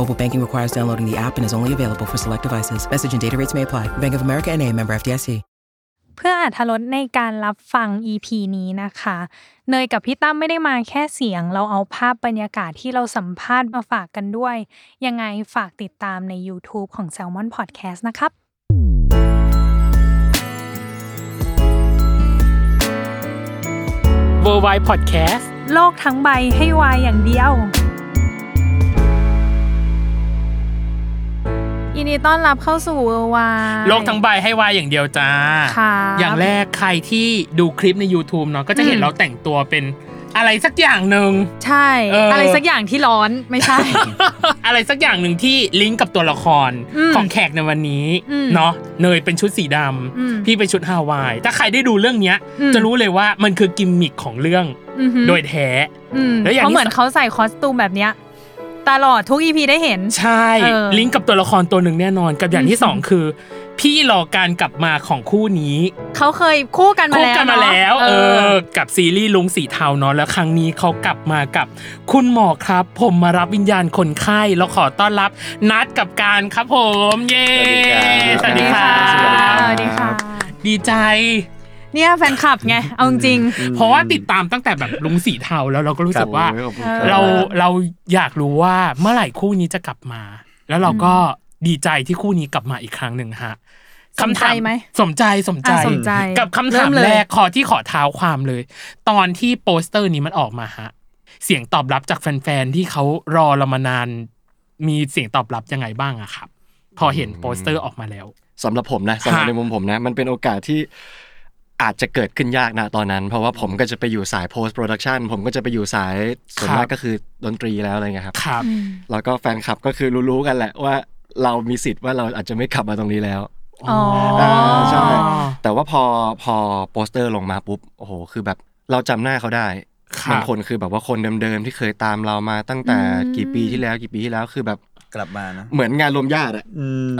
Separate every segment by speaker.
Speaker 1: Mobile banking requires downloading the app and is only available for select devices. Message and data rates may apply. Bank of America and a member FDIC.
Speaker 2: เพื่ออาธรสในการรับฟัง EP นี้นะคะ เนยกับพี่ตั้มไม่ได้มาแค่เสียง เราเอาภาพบรรยากาศที่เราสัมภาษณ์มาฝากกันด้วย ยังไงฝากติดตามใน YouTube ของ Salmon Podcast นะครับ
Speaker 3: w o r l d w i d e Podcast
Speaker 2: โลกทั้งใบให้วายอย่างเดียว ยินดีต้อนรับเข้าสู่เวอร์วาย
Speaker 3: โลกทั้งใบให้วายอย่างเดียวจ้า
Speaker 2: ค่ะ
Speaker 3: อย่างแรกใครที่ดูคลิปใน YouTube เนาะก็จะเห็น
Speaker 2: อืม
Speaker 3: เราแต่งตัวเป็นอะไรสักอย่าง หนึ่ง
Speaker 2: ใช่
Speaker 3: เอออ
Speaker 2: อะไรสักอย่างที่ร้อนไม่ใช่
Speaker 3: อะไรสักอย่างหนึ่งที่ลิงก์กับตัวละคร
Speaker 2: อืม
Speaker 3: ของแขกในวันนี้
Speaker 2: อืม
Speaker 3: เนาะเนยเป็นชุดสีด
Speaker 2: อืม
Speaker 3: ำพี่เป็นชุดฮาวายถ้าใครได้ดูเรื่องเนี้ย
Speaker 2: อืม
Speaker 3: จะรู้เลยว่ามันคือกิมมิคของเรื่อง
Speaker 2: อือหือ
Speaker 3: โดยแท้
Speaker 2: อืม
Speaker 3: แล้วอย่าง
Speaker 2: เพราะ
Speaker 3: ที่
Speaker 2: เหมือนเขาใส่คอสตูมแบบเนี้ยตลอดทุกอีพีได้เห็น
Speaker 3: ใช่
Speaker 2: เออ
Speaker 3: ลิงก์กับตัวละครตัวหนึ่งแน่นอนกับอย่างที่
Speaker 2: อืม
Speaker 3: สองคือ พี่รอการกลับมาของคู่นี้
Speaker 2: เขาเคยคู่กันมา
Speaker 3: คู่
Speaker 2: แล้ว
Speaker 3: กันมา
Speaker 2: เอะ
Speaker 3: แล้ว
Speaker 2: เอ
Speaker 3: เอ
Speaker 2: อ
Speaker 3: อ กับซีรีส์ลุงสีเทาเนาะ แล้วครั้งนี้เขากลับมากับ คุณหมอครับ ผมมารับวิญญาณคนไข้ แล้วขอต้อนรับนัดกับการครับผม เย้
Speaker 2: สวัสดีค่ะ
Speaker 3: สวัสดีค่ะ
Speaker 2: สวัสดีค่ะ
Speaker 3: ดีใจ
Speaker 2: เนี่ยแฟนคลับไง เอาจริง
Speaker 3: เพราะว่าติดตามตั้งแต่แบบลุงสีเทาแล้วเราก็รู้สึกว่า
Speaker 4: ขอบคุณ
Speaker 2: เอ
Speaker 4: ค
Speaker 2: อ
Speaker 4: บ
Speaker 3: เราเราอยากรู้ว่าเมื่อไหร่คู่นี้จะกลับมา แล้วเราก็ดีใจที่คู่นี้กลับมาอีกครั้งหนึ่งฮะ
Speaker 2: สมใจ
Speaker 3: คำถา
Speaker 2: ไหม
Speaker 3: สมใจสมใจ
Speaker 2: อ่ะสมใจ
Speaker 3: กับคำ
Speaker 2: เริ่
Speaker 3: ถาม
Speaker 2: มเลย
Speaker 3: แรกขอที่ขอเท้าความเลย ตอนที่โปสเตอร์นี้มันออกมาฮะ เสียงตอบรับจากแฟนๆที่เขารอเรามานาน มีเสียงตอบรับยังไงบ้างอะครับ พอเห็นโปสเตอร์ออกมาแล้ว
Speaker 4: สำหรับผมนะสำหรับ
Speaker 3: ฮะ
Speaker 4: ในมุมผมนะ มันเป็นโอกาสที่อาจจะเกิดขึ้นยากนะตอนนั้น เพราะว่าผมก็จะไปอยู่สาย post production ผมก็จะไปอยู่สายส่วนมากก็คือดนตรีแล้วอะไรเงี้ยครับ
Speaker 3: ครับ
Speaker 4: แล้วก็แฟนคลับก็คือรู้ๆกันแหละว่าเรามีสิทธิ์ว่าเราอาจจะไม่กลับมาตรงนี้แล้ว
Speaker 2: อ๋อ
Speaker 4: อ่าใช่ แต่ว่าพอพอโปสเตอร์ลงมาปุ๊บโอ้โหคือแบบเราจำหน้าเขาได้
Speaker 3: ครับ
Speaker 4: บางคนคือแบบว่าคนเดิมๆที่เคยตามเรามาตั้งแต่กี่ปีที่แล้วกี่ปีที่แล้วคือแบบ
Speaker 5: กลับมานะ
Speaker 4: เหมือนงานรวมญาติอะ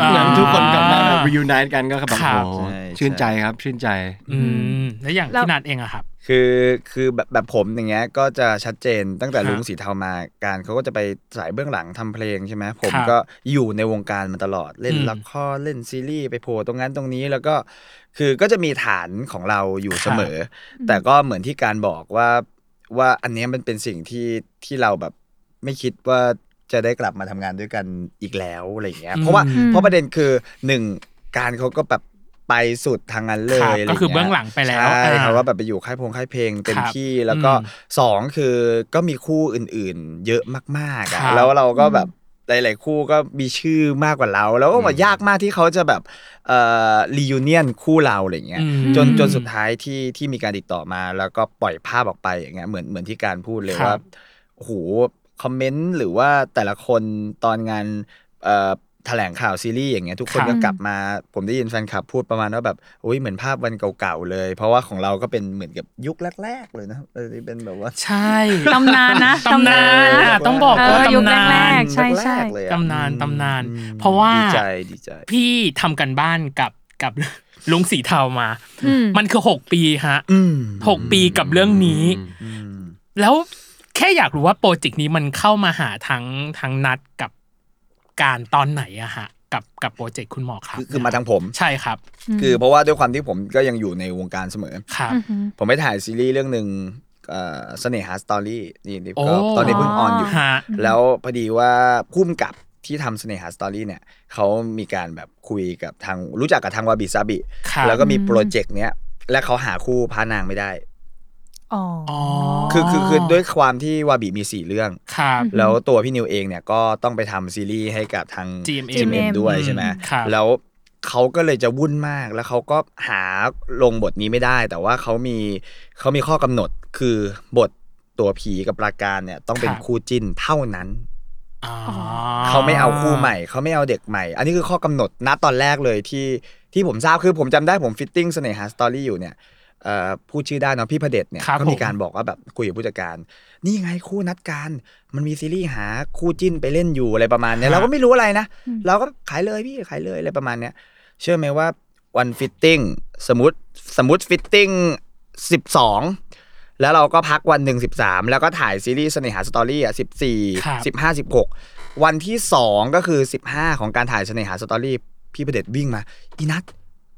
Speaker 3: อ่า
Speaker 4: หลังทุกคนกลับมา reunite กันก็แบบ
Speaker 3: ครับ
Speaker 4: โอ้โห
Speaker 5: ใช่
Speaker 4: ชื่นใจครับ ชื่นใจ
Speaker 3: อืมแล้วอย่างพี่นัดเองอะครับ
Speaker 5: คือคือแบบแบบผมอย่างเงี้ยก็จะชัดเจนตั้งแต่
Speaker 3: ครับ
Speaker 5: ลุงสีเทามาการเขาก็จะไปสายเบื้องหลังทำเพลงใช่ไหมผม
Speaker 3: ครับ
Speaker 5: ก็อยู่ในวงการมาตลอดเล่น
Speaker 3: อืม
Speaker 5: ละครเล่นซีรีส์ไปโผล่ตรงนั้นตรงนี้แล้วก็คือก็จะมีฐานของเราอยู่เสมอ แต่ก็เหมือนที่การบอกว่าว่าอันเนี้ยมันเป็นสิ่งที่ที่เราแบบไม่คิดว่าจะได้กลับมาทำงานด้วยกันอีกแล้วอะไรอย่างเงี้ยเพราะว่า
Speaker 3: อืม
Speaker 5: เพราะประเด็นคือหนึ่งการเขาก็แบบไปสุดทางนั้นเล
Speaker 3: ครับ
Speaker 5: ยะไรย่า
Speaker 3: ก็
Speaker 5: ย
Speaker 3: คือเบื้องหลังไปแล้ว
Speaker 5: ใช่
Speaker 3: อ่
Speaker 5: ครับว่าแบบไปอยู่ค่ายพงค่ายเพลงเต็ม
Speaker 3: ครับ
Speaker 5: ที่แล้วก็
Speaker 3: อืม
Speaker 5: สองคือก็มีคู่อื่นๆ เยอะมากๆอะ
Speaker 3: ครับ
Speaker 5: แล้วเราก็แบบหลายๆคู่ก็มีชื่อมากกว่าเรา แล้วก็แบบยากมากที่เขาจะแบบเอ่อรียูเนียนคู่เราอะไรเงี้ย
Speaker 3: อืม
Speaker 5: จนจนสุดท้ายที่ที่มีการติดต่อมา แล้วก็ปล่อยภาพออกไปอย่างเงี้ยเหมือนเหมือนที่การพูดเลย
Speaker 3: ครับ
Speaker 5: ว่าโอ้โหคอมเมนต์หรือว่าแต่ละคนตอนงานเอ่อแถลงข่าวซีรีส์อย่างเงี้ยทุกค
Speaker 3: ค
Speaker 5: น
Speaker 3: รับ
Speaker 5: ก็กลับ มาผมได้ยินแฟนคลับพูดประมาณว่าแบบอุ้ยเหมือนภาพวันเก่าๆเลย เพราะว่าของเราก็เป็นเหมือนกับยุคแรกๆเลยนะเออที่เป็นแบบว่า
Speaker 3: ใช่
Speaker 2: ตำนานนะ
Speaker 3: ตำนา
Speaker 2: ตำนา
Speaker 3: น
Speaker 2: น
Speaker 3: อะต้องบอก
Speaker 2: เอ
Speaker 3: ว่า
Speaker 2: อยุค
Speaker 3: ตำนา
Speaker 2: แร
Speaker 3: น
Speaker 2: ก ใช่ใช่
Speaker 5: แรกๆเลยอะ
Speaker 3: ตำนาน
Speaker 5: อืม
Speaker 3: ตำนาน
Speaker 5: อืม
Speaker 3: เพราะว่า
Speaker 5: ดีใจดีใจ
Speaker 3: พี่ทำกันบ้านกับกับ ลุงสีเทามา
Speaker 2: อืม
Speaker 3: มันคือหกปีฮะ
Speaker 5: อืม
Speaker 3: หกปีกับเรื่องนี้
Speaker 5: อืม
Speaker 3: แล้วแค่อยากรู้ว่าโปรเจกต์นี้มันเข้ามาหาทั้งทั้งนัดกับการตอนไหนอะฮะ กับกับโปรเจกต์คุณหมอครับ
Speaker 5: คือคือมาทางผม
Speaker 3: ใช่ครับ
Speaker 5: คือเพราะว่าด้วยความที่ผมก็ยังอยู่ในวงการเสมอ
Speaker 3: ครับ
Speaker 2: อือหือ
Speaker 5: ผมไปถ่ายซีรีส์เรื่องหนึ่งเอ่อเสน่หาสตอรี่นี่นี่
Speaker 3: โอ้
Speaker 5: ก็ตอนนี้เพิ่งออนอยู่
Speaker 3: ฮะ
Speaker 5: แล้วพอดีว่าพุ่มกับที่ทำเสน่หาสตอรี่เนี่ยเขามีการแบบคุยกับทางรู้จักกับทางวาบิซาบิ
Speaker 3: ครับ
Speaker 5: แล้วก็มี
Speaker 2: อืม
Speaker 5: โปรเจกต์เนี้ยและเขาหาคู่พระนางไม่ได้
Speaker 2: อ๋อ
Speaker 3: อ๋
Speaker 2: อ๋
Speaker 3: อ
Speaker 2: อ
Speaker 5: คือคือคือด้วยความที่วาบิมีสี่เรื่อง
Speaker 3: ครับ
Speaker 2: อืม
Speaker 5: แล้วตัวพี่นิวเองเนี่ยก็ต้องไปทำซีรีส์ให้กับทาง
Speaker 3: GMM
Speaker 2: GMM
Speaker 5: ด้วยใช่ไหม
Speaker 3: ครับ
Speaker 5: แล้วเขาก็เลยจะวุ่นมากแล้วเขาก็หาลงบทนี้ไม่ได้ แต่ว่าเขามีเขามีข้อกำหนดคือบทตัวผีกับปราการเนี่ยต้องเป็น
Speaker 3: ครับ
Speaker 5: คู่จิ้นเท่านั้น
Speaker 3: อ๋อ
Speaker 5: เขาไม่เอาคู่ใหม่เขาไม่เอาเด็กใหม่ อันนี้คือข้อกำหนดณตอนแรกเลยที่ที่ผมทราบคือผมจำได้ผมฟิตติ้งเสน่หาสตอรี่อยู่เนี่ยเอ่อผู้ชื่อได้เนาะพี่พระเดชเนี่ย
Speaker 3: ครับ
Speaker 5: ก็มี
Speaker 3: ผม
Speaker 5: การบอกว่าแบบคุยกับผู้จัดการ นี่ไงคู่นัดการมันมีซีรีส์หาคู่จิ้นไปเล่นอยู่อะไรประมาณเนี้ย
Speaker 3: ฮะ
Speaker 5: เราก็ไม่รู้อะไรนะ
Speaker 2: อืม
Speaker 5: เราก็ขายเลยพี่ขายเลยอะไรประมาณเนี้ยเชื่อไหมว่าวันฟิตติ้งสมมติสมมติฟิตติ้งสิบสองแล้วเราก็พักวันหนึ่งสิบสามแล้วก็ถ่ายซีรีส์เสน่หาสตอรี่อ่ะสิบสี่
Speaker 3: ครับ
Speaker 5: สิบห้าสิบหกวันที่สองก็คือสิบห้าของการถ่ายเสน่หาสตอรี่พี่ประเด็จวิ่งมาอีนัท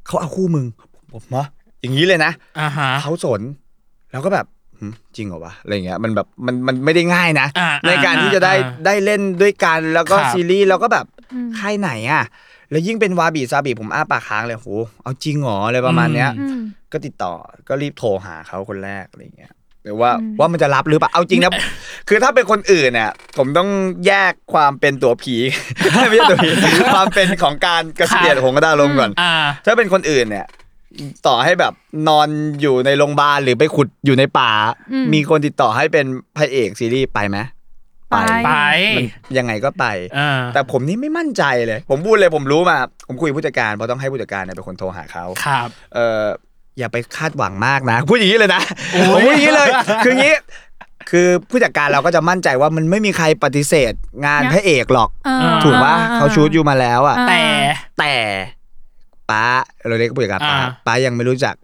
Speaker 5: เขาเอาคู่มึงผมเหรออย่างนี้เลยนะ
Speaker 3: อ่าฮะ
Speaker 5: เขาสน แล้วก็แบบหึจริงเหรอวะอะไรเงี้ยมันแบบมันมันไม่ได้ง่ายนะ
Speaker 3: อ่า
Speaker 5: ในการที่จะได้
Speaker 3: อ่าอ่า
Speaker 5: ได้เล่นด้วยกันแล้วก็
Speaker 3: ครับ
Speaker 5: ซีรีส์แล้วก็แบบ
Speaker 2: อืม
Speaker 5: ค่ายไหนอ่ะ แล้วยิ่งเป็นวาบีซาบีผมอ้าปากค้างเลยโหเอาจริงเหรออะไรประมาณเนี้ย
Speaker 2: อืม
Speaker 5: ก็ติดต่อก็รีบโทรหาเขาคนแรกอะไรเงี้ยแต่ว่า
Speaker 2: อืม
Speaker 5: ว่ามันจะรับหรือเปล่าเอาจริงนะ คือถ้าเป็นคนอื่นเนี่ยผมต้องแยกความเป็นตัวผี ไม่ใช่ตัวผีความเป็นของการเกระเสียดหงกระดาลงก่อน
Speaker 3: อ่า
Speaker 5: ถ้าเป็นคนอื่นเนี่ย ต่อให้แบบนอนอยู่ในโรงพยาบาลหรือไปขุดอยู่ในป่า
Speaker 2: อืม
Speaker 5: มีคนติดต่อให้เป็นพระเอกซีรีส์ไปไหม
Speaker 2: ไป
Speaker 3: ไป
Speaker 5: ยังไงก็ไป
Speaker 3: อ่า
Speaker 5: แต่ผมนี่ไม่มั่นใจเลย ผมพูดเลยผมรู้มา ผมคุยกับผู้จัดการเพราะต้องให้ผู้จัดการเนี่ยเป็นคนโทรหาเขา
Speaker 3: ครับ
Speaker 5: เอออย่าไปคาดหวังมากนะพูดอย่างนี้เลยนะผมพูดอย่างนี้เลย คืออย่างนี้ คือผู้จัดการเราก็จะมั่นใจว่ามันไม่มีใครปฏิเสธ งานพระเอกหรอก
Speaker 2: เออ
Speaker 5: ถูกว่า
Speaker 2: อ่
Speaker 5: เขาชูดอยู่มาแล้วอ่ะ
Speaker 2: อ่า
Speaker 3: แต่
Speaker 5: แต่ป้าเราเรียกผู้จัดการป้า
Speaker 3: อ่า
Speaker 5: ป้ายังไม่รู้จัก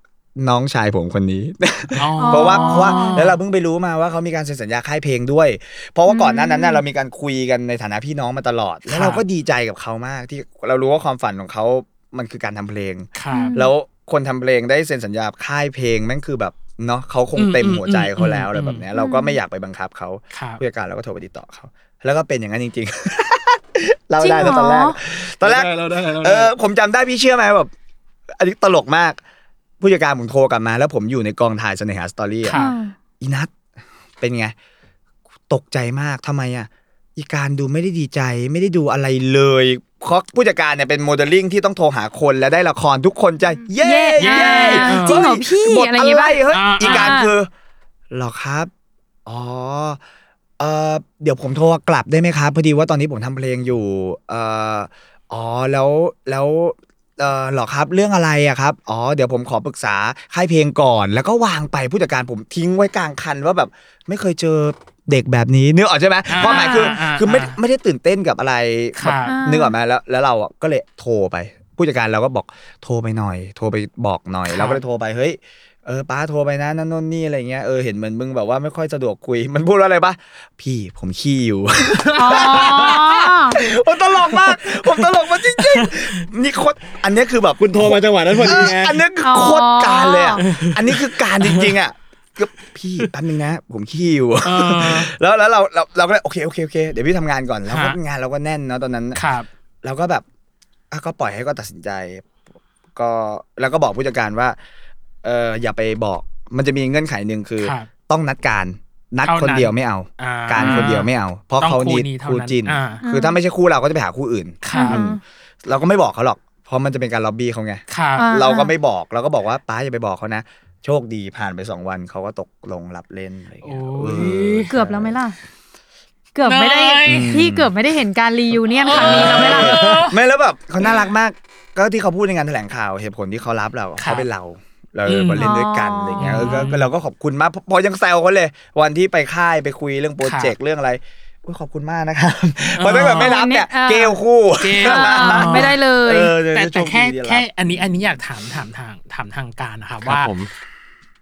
Speaker 5: น้องชายผมคนนี้
Speaker 3: อ๋อ
Speaker 5: เพราะว่าเพราะว่าแล้วเราเพิ่งไปรู้มาว่าเขามีการเซ็นสัญญาค่ายเพลงด้วย เพราะว่าก่อนหน้านั้นน่ะเรามีการคุยกันในฐานะพี่น้องมาตลอด แล้วเราก็ดีใจกับเขามากที่เรารู้ว่าความฝันของเขามันคือการทำเพลง
Speaker 3: ครับ
Speaker 5: แล้วคนทำเพลงได้เซ็นสัญญาค่ายเพลงแม่งคือแบบเนาะเขาคงเต็มหัวใจเขาแล้วอะไรแบบเนี้ยเราก็ไม่อยากไปบังคับเขา
Speaker 3: ครับ
Speaker 5: ผู้จัดการเราก็โทรไปติดต่อเขาแล้วก็เป็นอย่างนั้นจริง ๆ เราได้ตั้งแต่ตอนแรกตอนแรก
Speaker 4: เราได้เรา
Speaker 5: เอ
Speaker 4: ได้
Speaker 5: อผมจำได้พี่เชื่อไหมแบบอันนี้ตลกมาก ผู้จัดการผมโทรกลับมา แล้วผมอยู่ในกองถ่ายเสน่หาสตอรี่อะ
Speaker 3: ครั
Speaker 2: อ่า
Speaker 3: บ
Speaker 5: อีนัทเป็นไง ตกใจมากทำไมอ่ะอีการดูไม่ได้ดีใจไม่ได้ดูอะไรเลยเพราะผู้จัดการเนี่ยเป็นโมเดลลิ่งที่ต้องโทรหาคนและได้ละครทุกคนจะเย้
Speaker 2: เย่
Speaker 3: เย้
Speaker 2: เย่
Speaker 3: เออ
Speaker 2: จริงเหรอพี่
Speaker 5: บท
Speaker 2: อะ
Speaker 5: อะไร
Speaker 2: อย่าง
Speaker 5: ไร
Speaker 2: งี้ป่ะ
Speaker 5: เฮ้ย
Speaker 3: อ่า
Speaker 5: อีการ
Speaker 2: อ่า
Speaker 5: คือหรอครับ อ๋อ เออเดี๋ยวผมโทรกลับได้ไหมครับ พอดีว่าตอนนี้ผมทำเพลงอยู่ เอออ๋อแล้วแล้วเออเหรอครับเรื่องอะไรอะครับ อ๋อเดี๋ยวผมขอปรึกษาค่ายเพลงก่อน แล้วก็วางไปผู้จัดการผมทิ้งไว้กลางคันว่าแบบไม่เคยเจอเด็กแบบนี้นึกออกใช่ไหม
Speaker 3: อ่า
Speaker 5: ความหมายคืออา คือไม่
Speaker 3: อ่า
Speaker 5: ไม่ได้ตื่นเต้นกับอะไร
Speaker 3: ค
Speaker 5: แบ
Speaker 3: รั
Speaker 5: บบ นึกออกไหมแล้วแล้วเราอะก็เลยโทรไป ผู้จัดการเราก็บอกโทรไปหน่อย โทรไปบอกหน่อย
Speaker 3: ครับ
Speaker 5: เราก็เลยโทรไปเฮ้ย เออป้าโทรไปนะนั่นนู่นนี่อะไรเงี้ยเออเห็นเหมือนมึงแบบว่าไม่ค่อยสะดวกคุย มันพูดว่าอะไรปะพี่ผมขี้อยู่
Speaker 2: อ๋อ
Speaker 5: ผมตลกมาก ผมตลกมากจริงๆนี่โคตรอันเนี้ยคือแบบ
Speaker 4: คุณโทรมาจังหวะนั้นพอดีไง
Speaker 5: เอออันเนี้ยคือโคตรการเลยอะอันนี้คือการจริงๆอ่ะก็พี่แป๊บนึงนะ ผมขี้อยู่
Speaker 3: เออ
Speaker 5: แล้วแล้วเราเราเราก็เลยโอเคโอเคโอเคเดี๋ยวพี่ทำงานก่อนแล้วก็
Speaker 3: ฮะ
Speaker 5: งานเราก็แน่นเนาะตอนนั้น
Speaker 3: ครับ
Speaker 5: แล้วก็แบบอ่ะก็ปล่อยให้ก็ตัดสินใจ ก็แล้วก็บอกผู้จัดการว่า เอออย่าไปบอก มันจะมีเงื่อนไขหนึ่งคือ
Speaker 3: ครับ
Speaker 5: ต้องนัดการนัด
Speaker 3: เท่านั้น
Speaker 5: คนเดียวไม่เอา
Speaker 3: อ่
Speaker 5: การคนเดียวไม่เอา เพราะ
Speaker 3: ต้อง
Speaker 5: เขา
Speaker 3: คู่
Speaker 5: นิด
Speaker 3: นี้เท่า
Speaker 5: คู่
Speaker 3: นั้น
Speaker 5: จิน
Speaker 3: อ่า
Speaker 5: คือถ้าไม่ใช่คู่เราก็จะไปหาคู่อื่น
Speaker 3: ครับ
Speaker 5: เราก็ไม่บอกเขาหรอก เพราะมันจะเป็นการล็อบบี้เขาไง
Speaker 3: ครับ
Speaker 2: อ่า
Speaker 5: เราก็ไม่บอกเราก็บอกว่าป้าอย่าไปบอกเขานะ โชคดีผ่านไปสองวันเขาก็ตกลงรับเล่นอะไรอย่างเงี้ย
Speaker 3: โอ้ย
Speaker 5: เออ
Speaker 2: เกือบแล้วไหมล่ะ เกือบไม่ได้
Speaker 3: เนย
Speaker 2: พี่เกือบไม่ได้เห็นการรีวิวเนี่ยครั้งนี้แล้วไหมล่ะ
Speaker 5: ไม่แล้วแบบเขาน่ารักมาก ก็ที่เขาพูดในงานแถลงข่าวเหตุผลที่เขารับเรา
Speaker 3: ครับ
Speaker 5: เขาเป็นเราเรา
Speaker 3: อืม
Speaker 5: มาเล่นด้วยกันอะไรเงี้ย
Speaker 3: อ๋อ
Speaker 5: เออก็ก็เราก็ขอบคุณมากเพราะเพอยังแซวเขาเลย วันที่ไปค่ายไปคุยเรื่องโปรเจกต์เรื่องอะไร อุ๊ยขอบคุณมากนะครับ เพราะถ้าแบบไม่รับเนี่ย
Speaker 2: เออ
Speaker 5: เกลคู่
Speaker 3: เกล
Speaker 2: เออไม่ได้เลย
Speaker 5: เออเดี๋ยว
Speaker 3: แต่
Speaker 5: จะโช
Speaker 3: แต่
Speaker 5: ค
Speaker 3: แค่
Speaker 5: ดีได้รับ
Speaker 3: แค่อันนี้อันนี้อยากถามถามทางถามทางการนะครับ
Speaker 4: ครับ
Speaker 3: ว่า
Speaker 4: ผม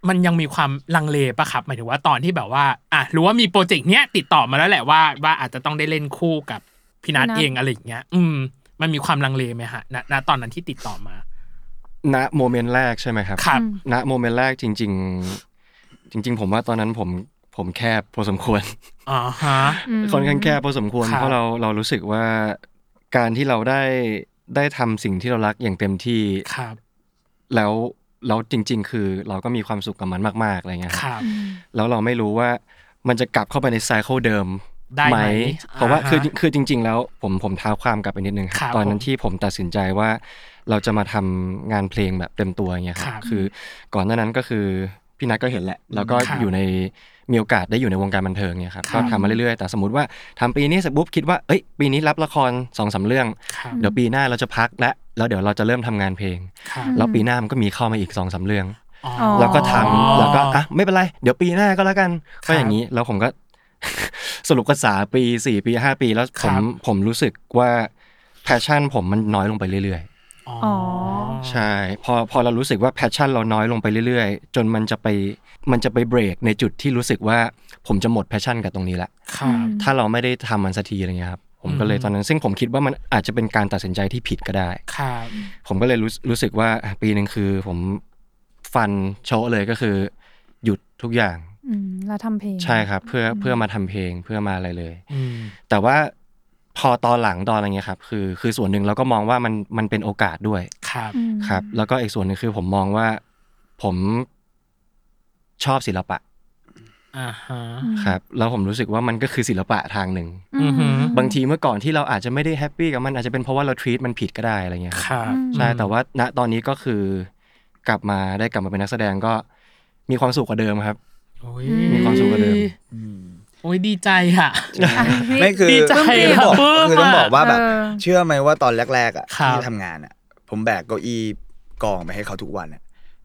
Speaker 3: มันยังมีความลังเลปะครับหมายถึงว่าตอนที่แบบว่าอ่ะรู้ว่ามีโปรเจกต์เนี้ยติดต่อมาแล้วแหละว่าว่าอาจจะต้องได้เล่นคู่กับพี่นัท
Speaker 2: พี่นัท
Speaker 3: เองอะไรอย่างเงี้ย อืม มันมีความลังเลไหมฮะณณตอนนั้นที่ติดต่อมา
Speaker 4: ณโมเมนต์แรกใช่ไหมครับ
Speaker 3: ครับ
Speaker 4: ณโมเมนต์แรกจริง ๆ จริง ๆ ผมว่าตอนนั้นผมผมแคบพอสมควร
Speaker 3: อ๋อฮะ
Speaker 2: อืม
Speaker 4: ค่อนข้างแคบพอสมควร
Speaker 3: ครับ
Speaker 4: เพราะเราเรารู้สึกว่าการที่เราได้ได้ทำสิ่งที่เรารักอย่างเต็มที่
Speaker 3: ครับ
Speaker 4: แล้วแล้วจริง ๆ คือเราก็มีความสุขกับมันมากๆอะไรเงี้ย
Speaker 3: ครับ
Speaker 4: แล้วเราไม่รู้ว่ามันจะกลับเข้าไปในไซเคิลเดิม
Speaker 3: ได้ไหม
Speaker 4: เพราะว่า
Speaker 3: อ่าฮะ
Speaker 4: คือคือจริง ๆ แล้วผมผมท้าความกลับไปนิดนึง
Speaker 3: ครับ
Speaker 4: ตอน
Speaker 3: ผ
Speaker 4: นั้น
Speaker 3: ม
Speaker 4: ที่ผมตัดสินใจว่าเราจะมาทำงานเพลงแบบเต็มตัวอย่างเงี้ยค
Speaker 3: ครั
Speaker 4: รั
Speaker 3: บบ
Speaker 4: คือก่อนหน้านั้นก็คือพี่นัทก็เห็นแหละ แล้วก็
Speaker 3: ครับ
Speaker 4: อยู่ในมีโอกาสได้อยู่ในวงการบันเทิงเนี่ยครับ
Speaker 3: ครั
Speaker 4: ก็
Speaker 3: บ
Speaker 4: ทำมาเรื่อยๆแต่สมมติว่าทำปีนี้เสร็จปุ๊บคิดว่าเอ้ยปีนี้รับละครสองสามเรื่อง
Speaker 3: ครับ
Speaker 4: เดี๋ยวปีหน้าเราจะพักและแล้วเดี๋ยวเราจะเริ่มทำงานเพลง
Speaker 3: ครับ
Speaker 2: อืม
Speaker 4: แล้วปีหน้ามันก็มีเข้ามาอีกสองสามเรื่อง
Speaker 3: อ๋อ
Speaker 4: แล้วก็ทำแล้วก็อ่ะไม่เป็นไรเดี๋ยวปีหน้าก็แล้วกัน
Speaker 3: ครับ
Speaker 4: ก็อย่างนี้แล้วผมก็ สรุปก็สามปีสี่ปีห้าปีแล้วผ
Speaker 3: ครับ
Speaker 4: มผมรู้สึกว่าแพชชั่นผมมันน้อยลงไปเรื่อย
Speaker 3: อ๋อ
Speaker 4: ๆ ใช่พอพอเรารู้สึกว่าแพชชั่นเราน้อยลงไปเรื่อยๆ จนมันจะไปมันจะไปเบรกในจุดที่รู้สึกว่าผมจะหมดแพชชั่นกับตรงนี้ละ
Speaker 3: ครับ
Speaker 4: ถ้าเราไม่ได้ทำมันสักทีอะไรเงี้ยครับผมก็เลย
Speaker 3: อืม
Speaker 4: ตอนนั้นซึ่งผมคิดว่ามันอาจจะเป็นการตัดสินใจที่ผิดก็ได้
Speaker 3: ครับ
Speaker 4: ผมก็เลยรู้รู้สึกว่าอ่ะปีหนึ่งคือผมฟันโชะเลยก็คือ หยุดทุกอย่าง
Speaker 2: อืมแล้วทำเพลง
Speaker 4: ใช่ครับ เพื่อเพื่อมาทำเพลงเพื่อมาอะไรเลย
Speaker 3: อืม
Speaker 4: แต่ว่าพอตอนหลังตอนอะไรเงี้ยครับคือคือส่วนหนึ่งเราก็มองว่ามันมันเป็นโอกาสด้วย
Speaker 3: ครับ
Speaker 2: อืม
Speaker 4: ครับ แล้วก็อีกส่วนหนึ่งคือผมมองว่าผมชอบศิลปะ
Speaker 3: อ่าฮะ
Speaker 4: ครับแล้วผมรู้สึกว่ามันก็คือศิลปะทางหนึ่ง
Speaker 3: อือหือ
Speaker 4: บางทีเมื่อก่อนที่เราอาจจะไม่ได้แฮปปี้กับมันอาจจะเป็นเพราะว่าเราทรีตมันผิดก็ได้อะไรเงี้ยครับ
Speaker 3: ครับ
Speaker 4: ใช่แต่ว่าณตอนนี้ก็คือกลับมาได้กลับมาเป็นนักแสดงก็มีความสุขกว่าเดิมครับ
Speaker 3: โอ้ย
Speaker 2: มีความสุขกว่าเดิม
Speaker 3: โอ้ยดีใจค่ะ
Speaker 2: อ่ะพี่
Speaker 5: ไม่คือ
Speaker 3: ดีใจ
Speaker 5: คือต้
Speaker 3: อะ
Speaker 5: องบอกคือต้องบอกว่าแบบ
Speaker 2: เออ
Speaker 5: เชื่อไหมว่าตอนแรก ๆ อ่ะ
Speaker 3: ครับ
Speaker 5: ที่ทำงานอ่ะ ผมแบกเก้าอี้กองไปให้เขาทุกวันอ่ะ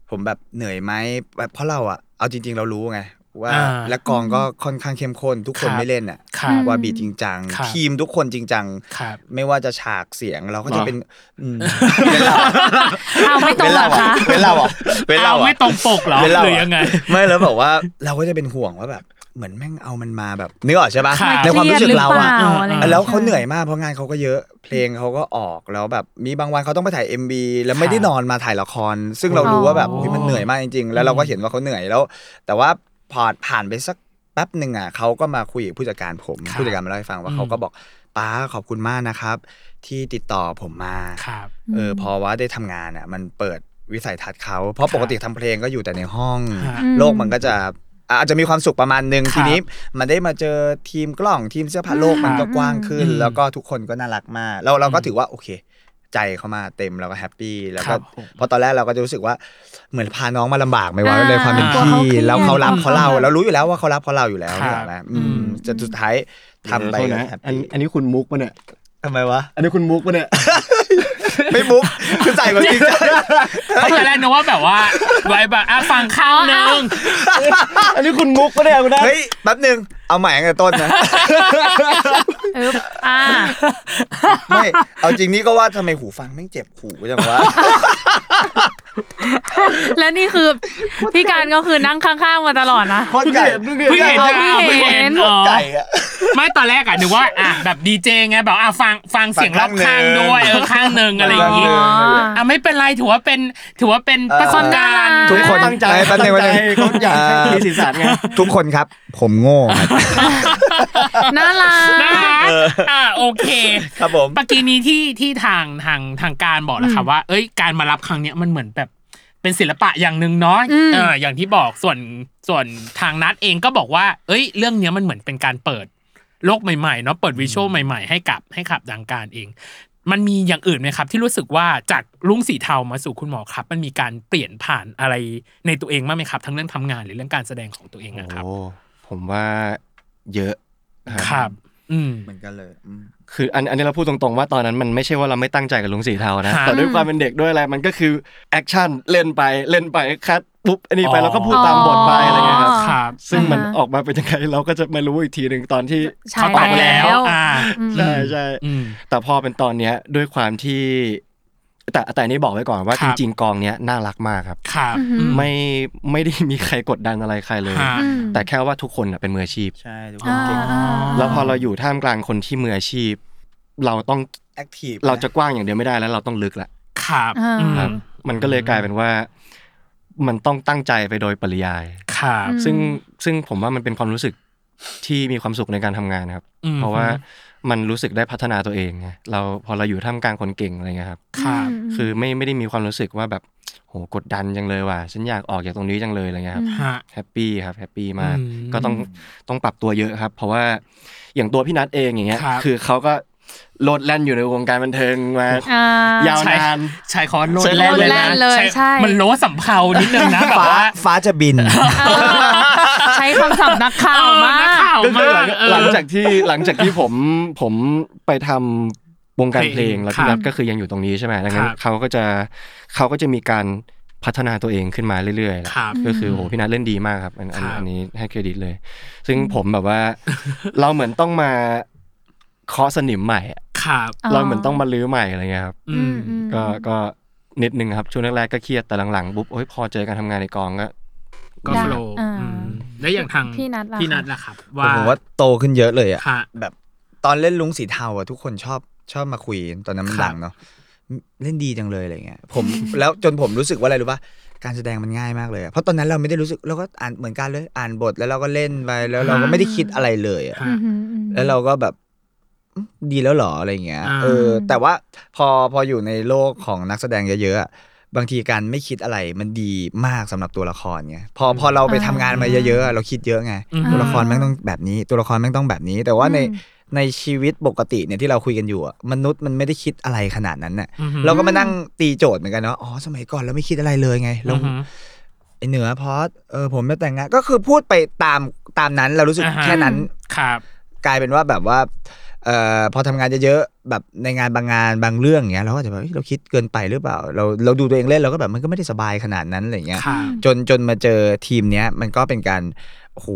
Speaker 5: ผมแบบเหนื่อยไหมแบบเพราะเราอ่ะเอาจริง ๆ เรารู้ไงว่า
Speaker 3: อ่า
Speaker 5: และกองก็ค่อนข้างเข้มข้น ทุกค
Speaker 3: ค
Speaker 5: น
Speaker 3: รับ
Speaker 5: ไม่เล่นอ่ะ
Speaker 3: ครับ
Speaker 5: ว่าบีทจริงจัง
Speaker 3: ครับ
Speaker 5: ทีมทุกคนจริงจัง
Speaker 3: ครับ
Speaker 5: ไม่ว่าจะฉากเสียงเราก็
Speaker 4: ห
Speaker 5: จะ
Speaker 4: รอ
Speaker 5: เป็นอืมเป็นเรา
Speaker 2: เอาไม่ตรงเหรอคะ
Speaker 5: เป็นเราอ่ะเป็นเรา
Speaker 3: เอา
Speaker 5: อ่ะ
Speaker 3: ไม่ตรงปกเหรอ
Speaker 5: เป็นเรา
Speaker 3: ห
Speaker 5: อะ
Speaker 3: รือยังไง
Speaker 5: ไม่แล้วแบบว่าเราก็จะเป็นห่วงว่าแบบเหมือนแม่งเอามันมาแบบนึกออกใช่ปะ
Speaker 3: ครับ
Speaker 5: ในความรู้สึกเราอ่ะ
Speaker 2: คยดหปล่ไร
Speaker 3: อ่
Speaker 2: ย่งงี้ย
Speaker 5: แล้วเขาเหนื่อยมากเพราะงานเขาก็เยอะเพลงเขาก็ออกแล้วแบบมีบางวันเขาต้องไปถ่าย MB แล้วไม่ได้นอนมาถ่ายละคร ซึ่งเรารู้ว่าแบบอุ๊ยมันเหนื่อยมากจริงๆ แล้วเราก็เห็นว่าเขาเหนื่อยแล้ว แต่ว่าพอผ่านไปสักแป๊บหนึ่งอ่ะเขาก็มาคุยกับผู้จัดการผม
Speaker 3: ครับ
Speaker 5: ผู้จัดการมาเล่าให้ฟังว่า
Speaker 3: อืม
Speaker 5: เขาก็บอกป้าขอบคุณมากนะครับ ที่ติดต่อผมมา
Speaker 3: ครับ
Speaker 5: เออพอว่าได้ทำงานอ่ะมันเปิดวิสัยทัศน์เขา เพราะปกติทำเพลงก็อยู่แต่ในห้อง
Speaker 3: ฮะ
Speaker 5: โลกมันก็จะอ่ะอาจจะมีความสุขประมาณหนึ่ง
Speaker 3: ครับ
Speaker 5: ทีนี้ มันได้มาเจอทีมกล้องทีมเสื้อผ้าโลกมันก็กว้างขึ้น
Speaker 3: อืม
Speaker 5: แล้วก็ทุกคนก็น่ารักมากเราเราก็
Speaker 3: อืม
Speaker 5: ถือว่าโอเค ใจเขามาเต็มเราก็แฮปปี้แล้ว
Speaker 3: ครั
Speaker 5: ก็
Speaker 3: บผม
Speaker 5: เพราะตอนแรกเราก็จะรู้สึกว่าเหมือนพาน้องมาลำบากไหมวะ
Speaker 2: อ่า
Speaker 5: ในความเป็น
Speaker 3: กลัว
Speaker 5: พี่
Speaker 2: เขาเครียด
Speaker 5: แล้วเขารับเขาเล่า
Speaker 2: อืม
Speaker 5: เรารู้อยู่แล้วว่าเขารับเพราะเราอยู่แล้ว
Speaker 3: ครับ
Speaker 5: นี่หรอกนะอื
Speaker 3: อื
Speaker 5: ม
Speaker 3: ม
Speaker 5: จะสุดท้ายทำไป
Speaker 4: โษ
Speaker 5: ก็
Speaker 4: นะ
Speaker 5: แฮป
Speaker 4: อัน
Speaker 5: ปี้
Speaker 4: อันนี้คุณมุกปะเนี่ย
Speaker 5: ทำไมวะ
Speaker 4: อันนี้คุณมุกปะเนี่ย
Speaker 5: ไม่ มุก คือใส่แบบจริงจัง
Speaker 3: เพราะตอนแรกนึกว่าแบบว่า ไว้แบบอ่ะฟังข้าวนึง
Speaker 4: อันนี้คุณมุกปะเนี่ยคุณได้
Speaker 5: เฮ้ยแป๊บหนึ่งเอาใหม่ตั้งแต่ต้นนะ
Speaker 2: เอออ่า
Speaker 5: ไม่เอาจริงนี่ก็ว่าทำไมหูฟังแม่งเจ็บหูจังวะ
Speaker 2: แล้วนี่คือ พี่การก็คือนั่งข้างๆมาตลอดนะ
Speaker 5: โคตรใหญ่
Speaker 3: เพิ่งเห็น
Speaker 5: โค
Speaker 3: นะ
Speaker 5: ตร
Speaker 3: เพิ่งเห็
Speaker 2: เพิ่ง
Speaker 3: น
Speaker 2: เห็น
Speaker 3: อ๋อ
Speaker 5: ใหญ่อะ
Speaker 3: ไม่ตอนแรกอ่ะนึกว่าอ่ะแบบดีเจไงแบบอ่ะฟังฟังเสียงรอบข้างด้วยเออข้างหนึ่งอะไรอย่างงี้
Speaker 5: อ๋อ
Speaker 3: อ่ะไม่เป็นไรถือว่าเป็นถือว่าเป็นประสบการณ์
Speaker 2: ทุกคน
Speaker 4: ตั้งใจ
Speaker 5: เอ้ยแป๊บนึง
Speaker 4: ตั้งใจ
Speaker 5: แป๊บนึง
Speaker 4: เขาอยากให้มีสีสันไง
Speaker 5: ทุกคนครับ ผมโง่ครับ
Speaker 2: น่ารั
Speaker 3: นะ
Speaker 2: ก
Speaker 3: อ่าโอเค
Speaker 5: ครับผม
Speaker 3: ปกีนี้ที่ที่ทางทางทางการบอกนะครับว่า เอ้ยการมารับครั้งเนี้ยมันเหมือนแบบเป็นศิลปะอย่างหนึ่งเนาะ
Speaker 2: อืม
Speaker 3: เอออย่างที่บอกส่วนส่วนทางนัดเองก็บอกว่า เอ้ย เรื่องเนี้ยมันเหมือนเป็นการเปิดโลกใหม่ๆเนาะเปิดวิชวลใหม่ๆให้กับให้กับทางการเอง มันมีอย่างอื่นไหมครับ ที่รู้สึกว่าจากลุงสีเทามาสู่คุณหมอครับ มันมีการเปลี่ยนผ่านอะไรในตัวเองบ้างไหมครับ ทั้งเรื่องทำงานหรือเรื่องการแสดงของตัวเองนะครับ
Speaker 4: โอ้ผมว่าเยอะ
Speaker 3: ครับ อืม
Speaker 5: เหมือนกันเลยอืม
Speaker 4: คืออันอันนี้เราพูดตรงๆว่าตอนนั้นมันไม่ใช่ว่าเราไม่ตั้งใจกับลุงสีเทานะ
Speaker 3: ค่ะ
Speaker 4: แต่ด้วยความเป็นเด็กด้วยอะไรมันก็คือแอคชั่นเล่นไปเล่นไปคัดปุ๊บอันนี้ไป
Speaker 3: อ๋อ
Speaker 4: แล้วก็พูดตามบทไปอะไรเงี้ยครับ
Speaker 3: ครับ
Speaker 4: ซึ่งมัน
Speaker 2: อ่าฮะ
Speaker 4: ออกมาเป็นยังไงเราก็จะมารู้อีกทีหนึ่งตอนที่
Speaker 2: ใช่
Speaker 3: เขาตอบแล้ว อ่า
Speaker 2: อืม
Speaker 4: ใช่ใช่
Speaker 3: อืม
Speaker 4: แต่พอเป็นตอนเนี้ยด้วยความที่ แต่แต่อันนี้บอกไว้ก่อนว่า
Speaker 3: ค
Speaker 4: จ
Speaker 3: รับ
Speaker 4: ริงๆกองเนี้ยน่ารักมากครับ
Speaker 3: ครับ
Speaker 2: อือหือ
Speaker 4: ไม่ ไม่ได้มีใครกดดันอะไรใครเลย
Speaker 3: ฮะ
Speaker 2: อืม
Speaker 4: แต่แค่ว่าทุกคนน่ะเป็นมืออาชีพ
Speaker 5: ใช่ทุกค
Speaker 2: อ่
Speaker 5: นเก่ง
Speaker 2: า
Speaker 4: แล้วพอเราอยู่ท่ามกลางคนที่มืออาชีพ เราต้อง
Speaker 5: แอคทีฟ
Speaker 4: เราจะกว้างอย่างเดียวไม่ได้แล้วเราต้องลึกละ
Speaker 3: ครับ
Speaker 2: อ่า
Speaker 3: อืม
Speaker 4: ครับ มันก็เลยกลายเป็นว่า มันต้องตั้งใจไปโดยปริยาย
Speaker 3: ครับ
Speaker 2: อืม
Speaker 4: ซึ่งซึ่งผมว่ามันเป็นความรู้สึกที่มีความสุขในการทำงานนะครับ
Speaker 3: อืม
Speaker 4: เพราะว่ามันรู้สึกได้พัฒนาตัวเองไงเราพอเราอยู่ท่ามกลางคนเก่งอะไรเงี้ยครับ
Speaker 3: ครับ
Speaker 2: ม
Speaker 4: คือไม่ไม่ได้มีความรู้สึกว่าแบบโหกดดันจังเลยว่ะฉันอยากออกจากตรงนี้จังเลยอะไรเงี้ยครับ
Speaker 3: ฮะ
Speaker 4: แฮปปี้ครับแฮปปี้มาก
Speaker 3: อืม
Speaker 4: ก็ต้องต้องปรับตัวเยอะครับ เพราะว่าอย่างตัวพี่นัทเองอย่างเงี้ย
Speaker 3: ครับ
Speaker 4: อเขาก็โลดแล่นอยู่ในวงการบันเทิงมา
Speaker 2: อ่า
Speaker 4: ยาว เอ นาน
Speaker 3: ใช่คอนโลด
Speaker 2: ใช้
Speaker 3: แล่นเลย
Speaker 2: โลดแล่
Speaker 3: นะ
Speaker 2: นเลยใช่
Speaker 3: มันโลสัมเพานิดนึงนะแบบ
Speaker 5: ฟ้า
Speaker 3: ว่า
Speaker 5: ฟ้าจะบิน
Speaker 2: ใช้คำศัพท์นักข่าวมา
Speaker 3: เออนั
Speaker 2: ก
Speaker 3: ข่าว
Speaker 4: ก็คือห
Speaker 3: มา
Speaker 4: ลั
Speaker 3: ก
Speaker 4: ง
Speaker 3: เออ
Speaker 4: หลังจากที่หลังจากที่ผมผมไปทำวงการเพล
Speaker 3: เพลง
Speaker 4: งแล้วพี่
Speaker 3: ครับ
Speaker 4: นัทก็คือยังอยู่ตรงนี้ใช่ไหมดังนั้
Speaker 3: คน รับ
Speaker 4: เขาก็จะเขาก็จะมีการพัฒนาตัวเองขึ้นมาเรื่อยๆแหละ
Speaker 3: ครับ
Speaker 4: ก็คือโอ้โหพี่นัทเล่นดีมากครับอันอัน
Speaker 3: ครับ
Speaker 4: อันนี้ให้เครดิตเลย ซึ่งผมแบบว่า เราเหมือนต้องมาเคาะสนิมใหม่อะ
Speaker 3: ครับ
Speaker 2: อ๋อ
Speaker 4: เราเหมือนต้องมาลื้อใหม่อะไรเงี้ยครับ
Speaker 3: อืม
Speaker 4: ก็ก็นิดนึงครับช่วงแรกๆก็เครียดแต่หลังๆปุ๊บโอ้ยพอเจอการทำงานในกองก็
Speaker 3: ก็
Speaker 2: ได้
Speaker 3: โฟล์
Speaker 2: อ่า
Speaker 3: แล้วอย่างทาง
Speaker 2: พี่นัทล่ะ
Speaker 3: พี่นัทล่ะครับ ว่า
Speaker 5: แต่ผมว่าโตขึ้นเยอะเลยอะ
Speaker 3: ค่ะ
Speaker 5: แบบตอนเล่นลุงสีเทาอะทุกคนชอบชอบมาคุยตอนนั้นมัน
Speaker 3: ครับ
Speaker 5: ดังเนาะเล่นดีจังเลยอะไรเงี้ยผม แล้วจนผมรู้สึกว่าอะไรรู้ป่ะการแสดงมันง่ายมากเลยอะเพราะตอนนั้นเราไม่ได้รู้สึกเราก็อ่านเหมือนกันเลยอ่านบทแล้วเราก็เล่นไปแล้วเราก็ไม่ได้คิดอะไรเลยอะ
Speaker 2: อื
Speaker 3: ฮะ
Speaker 2: มอืมอืม
Speaker 5: แล้วเราก็แบบอืมดีแล้วเหรออะไรอย่างเงี้ย
Speaker 3: อ่า
Speaker 5: เออ แต่ว่าพอพออยู่ในโลกของนักแสดงเยอะๆอะบางทีการไม่คิดอะไรมันดีมากสำหรับตัวละครไงพอพอเราไปทำงานมาเยอะๆอะเราคิดเยอะไง
Speaker 3: อืม
Speaker 5: ตัวละครแม่งต้องแบบนี้ ตัวละครแม่งต้องแบบนี้ แต่ว่าใน
Speaker 2: อืม
Speaker 5: ในชีวิตปกติเนี่ยที่เราคุยกันอยู่อะมนุษย์มันไม่ได้คิดอะไรขนาดนั้นน่ะ
Speaker 3: อือฮึ
Speaker 5: เราก็มานั่งตีโจทย์เหมือนกันเนาะอ๋อสมัยก่อนเราไม่คิดอะไรเลยไงเรา
Speaker 3: อือฮึ
Speaker 5: ไอเหนือพอดเออผมจะแต่งงานก็คือพูดไปตามตามนั้นเรารู้สึก
Speaker 3: อ่าฮะ
Speaker 5: แค่นั้น
Speaker 3: ครับ
Speaker 5: กลายเป็นว่าแบบว่าเอ่อพอทำงานเยอะๆแบบในงานบางงานบางเรื่องเงี้ยเราก็จะแบบเฮ้ยเราคิดเกินไปหรือเปล่า เราเราดูตัวเองเล่นเราก็แบบมันก็ไม่ได้สบายขนาดนั้นอะไรเงี้ย
Speaker 3: ครับ
Speaker 5: จนจนมาเจอทีมเนี้ยมันก็เป็นการโอ้โห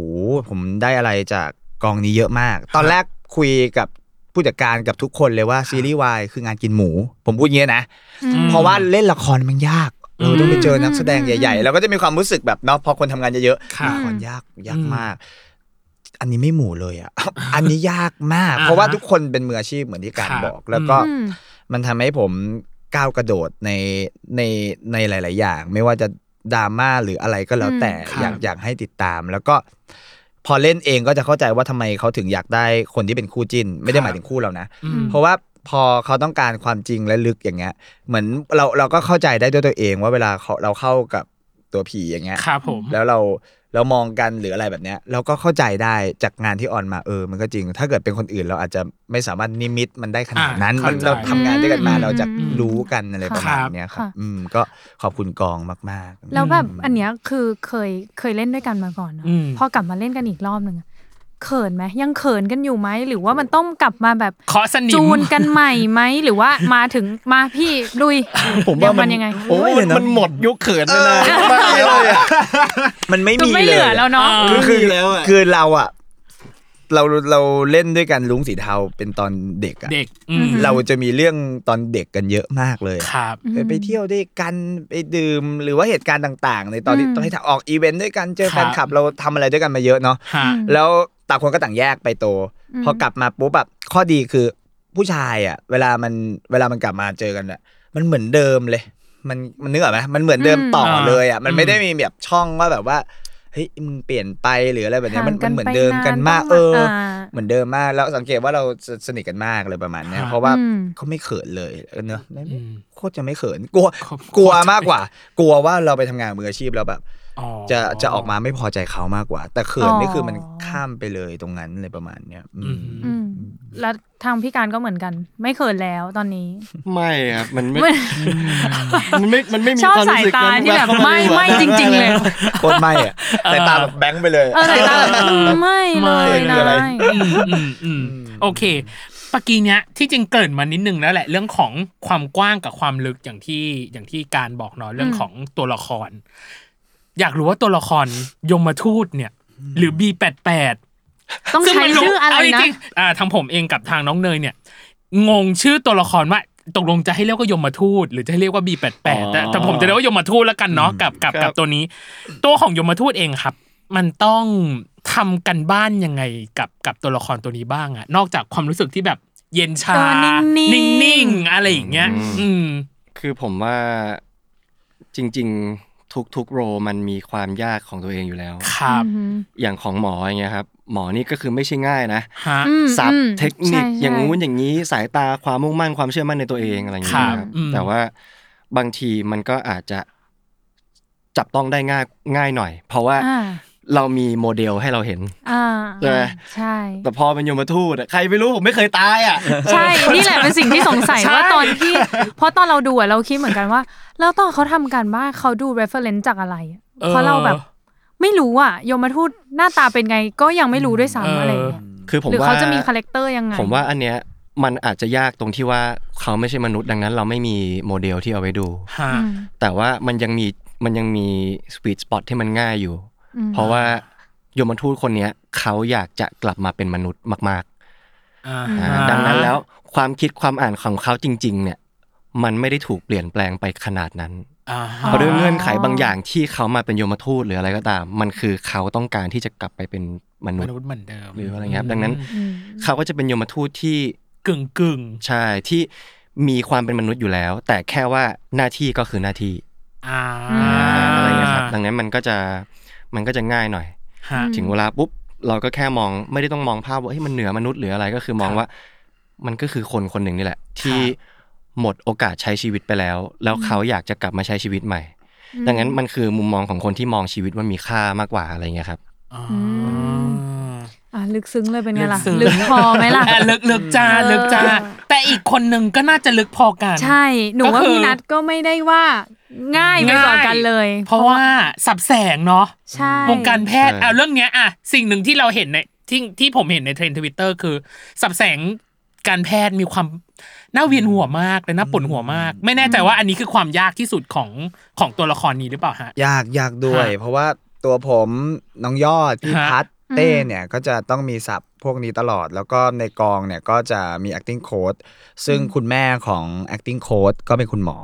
Speaker 5: ผมได้อะไรจากกองนี้เยอะมาก ตอนแรกคุยกับผู้จัดการกับทุกคนเลยว่าซีรีส์วายคืองานกินหมู ผมพูดอย่างเงี้ยนะ
Speaker 2: อืม
Speaker 5: เพราะว่าเล่นละครมันยากเราต้องไปเจอนักแสดง
Speaker 2: อืม
Speaker 5: ใหญ่ๆ เราก็จะมีความรู้สึกแบบเนาะพอคนทำงานเยอะ
Speaker 3: ค่ะ
Speaker 5: ๆละครยากยา
Speaker 3: อื
Speaker 5: ก
Speaker 3: ม
Speaker 5: มาก อันนี้ไม่หมู่เลยอ่ะ อันนี้ยากมาก
Speaker 3: อ่าฮะ
Speaker 5: เพราะว่าทุกคนเป็นมืออาชีพเหมือนที่การ
Speaker 3: ค่ะ
Speaker 5: บอก แล้วก็
Speaker 2: อืม
Speaker 5: มันทำให้ผมก้าวกระโดดในในในหลาย ๆ อย่าง ไม่ว่าจะดราม่าหรืออะไรก็แล้วแต่
Speaker 3: อืมค่ะ
Speaker 5: อยากอยากให้ติดตาม แล้วก็ พอเล่นเองก็จะเข้าใจว่าทำไมเขาถึงอยากได้คนที่เป็นคู่จิ้น ไม่ได้หมาย
Speaker 3: ค่ะ
Speaker 5: ถึงคู่เรานะ
Speaker 3: อืม
Speaker 5: เพราะว่าพอเขาต้องการความจริงและลึกอย่างเงี้ย เหมือนเราเราก็เข้าใจได้ด้วยตัวเองว่าเวลาเขาเราเข้ากับตัวผีอย่างเงี้ย
Speaker 3: ครับผม
Speaker 5: แล้วเราเรามองกันหรืออะไรแบบเนี้ย เราก็เข้าใจได้จากงานที่ออนมาเออ มันก็จริง ถ้าเกิดเป็นคนอื่นเราอาจจะไม่สามารถนิมิตมันได้ขนาดนั้น
Speaker 3: อ่า
Speaker 5: มัน
Speaker 3: เข้าใจ
Speaker 5: เราทำงานด้วยกันมา
Speaker 2: อืม
Speaker 5: เราจะ
Speaker 2: อืม
Speaker 5: รู้กันอะไรประมาณเนี้ยครับ
Speaker 2: ค่ะ
Speaker 5: อืมก็ขอบคุณกองมากๆ
Speaker 2: แล้วแบบอันเนี้ยคือเคยเคยเล่นด้วยกันมาก่อนเนอะ
Speaker 3: อืม
Speaker 2: พอกลับมาเล่นกันอีกรอบหนึ่งอะเขินไหมยังเขินกันอยู่ไหมหรือว่ามันต้องกลับมาแบบ
Speaker 3: เคาะสนิม
Speaker 2: จูนกันใหม่ไหมหรือว่ามาถึงมาพี่ลุยเดี๋ยวมันยังไง
Speaker 4: โอ้ย
Speaker 5: เดี๋ยวนะ
Speaker 4: มันหมดยุคเขินไปเลยมากเลย
Speaker 5: มันไม่
Speaker 2: จน
Speaker 5: มี
Speaker 2: ไม่เห
Speaker 5: เล
Speaker 2: ลือย แล้วเนาะ
Speaker 5: คือคือแล้วคือเราอะเราเราเล่นด้วยกันลุงสีเทาเป็นตอนเด็กอะ
Speaker 3: เด็กอืม
Speaker 2: อืม
Speaker 5: เราจะมีเรื่องตอนเด็กกันเยอะมากเลย
Speaker 3: ครับ
Speaker 5: ไปไปเที่ยวด้วยกันไปดื่มหรือว่าเหตุการณ์ต่าง ๆ ในตอนที่
Speaker 2: อืม
Speaker 5: ตอนที่ออกอีเวนต์ด้วยกันเจอ
Speaker 3: ครับ
Speaker 5: แฟนคลับเราทำอะไรด้วยกันมาเยอะเนาะ
Speaker 3: ฮะ
Speaker 5: แล้วต่างคนก็ต่างแยกไปโต
Speaker 2: อืม
Speaker 5: พอกลับมาปุ๊บแบบข้อดีคือผู้ชายอะเวลามันเวลามันกลับมาเจอกันอะมันเหมือนเดิมเลย มันมันนึกออกไหมมันเหมือนเดิม
Speaker 2: อืม
Speaker 5: ต่อเลยอะ
Speaker 3: อ่ามั
Speaker 5: มันไม่ได้มีแบบช่องว่าแบบว่าเฮ้ยมึงเปลี่ยนไปหรืออะไรแบบเนี้ยมันมันเหมือนเดิมกันมากเออ
Speaker 2: ห่ง
Speaker 5: เหมือนเดิมมากแล้วสังเกตว่าเราจะสนิทกันมากเลยประมาณเนี้ย
Speaker 3: ครับ
Speaker 5: เพราะ
Speaker 2: ไปนนต้อง
Speaker 5: ว่า
Speaker 2: อืม
Speaker 5: เขาไม่เขินเลยเนอะไม่
Speaker 3: อืม
Speaker 5: โคตรจะไม่เขินกลัว
Speaker 3: ครับ
Speaker 5: กลัวมากกว่า กลัวว่าเราไปทำงานมืออาชีพแล้วแบบ
Speaker 3: อ๋อ
Speaker 5: จะจะออกมาไม่พอใจเขามากกว่า แต่เขิน
Speaker 2: อ๋อ
Speaker 5: นี่คือมันข้ามไปเลยตรงนั้นเลยประมาณเนี้ยอืม
Speaker 3: อืม
Speaker 2: อืม
Speaker 5: อืม
Speaker 2: แล้วทางพี่การก็เหมือนกัน ไม่เขินแล้วตอนนี้
Speaker 4: ไม่ครับมันไม่มันไม่มันไม่มี
Speaker 2: ชอบ
Speaker 4: ความ
Speaker 2: สา
Speaker 4: รู้
Speaker 2: ย
Speaker 4: สึก
Speaker 2: ตา
Speaker 4: นั้น
Speaker 2: ที่แบบ
Speaker 4: เข้าา
Speaker 2: ไม่
Speaker 4: ในหัว
Speaker 2: ไม่จริง ๆ เลย
Speaker 5: โคตรไม่อะแต่ตาแบบแบงค์ไปเลย
Speaker 2: เออสายตาแบบอืมไม่เลย
Speaker 5: ไม่
Speaker 2: นะ
Speaker 5: เลยอะไร
Speaker 3: อืมอืมอืมโอเคปกีเนี้ยที่จริงเกริดมานิดนึงแล้วแหละ เรื่องของความกว้างกับความลึกอย่างที่อย่างที่การบอกเนาะเรื่องของตัวละคร อยากรู้ว่าตัวละครยมทูตเนี่ย หรือ B88
Speaker 2: ต้อง
Speaker 3: ซึ่
Speaker 2: ใช้
Speaker 3: มัน
Speaker 2: ชื่ออะไร
Speaker 3: เาจ
Speaker 2: นะ
Speaker 3: งๆอ่าทางผมเองกับทางน้องเนยเนี่ย งงชื่อตัวละครว่าตกลงจะให้เรียกว่ายมทูต หรือจะให้เรียกว่า B88 แต่แต่ผมจะเรียกว่ายมทูตแล้วกันเนาะกับกับกับตัวนี้ ตัวของยมทูตเองครับ มันต้องทำกันบ้านยังไงกับกับตัวละครตัวนี้บ้างอะนอกจากความรู้สึกที่แบบเย็นชา
Speaker 2: เออนิ่งๆ
Speaker 3: นิ่งๆอะไรอย่างเงี้ย อืม
Speaker 4: คือผมว่าจริง ๆ ทุกๆโรมันมีความยากของตัวเองอยู่แล้ว
Speaker 3: ครับ
Speaker 2: อืม
Speaker 4: อย่างของหมออย่างเงี้ยครับ หมอนี่ก็คือไม่ใช่ง่ายนะ
Speaker 3: ฮะ
Speaker 2: อืม
Speaker 4: ศัพ
Speaker 2: อื
Speaker 4: ท์
Speaker 2: ม
Speaker 4: เทคนิค
Speaker 2: ใช่
Speaker 4: อย่างงู้น
Speaker 2: ใช่
Speaker 4: อย่างนี้สายตาความมุ่งมั่นความเชื่อมั่นในตัวเองอะไรอย่างเงี้ย
Speaker 3: ครับ
Speaker 4: ครับ
Speaker 3: อืม
Speaker 4: แต่ว่าบางทีมันก็อาจจะจับต้องได้ง่ายง่ายหน่อย เพราะว่า
Speaker 2: อ่า
Speaker 4: เรามีโมเดลให้เราเห็น
Speaker 2: อ่า
Speaker 4: ใช่ไหม
Speaker 2: ใช่
Speaker 4: แต่พอเป็นยมทูตอะใครไม่รู้ผมไม่เคยตายอ่ะ
Speaker 2: ใช่ นี่แหละเป็นสิ่งที่สงสัย
Speaker 3: ใช่
Speaker 2: ว่าตอนที่ เพราะตอนเราดูอะเราคิดเหมือนกันว่า แล้วตอนเขาทำการบ้านเขาดู reference จากอะไรอะเพราะเราแบบไม่รู้อ่ะยมทูตหน้าตาเป็นไงก็ยังไม่รู้ด้วยซ้ำอะไรอย่างเงี้ย
Speaker 4: คือผม
Speaker 2: หรือ
Speaker 4: ว่า
Speaker 2: เขาจะมีคาแรคเตอร์ยังไง
Speaker 4: ผมว่าอันเนี้ยมันอาจจะยากตรงที่ว่าเขาไม่ใช่มนุษย์ดังนั้น เราไม่มีโมเดลที่เอาไว้ดู
Speaker 3: ฮะ
Speaker 2: อืม
Speaker 4: แต่ว่ามันยังมีมันยังมีสวีทสปอตที่มันง่ายอยู่
Speaker 2: อืม
Speaker 4: เพราะว่ายมทูตคนเนี้ยเขาอยากจะกลับมาเป็นมนุษย์มากๆอ่าดังนั้นแล้วความคิดความอ่านของเขาจริง ๆ เนี่ย มันไม่ได้ถูกเปลี่ยนแปลงไปขนาดนั้น เพราะด้วยเงื่อนไขบางอย่างที่เขามาเป็นยมทูตหรืออะไรก็ตาม มันคือเขาต้องการที่จะกลับไปเป็นมนุ
Speaker 3: ม
Speaker 4: ษย์
Speaker 3: นุษย์เหมือนเดิม
Speaker 4: หรืออะไรเงี้ยดังนั้น
Speaker 2: อืม
Speaker 4: เขาก็จะเป็นยมทูตที่
Speaker 3: กึ่งกึ่ง
Speaker 4: ใช่ที่มีความเป็นมนุษย์อยู่แล้ว แต่แค่ว่าหน้าที่ก็คือหน้าที่
Speaker 3: ๆอ่า
Speaker 4: อะไรเงี้ยครับดังนั้นมันก็จะมันก็จะง่ายหน่อย
Speaker 3: ฮะ
Speaker 4: ถึงเวลาปุ๊บเราก็แค่มองไม่ได้ต้องมองภาพว่าเฮ้ยมันเหนือมนุษย์หรืออะไรก็คือมองว่า มันก็คือคนคนหนึ่งนี่แหละ ที่หมดโอกาสใช้ชีวิตไปแล้ว แล้วเขาอยากจะกลับมาใช้ชีวิตใหม่ ดังนั้นมันคือมุมมองของคนที่มองชีวิตว่ามีค่ามากกว่าอะไรเงี้ยครับ
Speaker 2: อ่ะลึกซึ้งเลยเป็นไงล่ะ
Speaker 3: ลึกซึ้ง
Speaker 2: ลึกพอไหมล่ะ
Speaker 3: อ่ะลึกลึกจ้า
Speaker 2: เออ
Speaker 3: ลึกจ้าแต่อีกคนหนึ่งก็น่าจะลึกพอกัน
Speaker 2: ใช่ หนูว่า
Speaker 3: ก็คือ
Speaker 2: พี่นัทก็ไม่ได้ว่าง่ายไปกว่ากันเลย
Speaker 3: เพราะว่าสับแสงเนาะ
Speaker 2: ใช่
Speaker 3: วงการแพทย์
Speaker 4: ใช่
Speaker 3: เอาเรื่องเนี้ยอ่ะสิ่งหนึ่งที่เราเห็นในที่ที่ผมเห็นในเทรนด์ทวิตเตอร์คือ สับแสงการแพทย์มีความน่าเวียนหัวมากและน่าปวดหัวมาก ไม่แน่ใจว่าอันนี้คือความยากที่สุดของของตัวละครนี้หรือเปล่าฮะ
Speaker 5: ยากยากด้วย
Speaker 3: ฮะ
Speaker 5: เพราะว่าตัวผมน้องยอดพี่
Speaker 3: ฮะ
Speaker 5: พัดเต้เนี่ยก็จะต้องมีศัพท์พวกนี้ตลอด แล้วก็ในกองเนี่ยก็จะมี acting coach ซึ่งคุณแม่ของ acting coach ก็เป็นคุณหมอ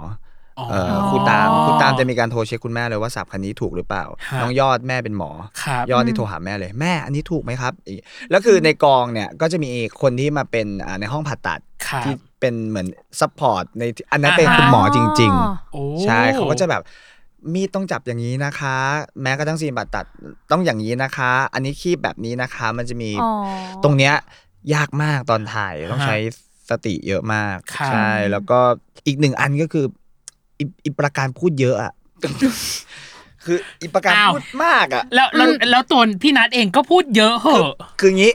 Speaker 3: อ๋อ
Speaker 5: เอ่อครูตามครูตามจะมีการโทรเช็คคุณแม่เลยว่าศัพท์คันนี้ถูกหรือเปล่า
Speaker 3: ฮะ
Speaker 5: น้องยอดแม่เป็นหมอ
Speaker 3: ครับ
Speaker 5: ยอดที่โทรหาแม่เลยแม่อันนี้ถูกไหมครับอีกแล้วคือในกองเนี่ยก็จะมีคนที่มาเป็นอ่าในห้องผ่าตัด
Speaker 3: ครับ
Speaker 5: ที่เป็นเหมือนซัพพอร์ตในที่อันนั้นเป็น
Speaker 3: อ่า
Speaker 5: คุณหมอจริง ๆ
Speaker 3: โอ้
Speaker 5: ใช่เขาก็จะแบบมีดต้องจับอย่างนี้นะคะ แม้กระทั่งซีนบาดตัดต้องอย่างนี้นะคะ อันนี้คีบแบบนี้นะคะ มันจะมี
Speaker 2: อ๋อ
Speaker 5: ตรงเนี้ยยากมากตอนถ่ายต้อง
Speaker 3: ฮะ
Speaker 5: ใช้สติเยอะมาก
Speaker 3: ครับ
Speaker 5: ใช่แล้วก็อีกหนึ่งอันก็คืออีอีประการพูดเยอะ อะ คืออีประการพูดมากอะ
Speaker 3: แล้วแล้วแล้วตัวพี่นัทเองก็พูดเยอะเหอะ
Speaker 5: คืองี้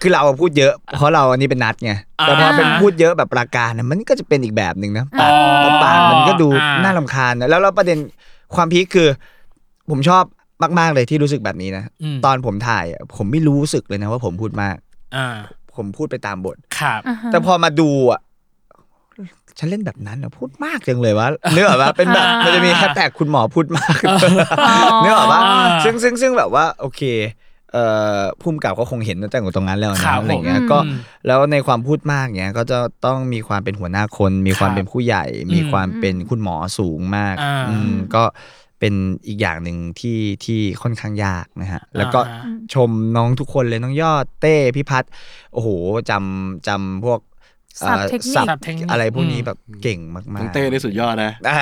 Speaker 5: คือเราอะพูดเยอะ เพราะเราอันนี้เป็นนัดไง
Speaker 3: อ่า
Speaker 5: แต่พอเป็นพูดเยอะแบบประการเนี่ยมันก็จะเป็นอีกแบบหนึ่งนะ
Speaker 2: อ๋อ
Speaker 5: ปากมันก็ดู
Speaker 3: อ่
Speaker 5: น่าลำคาญนะแล้วแล้วประเด็นความพีคคือ ผมชอบมากๆเลยที่รู้สึกแบบนี้นะ
Speaker 3: อืม
Speaker 5: ตอนผมถ่ายอะผมไม่รู้สึกเลยนะว่าผมพูดมาก
Speaker 3: อ่า
Speaker 5: ผมพูดไปตามบท
Speaker 3: ครับ
Speaker 2: อ่าฮะ
Speaker 5: แต่พอมาดูอ่ะ ฉันเล่นแบบนั้นนะพูดมากจังเลยวะเนื้อว่าเป็นแบบ
Speaker 3: อ่า
Speaker 5: มันจะมีแฮชแท็กคุณหมอพูดมากเนื้อว่า
Speaker 3: อ่า
Speaker 5: ซึ่งซึ่งซึ่งแบบว่า โอเค เอ่อภูมิกับก็คงเห็นตั้งแต่ตรงนั้นแล้ว
Speaker 3: ครั
Speaker 5: นะ
Speaker 3: บ
Speaker 5: อะไรเงี้ย
Speaker 2: ผม
Speaker 5: ก็
Speaker 3: อืม
Speaker 5: แล้วในความพูดมากเงี้ย ก็จะต้องมีความเป็นหัวหน้าคน มีความเป็นผู้ใหญ่ มีความเป็นคุณหมอสูงมาก
Speaker 3: อ่า
Speaker 5: อืมก็เป็นอีกอย่างหนึ่งที่ที่ค่อนข้างยากนะฮะแล้วก็
Speaker 3: อ่า
Speaker 5: ชมน้องทุกคนเลยน้องยอดเต้พี่พัดโอ้โหจำจำพวกอ่อ
Speaker 2: ศัพท์เทคนิค
Speaker 5: ศัพท์
Speaker 3: ศัพท์เทคนิค
Speaker 5: อะไรพวกนี้
Speaker 3: อืม
Speaker 5: แบบเก่งมาก
Speaker 4: น้อง
Speaker 5: ๆ
Speaker 4: เต้ได้สุดยอดนะ
Speaker 5: อ่า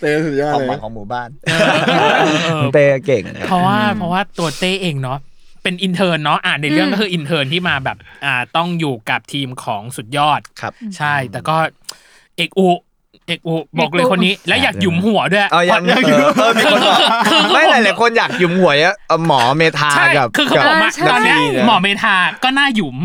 Speaker 4: เต้สุดยอด
Speaker 5: ขอ
Speaker 4: เล
Speaker 5: งหวั
Speaker 4: ย
Speaker 5: งของหมู่บ้าน
Speaker 3: เออ
Speaker 5: น้องเต้เก่งครับ
Speaker 3: เพราะว่าเพราะว่าตัวเต้เองเนาะเป็นอินเทอร์เนาะอ่าในเรื่องก็คืออินเทอร์ที่มาแบบอ่าต้องอยู่กับทีมของสุดยอด
Speaker 5: ครับ
Speaker 3: ใช่ แต่ก็เอกอุเอกอุบอกเลยคนนี้ แล้วอยากหยุมหัวด้วย
Speaker 5: เอายัง
Speaker 3: พระ
Speaker 5: เออเออมีคนบอกไม่หลายๆคนอยากหยุมหัวเยอะเอาหมอเมทา
Speaker 3: ใช่
Speaker 5: กับ
Speaker 3: คือเขา
Speaker 5: กับ
Speaker 3: บอกว่า
Speaker 2: ใช่
Speaker 3: ตอนเนี้ย
Speaker 5: าซีะ
Speaker 3: หมอเมทาก็น่าหยุม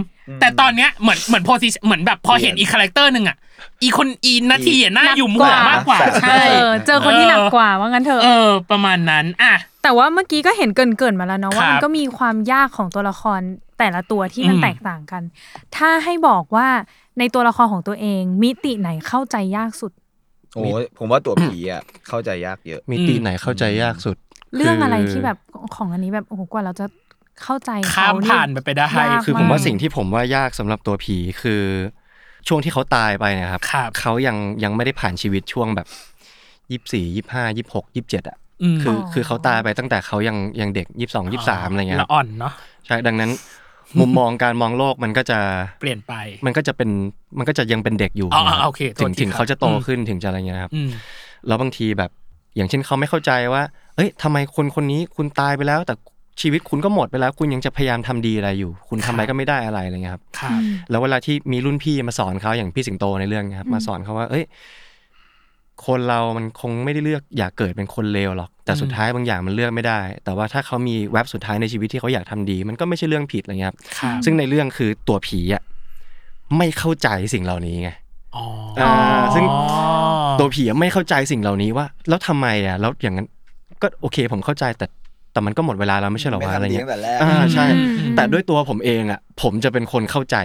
Speaker 3: แต่ตอนเนี้ยเหมือนเหมือนโพสิเหมือนแบบพอเห็นอีกคาแรคเตอร์หนึ่งอ่ะ อีคนอีนาทีอะหน้าอยู่มุมมากกว่า
Speaker 2: เอ
Speaker 3: ใช่
Speaker 2: อเจอคนที่หนักกว่าว่างั้นเถอะ
Speaker 3: เออ ประมาณนั้นอ่ะ
Speaker 2: แต่ว่าเมื่อกี้ก็เห็นเกรินเกินๆมาแล้วเนาะว่า
Speaker 3: ครับ
Speaker 2: มันก็มีความยากของตัวละครแต่ละตัวที่มัน
Speaker 3: อืม
Speaker 2: แตกต่างกัน ถ้าให้บอกว่าในตัวละครของตัวเอง มิติไหนเข้าใจยากสุด
Speaker 5: โอ้ยผมว่าตัวผีอ่ะเข้าใจยากเยอะ
Speaker 4: มิติไหนเข้าใจยากสุด
Speaker 2: เรื่องอะไรที่แบบของอันนี้แบบโอ้โหกว่าเราจะเข้าใจเ
Speaker 3: ข้ามผ่านไปไปได้
Speaker 2: ยาก
Speaker 4: คือผม
Speaker 2: ก
Speaker 4: ว่าสิ่งที่ผมว่ายากสำหรับตัวผีคือช่วงที่เขาตายไปเนะครับ
Speaker 3: ครับ
Speaker 4: เขายังยังไม่ได้ผ่านชีวิตช่วงแบบยี่สี่ยี่ห้ายี่หกยี่เจ็ดอ่ะ
Speaker 3: อืม
Speaker 4: คืออ
Speaker 2: อ
Speaker 4: คือเขาตายไปตั้งแต่เขายังยังเด็กยี่สองยี่สามอะไรเงี้ยค
Speaker 3: ละ
Speaker 4: รับ
Speaker 3: อ่อนเนาะ
Speaker 4: ใช่ดังนั้น มุมมองการมองโลกมันก็จะ
Speaker 3: เปลี่ยนไป
Speaker 4: มันก็จะเป็นมันก็จะยังเป็นเด็กอยู่
Speaker 3: อ๋ออ๋อโอเคโทษ
Speaker 4: ถึง
Speaker 3: ที
Speaker 4: ถึง
Speaker 3: ครับ
Speaker 4: เขาจะโต
Speaker 3: อืม
Speaker 4: ขึ้นถึงจะอะไรเงี้ยครับ
Speaker 3: อืม
Speaker 4: แล้วบางทีแบบอย่างเช่นเขาไม่เข้าใจว่า เอ้ยทำไมคนคนนี้คุณตายไปแล้ว แต่ชีวิตคุณก็หมดไปแล้ว คุณยังจะพยายามทำดีอะไรอยู่ คุณทำอะไรก็ไม่ได้อะไรอะไรเงี้ยครับ
Speaker 3: ครับ
Speaker 4: แล้วเวลาที่มีรุ่นพี่มาสอนเขาอย่างพี่สิงโตในเรื่องเนะครับมาสอนเขาว่า เอ้ย คนเรามันคงไม่ได้เลือกอยากเกิดเป็นคนเลวหรอก แต่สุดท้ายบางอย่างมันเลือกไม่ได้ แต่ว่าถ้าเขามีแว็บสุดท้ายในชีวิตที่เขาอยากทำดี มันก็ไม่ใช่เรื่องผิดอะไรเงี้ยครับ
Speaker 3: ครับ
Speaker 4: ซึ่งในเรื่องคือตัวผีอะไม่เข้าใจสิ่งเหล่านี้ไง
Speaker 3: อ๋อา
Speaker 4: ซึ่ง
Speaker 3: อ๋อ
Speaker 4: ตัวผีอะไม่เข้าใจสิ่งเหล่านี้ว่า แล้วทำไมอ่ะแล้วอย่างนั้นก็โอเคผมเข้าใจแต่แต่มันก็หมดเวลาแล้วไม่ใช่เหรอ
Speaker 5: ไม่
Speaker 4: วะอะไร
Speaker 5: ทำดี
Speaker 4: เงี้ย
Speaker 5: ตั้งแต่แรก
Speaker 4: อ่าใช่
Speaker 2: อืม
Speaker 4: แต่ด้วยตัวผมเองอ่ะ ผมจะเป็นคนเข้าใจ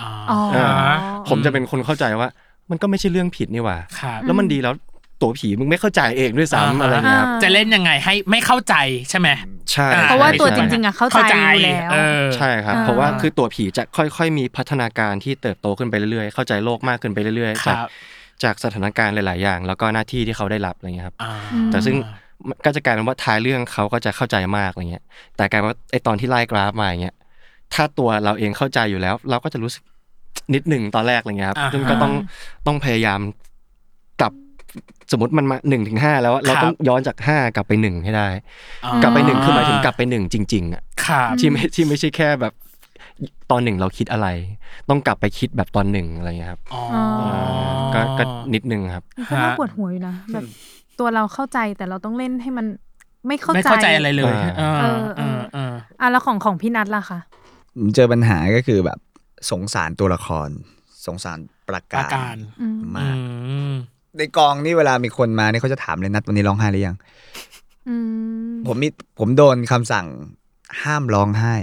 Speaker 3: อ๋อ
Speaker 2: อ๋อ
Speaker 3: อ่า
Speaker 4: ผมจะเป็นคนเข้าใจว่า มันก็ไม่ใช่เรื่องผิดนี่หว่า
Speaker 3: ครับ
Speaker 4: แล้วมันดีแล้วตัวผีมึงไม่เข้าใจเองด้วย
Speaker 3: อ่าฮะ
Speaker 4: ซ้ำอะไรเงี้ยครับ
Speaker 3: จะเล่นยังไงให้ไม่เข้าใจใช่ไหม
Speaker 4: ใช่
Speaker 3: อ่า
Speaker 2: เพราะว่าตัวจริงๆ
Speaker 4: อ่ะ
Speaker 2: อะเข้าใจอยู่แล้ว
Speaker 3: เออ
Speaker 4: ใช่ครับ
Speaker 2: อ่า
Speaker 4: เพราะว่าคือตัวผีจะค่อย ๆ มีพัฒนาการที่เติบโตขึ้นไปเรื่อยๆเข้าใจโลกมากขึ้นไปเรื่อย
Speaker 3: ค
Speaker 4: ๆ
Speaker 3: รั
Speaker 4: จา
Speaker 3: บ
Speaker 4: กจากสถานการณ์หลายๆอย่าง แล้วก็หน้าที่ที่เขาได้รับอะไรเงี้ยครับ
Speaker 3: อ่า
Speaker 4: แต่ซึ่งมันก็จะกลายเป็นว่าท้ายเรื่องเขาก็จะเข้าใจมากอะไรเงี้ย แต่กลายเป็นว่าไอตอนที่ไล่กราฟมาอย่างเงี้ย ถ้าตัวเราเองเข้าใจอยู่แล้ว เราก็จะรู้สึก นิดหนึ่งตอนแรกอะไรเงี้ยครับ
Speaker 3: อ่าฮะ
Speaker 4: ซึ่งก็ต้องต้องพยายามกลับสมมติมันมาหนึ่งถึงห้าแล้วอะเรา
Speaker 3: ครับ
Speaker 4: ต้องย้อนจากห้ากลับไปหนึ่งให้ได้
Speaker 3: อ่าก
Speaker 4: ลับไปหนึ่งคือหมายถึงกลับไปหนึ่งจริงๆอะ
Speaker 3: ครับ
Speaker 4: ที่ไม่ที่ไม่ใช่แค่แบบ ตอนหนึ่งเราคิดอะไร ต้องกลับไปคิดแบบตอนหนึ่งอะไรเงี้ยครับ
Speaker 3: อ๋อ
Speaker 4: อ่าก็ก็นิดนึงครับ
Speaker 2: ก็น่าปวดหัวอยู่นะแบบตัวเราเข้าใจแต่เราต้องเล่นให้มันไม่เข้าใจ
Speaker 3: ไม่เข้าใจอะไรเลย
Speaker 4: อ่า
Speaker 3: เออ
Speaker 2: เอ
Speaker 3: เอ
Speaker 2: อ
Speaker 3: อ
Speaker 2: เอ
Speaker 3: เออ
Speaker 2: อ่ะแล้วของของพี่นัทล่ะคะ
Speaker 5: ผมเจอปัญหาก็คือแบบสงสารตัวละคร สงสารประกา
Speaker 3: ประการ
Speaker 5: ร
Speaker 2: อืม
Speaker 5: มาก
Speaker 3: อืม
Speaker 5: ในกองนี่เวลามีคนมานี่เขาจะถามเลยนัดวันนี้ร้องไห้หรือยัง
Speaker 2: อืม
Speaker 5: ผมมีผมโดนคำสั่งห้ามร้องไห้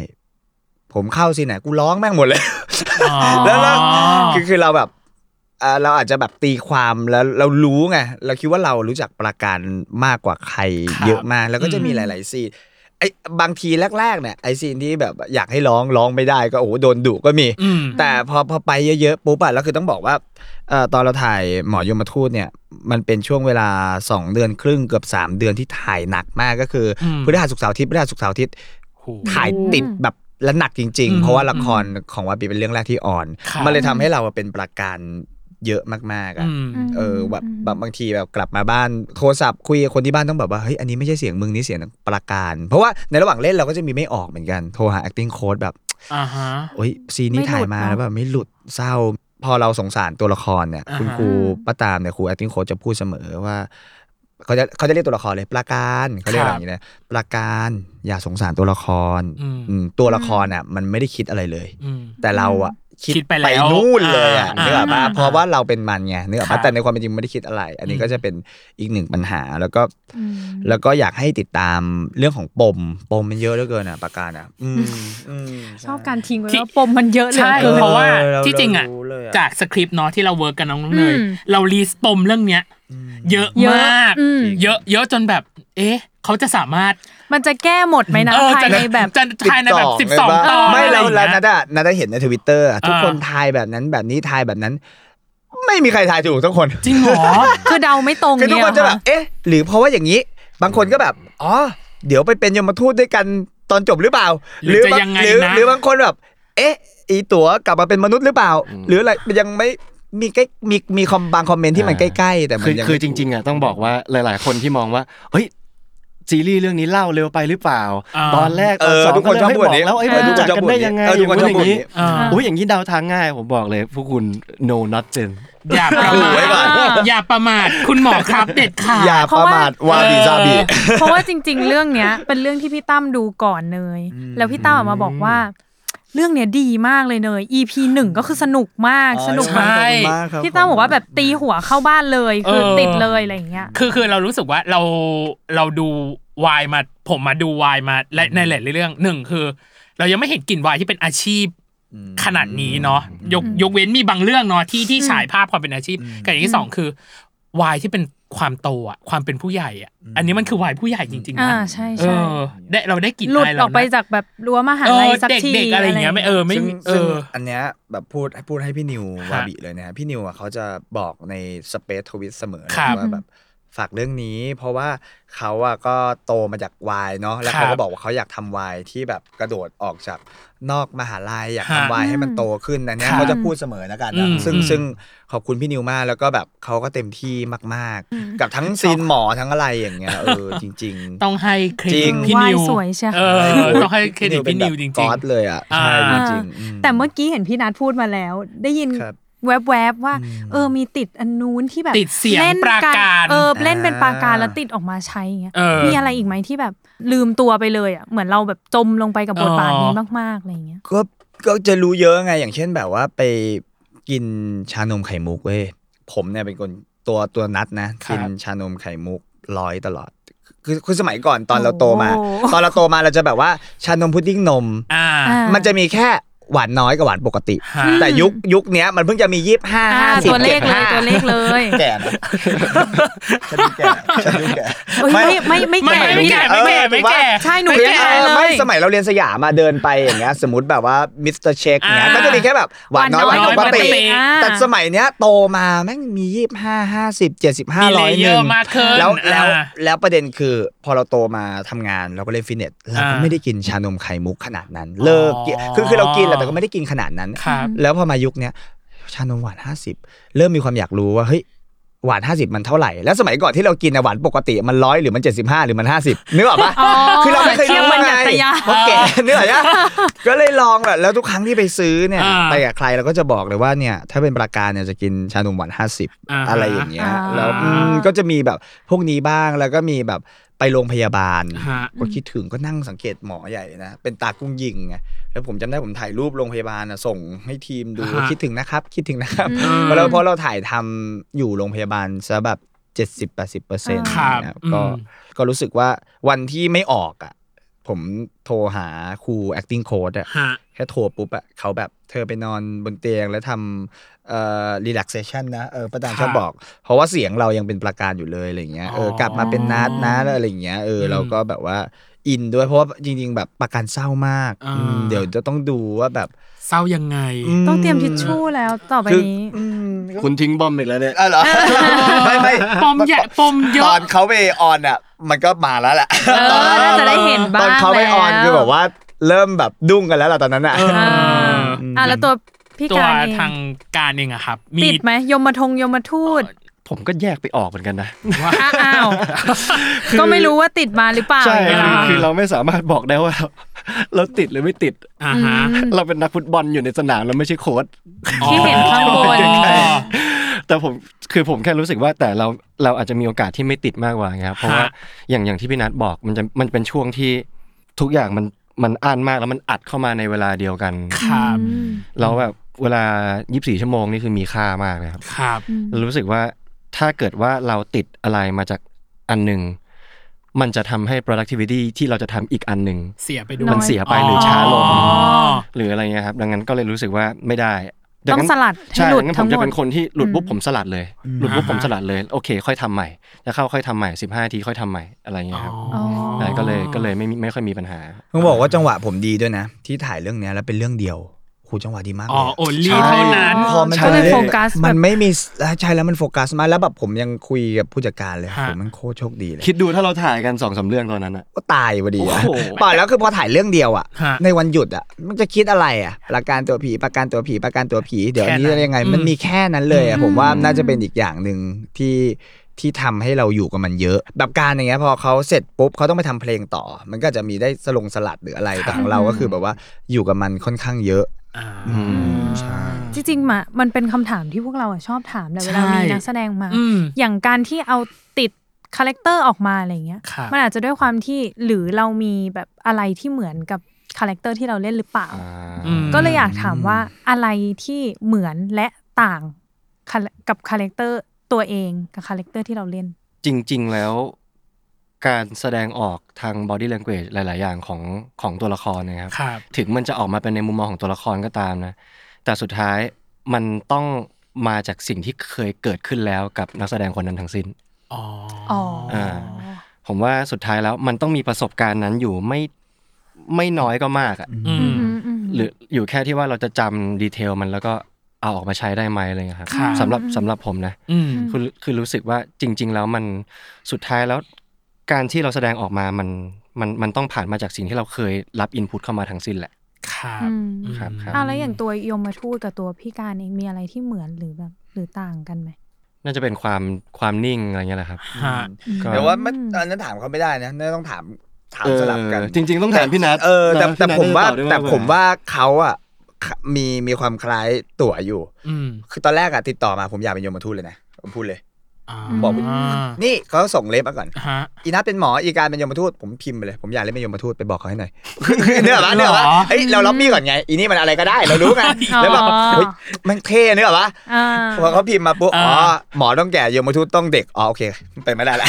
Speaker 5: ผมเข้าสิไหนกูร้องแม่งหมดเลย
Speaker 3: อ๋อ
Speaker 5: แล้วแล้วคือคือเราแบบอ่าเราอาจจะแบบตีความแล้วเรารู้ไงเราคิดว่าเรารู้จักประการมากกว่าใคร
Speaker 3: ครับ
Speaker 5: เยอะมากแล้วก็จะมี
Speaker 2: อืม
Speaker 5: หลาย ๆ ซีนไอ้บางทีแรก ๆ เนี่ยไอ้ซีนที่แบบอยากให้ร้องร้องไม่ได้ก็โอ้โหโดนดุก็มี
Speaker 3: อืม
Speaker 5: แต่พอพอไปเยอะ ๆ ปุ๊บอะแล้วคือต้องบอกว่าเอ่อตอนเราถ่ายหมอยมทูตเนี่ย มันเป็นช่วงเวลา 2 เดือนครึ่งเกือบ 3 เดือนที่ถ่ายหนักมากก็คืออ
Speaker 3: ม
Speaker 5: พฤหัสศุกร์เสาร์อาทิตย์พฤหัสศุกร์เสาร์อาทิตย์
Speaker 3: โห
Speaker 5: ถ่ายติดแบบและหนักจริง
Speaker 3: อื
Speaker 5: ๆ
Speaker 3: ม
Speaker 5: เพราะว่าละครของวาปีเป็นเรื่องแรกที่อ่อน
Speaker 3: ครับ
Speaker 5: มันเลยทำให้เราอะเป็นประการเยอะมากๆอะ
Speaker 3: อืม
Speaker 2: ม
Speaker 5: เออแบบ
Speaker 2: ม
Speaker 5: แบบบางทีแบบกลับมาบ้านโทรศัพท์คุยกับคนที่บ้านต้องแบบว่าเฮ้ยอันนี้ไม่ใช่เสียงมึงนี่เสียงประการ เพราะว่าในระหว่างเล่นเราก็จะมีไม่ออกเหมือนกันโทรหา acting coach แบบ
Speaker 3: อ่าฮะ
Speaker 5: โอ้ยซีนนี้
Speaker 2: ไม่หลุด
Speaker 5: ถ่ายมาแล้
Speaker 2: เน
Speaker 5: ว
Speaker 2: อะ
Speaker 5: แบบไม่หลุดเศร้า พอเราสงสารตัวละครเนี่ย
Speaker 3: อ่าฮะ
Speaker 5: คุณครู
Speaker 2: อืม
Speaker 5: ประตามเนี่ยครู acting coach จะพูดเสมอว่าเขาจะเขาจะเรียกตัวละครเลยประการเขาเรียกอะไรอย่างนี้นะประการอย่าสงสารตัวละคร
Speaker 3: อืม
Speaker 5: อืมตัวละครอ่ะมันไม่ได้คิดอะไรเลย
Speaker 3: อืม
Speaker 5: แต่เราอ่ะคิด
Speaker 3: คิดไปแล้ว
Speaker 5: นู่นเลยอ่ะ
Speaker 3: อ่า
Speaker 5: เนื้ออกปะ
Speaker 3: อ่า
Speaker 5: เพราะว่าเราเป็นมันไงเนื้ออก
Speaker 3: ครั
Speaker 5: ปะ
Speaker 3: บ
Speaker 5: แต่ในความเป็นจริงไม่ได้คิดอะไร อันนี้
Speaker 3: อืม
Speaker 5: ก็จะเป็นอีกหนึ่งปัญหาแล้วก็
Speaker 2: อืม
Speaker 5: แล้วก็อยากให้ติดตามเรื่องของปมปมมันเยอะเหลือเกินอ่ะประการอ่ะ อืมอืมใ
Speaker 2: ชอบการทิ้งไว้
Speaker 3: ที่
Speaker 2: ว่าปมมันเยอะเหลือ
Speaker 3: ใช่
Speaker 2: เกิน
Speaker 3: เพราะว่า
Speaker 5: เออเรา
Speaker 3: ที่จริงอ่ะ
Speaker 5: เรารู้เลยอะ
Speaker 3: จากสคริปต์เนาะที่เราเวิร์กกันน้องน้องเนย
Speaker 2: อืม
Speaker 3: เรารีสปมเรื่องเนี้ย เยอะ
Speaker 2: เยอะ
Speaker 3: มาก
Speaker 2: อืม
Speaker 3: เยอะเยอะจนแบบ เอ๊ะ เขาจะสามารถ
Speaker 2: มันจะแก้หมดไหมนะ
Speaker 3: เออ
Speaker 2: ภาย
Speaker 3: จะ
Speaker 2: ในแบบ
Speaker 3: จะภายในแบบสิบสองตอน
Speaker 5: ไม่เรา
Speaker 3: อะ
Speaker 5: เรา
Speaker 3: อย่ง
Speaker 5: นั
Speaker 3: งี้ย
Speaker 5: ดอะนัดเห็นในทวิตเตอร์ทุก
Speaker 3: อ่า
Speaker 5: คนทายแบบนั้นแบบนี้ทายแบบนั้น ไม่มีใครทายถูกทุกคน
Speaker 3: จริงเหรอ
Speaker 2: คือเดาไม่ตรง
Speaker 5: คือทุก
Speaker 2: เนี่ย
Speaker 5: คนจะแบบ เอ๊ะ หรือเพราะว่าอย่างนี้ บางคนก็แบบอ๋อเดี๋ยวไปเป็นยมทูตด้วยกันตอนจบหรือเปล่า
Speaker 3: หรือจะ
Speaker 5: บา
Speaker 3: ยังไง
Speaker 5: หรือ
Speaker 3: นะ
Speaker 5: หรือบางคนแบบ เอ๊ะ อีตัวกลับมาเป็นมนุษย์หรือเปล่า หรืออะไรยังไม่มีใกล้มีมีคอมบางคอมเมนต์ที่มันใกล้ๆ แต่มั
Speaker 4: คือน
Speaker 5: ยัง
Speaker 4: คือจริงๆอ่ะต้องบอกว่าหลาย ๆ คนที่มองว่าเฮ้ยซีรีส์เรื่องนี้เล่าเร็วไปหรือเปล่า
Speaker 3: อ่า
Speaker 4: ตอนแรก
Speaker 5: เอ
Speaker 4: ตอน
Speaker 5: อ
Speaker 4: สอง
Speaker 5: ทุกคนชอบ
Speaker 4: เริ่ม
Speaker 5: พูดแบบ
Speaker 4: ให้
Speaker 5: นี้
Speaker 4: แล้วไอ้ย
Speaker 5: เออ
Speaker 4: รู้จัก
Speaker 5: ชอบ
Speaker 4: กัน
Speaker 5: พู
Speaker 4: ได้
Speaker 5: แบบ
Speaker 4: ยังไง
Speaker 5: เออทุกคนชอ
Speaker 4: ย่า
Speaker 5: บ
Speaker 4: ง
Speaker 5: พูดแบบ
Speaker 4: นี้
Speaker 5: นี้
Speaker 3: เออ
Speaker 4: โอ้ยอย่างนี้เดาทางง่ายผมบอกเลย พวกคุณ no not gen
Speaker 3: อย่าประมา
Speaker 5: ไว้ก่อน
Speaker 3: ทอย่าประมาทคุณหมอครับเด็ดขา
Speaker 5: อย่า
Speaker 3: ด
Speaker 5: ประมาทวาบีซาบี
Speaker 2: เพราะว่าจริง ๆ เรื่องเนี้ย เป็นเรื่องที่พี่ตั้มดูก่อนเนยแล้วพี่ตั้มออกมาบอกว่า เรื่องเนี้ยดีมากเลยเนย EP หนึ่งก็คือสนุกมากสนุก
Speaker 3: ใช่
Speaker 2: แบบพี่ตั้มบอกว่าแบบตีหัวเข้าบ้านเลย คือ
Speaker 3: เออ
Speaker 2: ติดเลยอะไรอย่างเงี้ย
Speaker 3: คือคือเรารู้สึกว่าเราเราดูวายมาผมมาดูวายมาและในหลายๆเรื่องหนึ่งคือ เรายังไม่เห็นกลิ่นวายที่เป็นอาชีพขนาดนี้เนาะยกยกเว้นมีบางเรื่องเนาะที่ที่ฉายภาพความเป็นอาชีพกับอย่างที่สองคือวายที่เป็นความโตอะความเป็นผู้ใหญ่อะอันนี้มันคือวายผู้ใหญ่จริงๆนะ
Speaker 2: อ่าใช่
Speaker 3: เอ
Speaker 2: ใช่
Speaker 3: อได้เราได้กลิ่น
Speaker 2: หลุด
Speaker 3: ย
Speaker 2: อ
Speaker 3: แว
Speaker 2: อกไป
Speaker 3: นะ
Speaker 2: จากแบบรั้วมหา
Speaker 3: เอ
Speaker 2: ลัย
Speaker 3: อ
Speaker 2: สักที
Speaker 3: เด็กๆอะไรอย่างเงี้ยไม่เออไม่
Speaker 5: ซึ่ง
Speaker 3: มีเอ
Speaker 5: ซึ่ง
Speaker 3: อ
Speaker 5: อันเนี้ยแบบพูดพูดให้พี่นิว
Speaker 3: ครั
Speaker 5: วา
Speaker 3: บ
Speaker 5: บิเลยนะฮะพี่นิวอ่ะเขาจะบอกในสเปซทวิตเสมอ
Speaker 3: ครับ
Speaker 5: นะว่าแบบฝากเรื่องนี้ เพราะว่าเขาอ่ะก็โตมาจากวายเนาะแล้วเขา
Speaker 3: ครั
Speaker 5: ก็
Speaker 3: บ
Speaker 5: บอกว่าเขาอยากทำวายที่แบบกระโดดออกจากนอกมหาลัยอยาก
Speaker 3: ฮะ
Speaker 5: ทำวายให้มันโตขึ้นอันเนี้
Speaker 3: ค
Speaker 5: ย
Speaker 3: รับ
Speaker 5: เขาจะพูดเสมอนะกันนะ
Speaker 3: อืม
Speaker 5: ซึ่ง
Speaker 3: อืม
Speaker 5: ซึ่งขอบคุณพี่นิวมากแล้วก็แบบเขาก็เต็มที่มาก ๆ กับทั้งซีนหมอทั้งอะไรอย่างเงี้ยเอ อจริง ๆ
Speaker 3: ต้องให้เครดิ
Speaker 5: จริ
Speaker 3: ต
Speaker 5: ง
Speaker 3: พี่นิว
Speaker 2: วายสวยใช่
Speaker 3: เออต้องให้เครดิตพี่นิวจ
Speaker 5: ก๊
Speaker 3: ริง
Speaker 5: อตเลยอ่ะ
Speaker 3: อ่า
Speaker 5: ใช่จริงๆม
Speaker 2: แต่เมื่อกี้เห็นพี่นัทพูดมาแล้ว ได้ยิน
Speaker 5: ครับ
Speaker 2: แวบๆว่า เออมีติดอันนู้นที่แบบ
Speaker 3: ติดเสียง
Speaker 2: ล่นน
Speaker 3: ปราการ
Speaker 2: เออเล่นเป็นปราการ
Speaker 5: อ่า
Speaker 2: แล้วติดออกมาใช้อย่างเงี้ย
Speaker 3: เออ
Speaker 2: มีอะไรอีกไหมที่แบบลืมตัวไปเลยอ่ะเหมือนเราแบบจมลงไปกับบทบาทนี้
Speaker 3: อ๋อ
Speaker 2: มากๆอะไรอย่างเงี้ย
Speaker 5: ก็ก็จะรู้เยอะไง อย่างเช่นแบบว่าไปกินชานมไข่มุกเว้ยผมเนี่ยเป็นคนตัวตัวนัดนะ
Speaker 3: ครั
Speaker 5: กิ
Speaker 3: บ
Speaker 5: นชานมไข่มุกร้อยตลอด คือคือสมัยก่อนตอนเรา
Speaker 2: โอ้
Speaker 5: โตมา ตอนเราโตมาเราจะแบบว่าชานมพุดดิ้งนม
Speaker 3: ๆอ่า
Speaker 2: อ่า
Speaker 5: มันจะมีแค่หวานน้อยกับหวานปกติ
Speaker 3: ฮะ
Speaker 5: แต่ยุคยุคเนี้ยมันเพิ่งจะมียี่ห้า
Speaker 2: อ่า
Speaker 5: ห้าสิบ
Speaker 2: ตัวเลขเลย
Speaker 5: ห้า
Speaker 2: ตัวเลขเลย
Speaker 5: แก่ นะฉันดูแก่ฉันดูแก่
Speaker 2: เอ้ยไม่ไม่ไม่
Speaker 3: ไม่
Speaker 2: แก่
Speaker 3: ไม่แก่
Speaker 2: พี่
Speaker 3: ไม่แก่ไม่แก่
Speaker 2: ใช่หนู
Speaker 5: เรีย
Speaker 2: แก่
Speaker 5: นเออ
Speaker 2: เล
Speaker 5: ไม่
Speaker 2: ย
Speaker 5: สมัยเราเรียนสยามมาเดินไปอย่างเงี้ยสมมติแบบว่ามิสเตอร์เชคเงี้ย
Speaker 3: อ่า
Speaker 5: ก็จะมีแค่แบบหวานน้อยหวาน
Speaker 3: หวาน
Speaker 5: ป
Speaker 3: น้อ
Speaker 5: ก
Speaker 3: ย
Speaker 5: ติ
Speaker 3: หวานปกติ
Speaker 2: อ่า
Speaker 5: แต่สมัยเนี้ยโตมาแม่งมียี่ห้าห้าสิบเจ็ดสิบห้า
Speaker 3: มีเล
Speaker 5: ร้อยห
Speaker 3: เยอ
Speaker 5: นึ่ง
Speaker 3: ร์มากขึ้น
Speaker 5: แล้วแล้ว
Speaker 3: อ่า
Speaker 5: แล้วประเด็นคือ พอเราโตมาทำงานเราก็เล่นฟิตเนสเราก็
Speaker 3: อ่า
Speaker 5: ไม่ได้กินชานมไข่มุกขนาดนั้น เลิกกินคือคือเรากินแหละแต่ก็ไม่ได้กินขนาดนั้น
Speaker 3: ครับ
Speaker 5: แล้วพอมายุคเนี้ยชานมหวานห้าสิบเริ่มมีความอยากรู้ว่าเฮ้ยหวานห้าสิบมันเท่าไหร่ แล้วสมัยก่อนที่เรากินอะหวานปกติมันร้อยหรือมันเจ็ดสิบห้าหรือมันห้าสิบนึกออกปะ
Speaker 2: อ๋อ
Speaker 5: คือเราไม่เคย
Speaker 2: เที่ยว
Speaker 5: รู้
Speaker 2: มัน
Speaker 5: ไง
Speaker 2: แบบตะยาน
Speaker 5: เพราะแก เนี่ยนะก็เลยลองแหละแล้วทุกครั้งที่ไปซื้อเนี่ย
Speaker 3: อ่า
Speaker 5: ไปกับใครเราก็จะบอกเลยว่าเนี่ยถ้าเป็นประการเนี่ยจะกินชานมหวานห้าสิบ
Speaker 3: อ่าฮะ
Speaker 5: อะไรอย่างเงี้ย
Speaker 2: อ่า
Speaker 5: แล้วอืมก็จะมีแบบพวกนี้บ้างแล้วก็มีแบบไปโรงพยาบาล
Speaker 3: ฮะ
Speaker 5: ก็คิดถึงก็นั่งสังเกตหมอใหญ่นะเป็นตากุ้งยิงไงแล้วผมจำได้ผมถ่ายรูปโรงพยาบาลน่ะส่งให้ทีมดู
Speaker 3: อ่าฮะ
Speaker 5: คิดถึงนะครับ คิดถึงนะครับ
Speaker 2: อืม
Speaker 5: เพราะเราเพราะเราถ่ายทำอยู่โรงพยาบาลซะแบบเจ็ดสิบแปดสิบเปอร์เซ็นต์
Speaker 3: ครับ
Speaker 5: ก็
Speaker 3: อืม
Speaker 5: ก็รู้สึกว่าวันที่ไม่ออกอ่ะ ผมโทรหาครู acting coach อ่ะ
Speaker 3: ฮะ
Speaker 5: แค่โทรปุ๊บอ่ะเขาแบบเธอไปนอนบนเตียงแล้วทำเอ่อ relaxation นะเออประดาน
Speaker 3: ครับ
Speaker 5: ชอบบอก เพราะว่าเสียงเรายังเป็นประการอยู่เลยอะไรอย่างเงี้ยเออ
Speaker 3: อ๋อก
Speaker 5: ลับมาเป็นนัดนะอะไรอย่างเงี้ยเอออ
Speaker 3: ม
Speaker 5: เราก็แบบว่าอินด้วยเพราะว่าจริง ๆ แบบประการเศร้ามาก
Speaker 3: อ่า
Speaker 5: อืมเดี๋ยวจะต้องดูว่าแบบ
Speaker 3: เศร้ายังไง
Speaker 2: ต้องเตรียมทิชชู่แล้วต่อไป
Speaker 5: คือ
Speaker 2: นี้
Speaker 5: อืมก็
Speaker 4: คุณทิ้งบอมอีกแล้วเนี่ย
Speaker 5: อ่ะเหรอ ไม่ไม่
Speaker 3: ปมใหญ่ปมเย
Speaker 5: ต
Speaker 3: อะ
Speaker 5: อนเขาไปออนอ่ะ มันก็มาแล้วแหละ
Speaker 2: เออน่าจะได้เห็นบ้าง
Speaker 5: ตอนเขาไปออน
Speaker 2: แล้ว
Speaker 5: คือแบบว่าเริ่มแบบดุ้งกันแล้วล่ะตอนนั้นอ่ะ
Speaker 3: เอ
Speaker 2: อ่าอ่ะแล้วตัวพี่
Speaker 3: ตัว
Speaker 2: การเอง
Speaker 3: ทางการเองอะครับ มี
Speaker 2: ติดไหมยมทงยมทูต
Speaker 4: ผมก็แยกไปออกเหมือนกันนะ
Speaker 3: ว่า
Speaker 2: อ้าวก็ไม่รู้ว่าติดมาหรือเปล่า
Speaker 4: ใช่
Speaker 2: อย่างเงี้ย
Speaker 4: คือ
Speaker 2: เหรอ
Speaker 4: คือเราไม่สามารถบอกได้ว่า เราติดหรือไม่ติด
Speaker 3: อ่าฮะ
Speaker 4: เราเป็นนักฟุตบอลอยู่ในสนามเราไม่ใช่โค้ช
Speaker 2: ที่เห็นข้างบน
Speaker 3: อ๋อ
Speaker 4: แต่ผมคือผมแค่รู้สึกว่าแต่เราเราอาจจะมีโอกาสที่ไม่ติดมากกว่าไงครับเพราะว่า
Speaker 3: ฮะ
Speaker 4: อย่างอย่างที่พี่นัทบอกมันจะมันเป็นช่วงที่ทุกอย่างมันมันอ่านมากแล้วมันอัดเข้ามาในเวลาเดียวกัน
Speaker 3: ครับ
Speaker 4: เราแบบเวลา 24 ชั่วโมงนี่คือมีค่ามากนะครับ
Speaker 3: ครับ
Speaker 4: รู้สึกว่าถ้าเกิดว่าเราติดอะไรมาจากอันหนึ่งมันจะทำให้ productivity ที่เราจะทำอีกอันหนึ่ง
Speaker 3: เสียไปด้วย
Speaker 4: มันเสียไปหรือช้าลง
Speaker 3: อ๋อ
Speaker 4: หรืออะไรเงี้ยครับ ดังนั้นก็เลยรู้สึกว่าไม่ได้ดั
Speaker 2: ต้อง
Speaker 4: นั้น
Speaker 2: สลัดให้
Speaker 4: ใช่
Speaker 2: หลุด
Speaker 4: ดังนั้น
Speaker 2: ทั้ง
Speaker 4: ผม
Speaker 2: หม
Speaker 4: จะเป็
Speaker 2: ด
Speaker 4: นคนที่หลุดปุ๊บ
Speaker 2: อืม
Speaker 4: ผมสลัดเลย หลุดปุ๊บ
Speaker 3: อ่าฮะ
Speaker 4: ผมสลัดเลย โอเค ค่อยทำใหม่ถ้าเข้าค่อยทำใหม่ 15ทีค่อยทำใหม่อะไรเงี้ยครับ
Speaker 3: อ๋อ
Speaker 4: ใช่ก็เลยก็เลยไม่มีไม่ค่อยมีปัญหา
Speaker 5: ต้องบอกว่าจังหวะผมดีด้วยนะ ที่ถ่ายเรื่องเนี้ยแล้วเป็นเรื่องเดียวครูจังหวะดีมาก
Speaker 3: อ๋อ
Speaker 5: เลยะ
Speaker 3: โอลี่เท่านั้น
Speaker 5: พอมัน
Speaker 2: ก็เลย
Speaker 5: ป็น
Speaker 2: โฟกัสแบบ
Speaker 5: มันไม่มีใช่แล้วมันโฟกัสมากแล้วแบบผมยังคุยกับผู้จัดการเลย
Speaker 3: ฮะ
Speaker 5: ผมมันโคตรโชคดีเลย
Speaker 4: คิดดูถ้าเราถ่ายกันสองสามเรื่องตอนนั้นอะ
Speaker 5: ก็ตายพอดีอะ
Speaker 4: โอ้โห
Speaker 5: ป่าแล้วคือพอถ่ายเรื่องเดียวอะ
Speaker 3: ฮะ
Speaker 5: ในวันหยุดอะมันจะคิดอะไรอะประกันตัวผีประกันตัวผีประกันตัวผี เดี๋ยวอันนี้
Speaker 3: แค่นั้น
Speaker 5: จะยังไง
Speaker 3: อืม
Speaker 5: มันมีแค่นั้นเลยอะผมว่า
Speaker 4: อืม
Speaker 5: น่าจะเป็นอีกอย่างหนึ่งที่ที่ทำให้เราอยู่กับมันเยอะ แบบการอย่างเงี้ยพอเขาเสร็จปุ๊บเขาต้องไปทำเพลงต่อ มันก็จะมีได้สลงสลัดหรืออะไรแต่ของเราก็คือแบบว่าอยู่กับมันค่อนข้างเยอะ
Speaker 3: อ่า
Speaker 4: อืม
Speaker 2: จริงๆมามันเป็นคำถามที่พวกเราอะชอบถามแต่เวลา
Speaker 3: ใช่
Speaker 2: มีนักแสดงมา
Speaker 3: อืม
Speaker 2: อย่างการที่เอาติดคาแรคเตอร์ออกมาอะไรอย่างเงี้ย
Speaker 3: ครับ
Speaker 2: มันอาจจะด้วยความที่หรือเรามีแบบอะไรที่เหมือนกับ คาแรคเตอร์ที่เราเล่นหรือเปล่า
Speaker 4: อ่า
Speaker 3: อืม
Speaker 2: ก็เลยอยากถามว่าอะไรที่เหมือนและต่างกับคาแรคเตอร์ตัวเองกับคาแรคเตอร์ที่เราเล่น
Speaker 4: จริง ๆ แล้วการแสดงออกทาง body language หลาย ๆ อย่างของของตัวละครนะครับ
Speaker 3: ครับ
Speaker 4: ถึงมันจะออกมาเป็นในมุมมองของตัวละครก็ตามนะ แต่สุดท้ายมันต้องมาจากสิ่งที่เคยเกิดขึ้นแล้วกับนักแสดงคนนั้นทั้งสิ้น
Speaker 3: อ๋อ
Speaker 2: อ๋ออา
Speaker 4: ผมว่าสุดท้ายแล้วมันต้องมีประสบการณ์นั้นอยู่ไม่ไม่น้อยก็มากอะ
Speaker 3: อื
Speaker 2: อื
Speaker 3: ม
Speaker 2: มอืม
Speaker 4: หรืออยู่แค่ที่ว่าเราจะจำดีเทลมันแล้วก็เอาออกมาใช้ได้ไหมอะไรเงี้ยครับ
Speaker 3: ครับ
Speaker 4: สำหรับ
Speaker 2: อืม
Speaker 4: สำหรับผมนะ
Speaker 3: อืม
Speaker 4: คือคือรู้สึกว่าจริง ๆ แล้วมันสุดท้ายแล้วการที่เราแสดงออกมามันมันมันต้องผ่านมาจากสิ่งที่เราเคยรับอินพุตเข้ามาทั้งสิ้นแหละ
Speaker 3: ครับ
Speaker 2: อืม
Speaker 4: ครับครับ
Speaker 2: อ่ะแล้วอย่างตัวยมทูตกับตัวพี่การเองมีอะไรที่เหมือนหรือแบบหรือต่างกันไหม
Speaker 4: น่าจะเป็นความความนิ่งอะไรเงี้ยแหละครับ
Speaker 3: ฮะ
Speaker 4: ก็
Speaker 5: แต่ว่ามันอันนั้นถามเขาไม่ได้นะน่าต้องถามถามสลับกัน
Speaker 4: เออจริง ๆ ต้องถามพี่นัท
Speaker 5: เออแต่
Speaker 4: นะ
Speaker 5: แต่
Speaker 4: พี่นัท
Speaker 5: ผมว่า
Speaker 4: น่จะตอบได้
Speaker 5: แต่
Speaker 4: กก
Speaker 5: ผมว่าเขาอ่ะมีมีความคล้ายตั๋วอยู่
Speaker 3: อืม
Speaker 5: คือตอนแรกอะติดต่อมาผมอยากเป็นโยมทูตเลยนะผมพูดเลย
Speaker 3: า
Speaker 5: บอกไป นี่เขาส่งเล็บมาก่อน
Speaker 3: ฮะ
Speaker 5: อีนัทเป็นหมออีการเป็นยมทูตผมพิมพ์ไปเลยผมอยากเล่นเป็นยมทูตไปบอกเขาให้หน่อย เนี่ยเหรอวะเนี่ยเหรอวะ
Speaker 3: หรอ
Speaker 5: เอ้ยเราล็อบบี้ก่อนไงอีนี่มันอะไรก็ได้เรารู้ไง
Speaker 2: อ๋อ
Speaker 5: แล้วแบบเฮ้ยมันเท่เนี่ยเหรอวะ
Speaker 2: อ่า
Speaker 5: พอเขาพิมพ์มาปุ๊บอ๋อ
Speaker 3: อ่า
Speaker 5: หมอต้องแก่ยมทูตต้องเด็กอ๋อโอเคไปไม่ได้แล้ว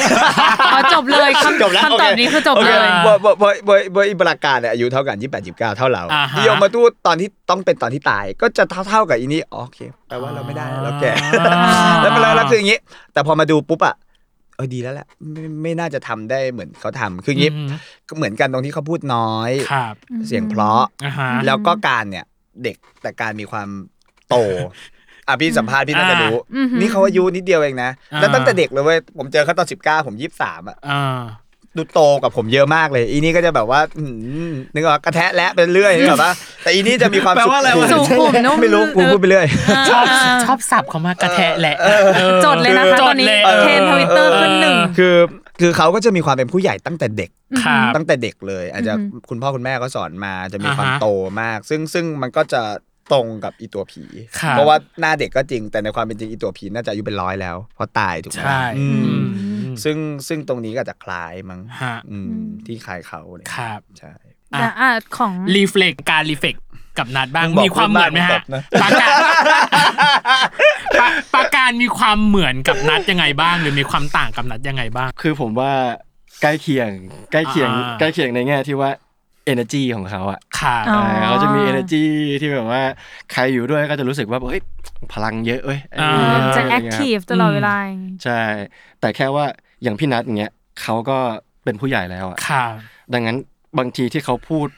Speaker 2: อ๋อจบเลยคำ
Speaker 5: จบแล้ว
Speaker 2: คำตอบ
Speaker 5: โเ
Speaker 2: นี้คือจบ
Speaker 5: โอ
Speaker 2: เล
Speaker 5: ค
Speaker 2: ย
Speaker 5: บอยบอยบอยบอยบอยบราการเนี่ยอายุเท่ากันยี่แปดยี่เก้าเท่าเรา
Speaker 3: อ่าฮะ
Speaker 5: นิยมมาทูตตอนที่ต้องเป็นตอนที่ตาย ก็จะเท่าเท่าๆกับอีนี่อ๋อโอเคแปลว่าเราไม่ได้แล้วเราแก่ แล้วมันแล้วแล้วคืออย่างนี้ แต่พอมาดูปุ๊บอ่ะเออดีแล้วแหละไม่ไม่น่าจะทำได้เหมือนเขาทำคืออย่างนี้
Speaker 3: ม
Speaker 5: ก็เหมือนกันตรงที่เขาพูดน้อย
Speaker 3: ครับ
Speaker 5: เสียงเพราะ
Speaker 3: อ่าฮะ
Speaker 5: แล้วก็การเนี่ยเด็กแต่การมีความโตอ่ะพี่สัมภาษณ์พี่น่าจะรู้
Speaker 2: อืม
Speaker 5: นี่เขาอายุนิดเดียวเองนะแล้
Speaker 3: อ่า
Speaker 5: วตั้งแต่เด็กเลยเว้ยผมเจอเขาตอนสิบเก้าผมยี่สิบสามอ่ะ
Speaker 3: อ่า
Speaker 5: ดูโตกับผมเยอะมากเลย อีนี่ก็จะแบบว่าอื้อหือนึกออกกระแทะและเป็นเรื่อยนึกออกปะแต่อีนี่จะมีความ
Speaker 3: แปลว่าอะไรวะ
Speaker 2: สุขุมนุ่ม
Speaker 5: ไม่รู้กูพูดไปเรื่อย
Speaker 3: ชอบชอบสับเขามากกระแทะแหละเออ
Speaker 2: จดเลยนะคะ
Speaker 3: จ
Speaker 2: ต
Speaker 3: ด
Speaker 2: อนนี้
Speaker 3: ลย
Speaker 2: เทรนทวิตเตอร์
Speaker 3: เ
Speaker 2: ขึ้นหนึ่ง
Speaker 5: คือคือเขาก็จะมีความเป็นผู้ใหญ่ตั้งแต่เด็ก
Speaker 3: ครับ
Speaker 5: ตั้งแต่เด็กเลย อาจจะ
Speaker 2: อือหือ
Speaker 5: คุณพ่อคุณแม่ก็สอนมาจะมีความ
Speaker 3: อ่าฮะ
Speaker 5: โตมาก ซึ่งซึ่งมันก็จะตรงกับอีตัวผี
Speaker 3: ครับ
Speaker 5: เพราะว่าหน้าเด็กก็จริง แต่ในความเป็นจริงอีตัวผีน่าจะอายุเป็นร้อยแล้วเพราะตายถูกไหม
Speaker 3: ใช่
Speaker 5: อืม
Speaker 3: อืม
Speaker 5: ซึ่งซึ่งตรงนี้ก็อาจจะคล้ายมั้ง
Speaker 3: ฮะ
Speaker 5: อืมที่คล้ายเขาเนี่ย
Speaker 3: ครับ
Speaker 5: ใช่
Speaker 3: อ่ะ
Speaker 2: แต่อ่ะของ
Speaker 3: รีเฟล็กการรีเฟล็กกับนัดบ้าง
Speaker 5: มึงบอก
Speaker 3: มีความเหมือนไหม
Speaker 5: เพื่
Speaker 3: ฮะ
Speaker 5: อนบ้านมึงตบนะ
Speaker 3: ปากกาปา ปากการมีความเหมือนกับนัดยังไงบ้าง หรือมีความต่างกับนัดยังไงบ้าง
Speaker 4: คือผมว่าใกล้เคียงใกล้เคียง
Speaker 3: อ่า
Speaker 4: ใกล้เคียงในแง่ที่ว่า energy ของเขาอะ
Speaker 3: ครับ
Speaker 2: อ๋อ
Speaker 4: เออเขาจะมี energy ที่แบบว่าใครอยู่ด้วยก็จะรู้สึกว่าเอ้ยพลังเยอะเว้ย
Speaker 3: อ่า
Speaker 2: เออจะ
Speaker 4: ไร
Speaker 2: แอค
Speaker 4: เงี้ย
Speaker 2: ทีฟตลอดเวลาอย่างงี้
Speaker 4: ใช่ แต่แค่ว่าอย่างพี่นัทอย่างเงี้ยเขาก็เป็นผู้ใหญ่แล้วอะ
Speaker 3: ครับ
Speaker 4: ดังนั้นบางทีที่เขาพูด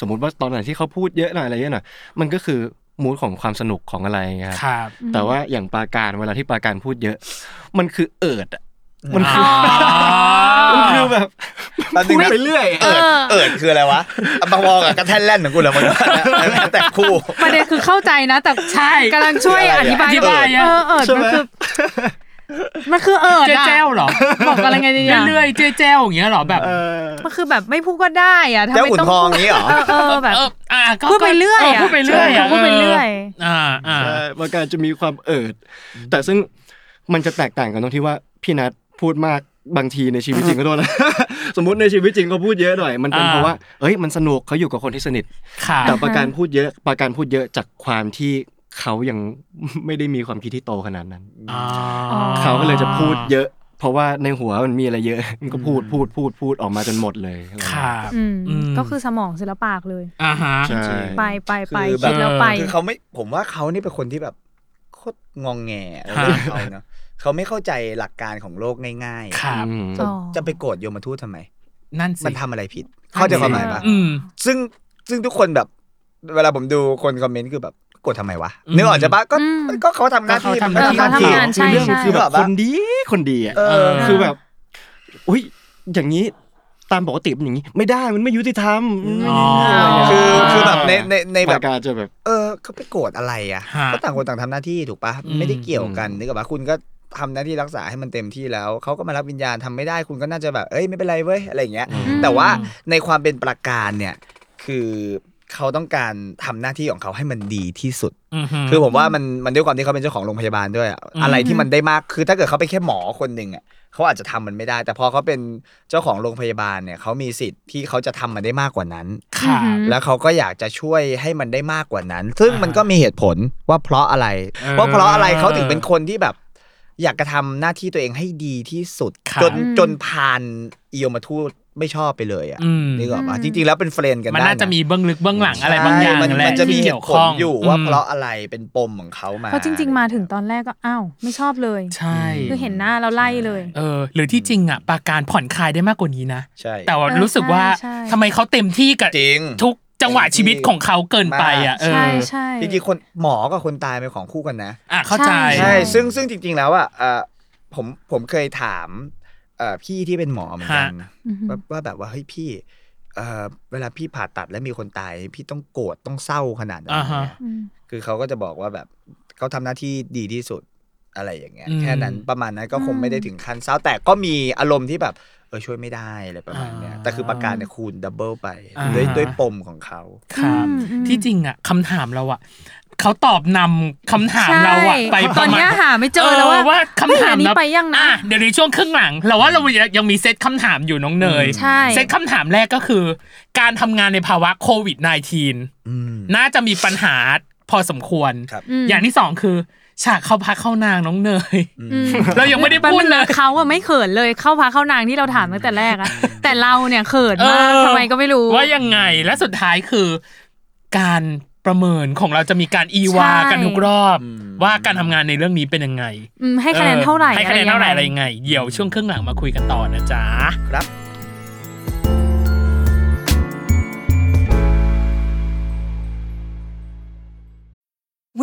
Speaker 4: สมมุติว่าตอนไหนที่เขาพูดเยอะหน่อยอะไรเยอะหน่อยมันก็คือมูดของความสนุกของอะไรเงี้ยครับ
Speaker 3: ครับ
Speaker 4: แต่ว่าอย่างปราการเวลาที่ปราการพูดเยอะ มันคือเอิดอะมันคือ
Speaker 3: อ๋อ
Speaker 4: มันคือแบบ
Speaker 5: แป๊บนึง
Speaker 4: พู
Speaker 5: นะ
Speaker 4: ดไปเรื่อย
Speaker 5: เอิดเอิดคืออะไรวะอัมพวอกับกระแท่นแล่นของกูเหรอมันแต่คู่
Speaker 2: ประเด็นคือเข้าใจนะ แต่
Speaker 3: ใช่
Speaker 2: กำลังช่วยอธิบาย
Speaker 3: อธิบายอะ
Speaker 2: เออเออ
Speaker 4: ใช่
Speaker 2: มั
Speaker 4: ไหม
Speaker 2: นคือมันคือเออ
Speaker 3: เจ๊แจ้วเหรอ
Speaker 2: บอกอะไรไงดีอะ
Speaker 3: เรื่อยๆเจ๊แจ้วอย่างเงี้ยเหรอแบบ
Speaker 2: มันคือแบบไม่พูดก็ได้อะทำ
Speaker 5: เจ้า
Speaker 2: ไม
Speaker 5: ขุน
Speaker 2: ต้อง
Speaker 5: ทอง
Speaker 2: พูด
Speaker 5: นี้เหรอ
Speaker 2: เออเออแบบ
Speaker 3: เอออ่ะก็
Speaker 2: พูดไปเรื่อยอะ
Speaker 3: พูดไปเรื่อย
Speaker 2: ใช่
Speaker 3: อะ
Speaker 2: พูดไปเรื่อย
Speaker 3: อ่าอ่า
Speaker 4: ใช่ปราการจะมีความเอิด แต่ซึ่งมันจะแตกต่างกันตรงที่ว่าพี่นัทพูดมากบางทีในชีวิตจริงก็โดนนะ สมมติในชีวิตจริงเขาพูดเยอะหน่อย มันเป็น
Speaker 3: อ่า
Speaker 4: เพราะว่าเอ้ยมันสนุกเขาอยู่กับคนที่สนิท
Speaker 3: ค่ะ
Speaker 4: แต่ประการพูดเยอะประการพูดเยอะจากความที่เขายัง ไม่ได้มีความคิดที่โตขนาดนั้น เขาก็เลยจะพูดเยอะ เพราะว่าในหัวมันมีอะไรเยอะ มันก็พูดพูดพูดพูดออกมาจนหมดเลยอะไรอย่างเงี้ย
Speaker 3: ครับ
Speaker 2: อืม
Speaker 3: อืม
Speaker 2: ก็คือสมองศิลปากเลย
Speaker 3: อ่าฮะ
Speaker 4: ใช่
Speaker 2: ไปไปไป
Speaker 5: คือแบบ
Speaker 2: คิดแล้วไป
Speaker 5: คือเขาไม่ผมว่าเขานี่เป็นคนที่แบบโคตรงองแง
Speaker 3: ฮะ
Speaker 5: เขาเนาะเขาไม่เข้าใจหลักการของโลกง่าย
Speaker 3: ครับ
Speaker 4: อืม
Speaker 5: ๆ
Speaker 2: อ๋
Speaker 5: จะ
Speaker 2: อ
Speaker 5: จะไปโกรธโยมทูตทำไม
Speaker 3: นั่น
Speaker 5: มั
Speaker 3: สิ
Speaker 5: นทำอะไรผิด เข้าใจความหมายปะ
Speaker 3: อืม
Speaker 5: ซึ่งซึ่งทุกคนแบบเวลาผมดูคนคอมเมนต์คือแบบโกรธทำไมวะ
Speaker 3: อืม
Speaker 5: นึกออกจะปะก็
Speaker 2: อืม
Speaker 5: ก็เขาทำหน้าที่
Speaker 3: ก็เขาทำ
Speaker 5: มัก็
Speaker 2: เขาทำงาน
Speaker 5: ที่
Speaker 2: ใช่
Speaker 4: เรื่อง
Speaker 2: ใช่
Speaker 4: คือแบบคนดีคนดีอ่ะ
Speaker 5: เออ
Speaker 3: เ
Speaker 4: คือแบบ อุ้ยอย่างนี้ตามปกติมันอย่างนี้ ไม่ได้มันไม่ยุติธรรม
Speaker 3: อ๋อ
Speaker 5: คือคือแบบในในในแบบ
Speaker 4: ปากกาจะแบบ
Speaker 5: เออเขาไปโกรธอะไรอ่ะ
Speaker 3: ฮะ
Speaker 5: ก็ต่างคนต่างทำหน้าที่ถูกปะ
Speaker 3: อืม
Speaker 5: ไม่ได้เกี่ยวกันนึกออกปะคุณก็ทำหน้าที่รักษาให้มันเต็มที่แล้วเขาก็มารับวิญญาณทำไม่ได้คุณก็น่าจะแบบเอ้ยไม่เป็นไรเว้ยอะไรอย่างเงี้ย
Speaker 2: อืม
Speaker 5: แต่ว่าในความเป็นประการเนี่ย คือ เขาต้องการทำหน้าที่ของเขาให้มันดีที่สุด
Speaker 3: ฮึ
Speaker 5: คือผมว่ามันมันด้วยความที่เขาเป็นเจ้าของโรงพยาบาลด้วยอะ
Speaker 3: อืม
Speaker 5: อะไรที่มันได้มากคือถ้าเกิดเขาเป็นแค่หมอคนหนึ่งอ่ะเขาอาจจะทำมันไม่ได้ แต่พอเขาเป็นเจ้าของโรงพยาบาลเนี่ยเขามีสิทธิ์ที่เขาจะทำมันได้มากกว่านั้น
Speaker 3: ค่ะ
Speaker 2: อือหือ
Speaker 5: แล้วเขาก็อยากจะช่วยให้มันได้มากกว่านั้น ซึ่งมันก็มีเหตุผลว่าเพราะอะไร
Speaker 3: เออ
Speaker 5: ว่าเพราะอะไรเขาถึงเป็นคนที่แบบ อยากกระทำหน้าที่ตัวเองให้ดีที่สุด
Speaker 3: ครับ
Speaker 5: จน
Speaker 2: อืม
Speaker 5: จนผ่านอิโยมาทูตไม่ชอบไปเลยอ่ะ
Speaker 3: อืม
Speaker 5: นี่ก็จริงๆแล้วเป็นเฟรนด์กัน
Speaker 3: มัน
Speaker 5: ได้
Speaker 3: น่าจะมีเบื้องลึกเบื้องหลังอะไรบางอย่าง
Speaker 5: ใช่มัน
Speaker 3: แหละ
Speaker 5: มันจะมี
Speaker 3: ที่
Speaker 5: เห
Speaker 3: เกี่ย
Speaker 5: ตุ
Speaker 3: ว
Speaker 5: ผ
Speaker 3: ข้
Speaker 5: ล
Speaker 3: อง
Speaker 5: อยู่ว่าเพราะ
Speaker 3: อืม
Speaker 5: อะไรเป็นปมของเขามา
Speaker 2: เพราะจริง ๆ มาถึงตอนแรกก็อ้าวไม่ชอบเลย
Speaker 3: ใช่
Speaker 2: คือเห็นหน้าเราไล่เลย
Speaker 3: เออ หรือที่จริงอ่ะปราการผ่อนคลายได้มากกว่านี้นะ
Speaker 5: ใช่
Speaker 3: แต่ว่า
Speaker 2: เออ
Speaker 3: รู้สึกว่า
Speaker 2: ใช่ใช่
Speaker 3: ทำไมเขาเต็มที่กับ
Speaker 5: จริง
Speaker 3: ทุกจังหวะชีวิตของเขาเกินไปอ่ะ
Speaker 5: มาก
Speaker 3: เออ
Speaker 2: ใช่ใช่
Speaker 5: จริงๆคนหมอกับคนตายเป็นของคู่กันนะ
Speaker 3: อ่ะเข้าใจ
Speaker 2: ใช่
Speaker 5: ใช่ ซึ่งซึ่งจริง ๆ แล้วอ่ะเอ่อผมผมเคยถามเอ่อพี่ที่เป็นหมอเหมือนกัน
Speaker 2: อือหือ
Speaker 5: ว่าว่าแบบว่าเฮ้ยพี่เอ่อเวลาพี่ผ่าตัดแล้วมีคนตาย พี่ต้องโกรธต้องเศร้าขนาดไหน
Speaker 3: อ่าฮะ
Speaker 2: อืม
Speaker 5: คือเขาก็จะบอกว่าแบบเขาทำหน้าที่ดีที่สุดอะไรอย่างเงี้ย
Speaker 3: อืม
Speaker 5: แค่นั้นประมาณนั้นก็คง
Speaker 2: อืม
Speaker 5: ไม่ได้ถึงขั้นเศร้าแต่ก็มีอารมณ์ที่แบบเออช่วยไม่ได้อะไรประมาณเนี้ยแต่คือประการเนี่ยคูณดับเบิลไปด้วยด้วยปมของเขา
Speaker 3: ครับ
Speaker 2: อืมอืม
Speaker 3: ที่จริงอ่ะคำถามเราอ่ะเขาตอบนำคำถาม
Speaker 2: ใช่
Speaker 3: เราอ่ะไป
Speaker 2: ต
Speaker 3: ป
Speaker 2: อน
Speaker 3: ระมา
Speaker 2: เนี้ย
Speaker 3: ณ
Speaker 2: หาไม่เจอแล้วว่า
Speaker 3: คำถา
Speaker 2: เฮ้ยอั
Speaker 3: ม
Speaker 2: นนี้
Speaker 3: เรา
Speaker 2: ไปยังนะ
Speaker 3: อ่เดี๋ยวในช่วงครึ่งหลังเราว่าเรายังมีเซตคำถามอยู่น้องเนย
Speaker 2: ใช่
Speaker 3: เซตคำถามแรกก็คือ การทำงานในภาวะโควิด -19
Speaker 5: อืม
Speaker 3: น่าจะมีปัญหาพอสมควร
Speaker 5: ครับ
Speaker 2: ม
Speaker 3: อย่างที่สองคือฉากเข้าพักเข้านางน้องเนย
Speaker 2: อืม
Speaker 3: เรายังไม่ได้พูดเลย
Speaker 2: เขาอะไม่เขินเลยเข้าพาเข้านางที่เราถามตั้งแต่แรกอะแต่เราเนี่ยเขินมาก
Speaker 3: เออ
Speaker 2: ทำไมก็ไม่รู้
Speaker 3: ว่ายังไงและสุดท้ายคือ การประเมินของเราจะมีการอีวา
Speaker 2: ใช่
Speaker 3: กันทุกรอบ ว่าการทำงานในเรื่องนี้เป็นยังไง
Speaker 2: อืมให้คะแนนเท่าไหร่
Speaker 3: ให้คะแนนเท่าไหร่อะไร
Speaker 2: ย่
Speaker 3: ยังไงเดี๋ยวช่วงครึ่งหลังมาคุยกันต่อนะจ๊ะ
Speaker 5: ครับ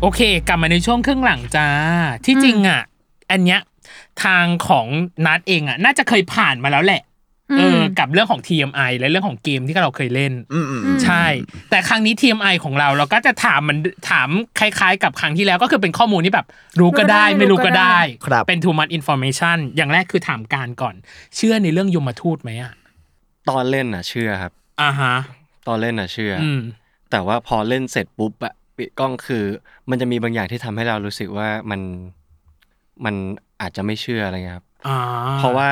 Speaker 3: โอเค กลับมาในช่วงครึ่งหลังจ้า ที่จริงอ่ะ อันเนี้ยทางของนัดเองอ่ะ น่าจะเคยผ่านมาแล้วแหละเออกับเรื่องของ TMI และเรื่องของเกมที่เราเคยเล่น
Speaker 5: อืมอืม
Speaker 3: ใช่ แต่ครั้งนี้ TMI ของเราเราก็จะถามมันถามคล้ายๆ กับครั้งที่แล้วก็คือเป็นข้อมูลที่แบบ รู้ก็ได้ไม่รู้ก็ได้
Speaker 5: ครับ
Speaker 3: เป็น too much information อย่างแรกคือถามการก่อน เชื่อในเรื่องยมทูตไหมอ่ะ
Speaker 4: ตอนเล่นน่ะเชื่อครับ
Speaker 3: อ่าฮะ
Speaker 4: ตอนเล่นน่ะเชื่ออ
Speaker 3: อืม
Speaker 4: แต่ว่าพอเล่นเสร็จปุ๊บอะปิดกล้องคือ มันจะมีบางอย่างที่ทำให้เรารู้สึกว่ามันมันอาจจะไม่เชื่ออะไรเงี้ยครับ
Speaker 3: อ่า
Speaker 4: เพราะว่า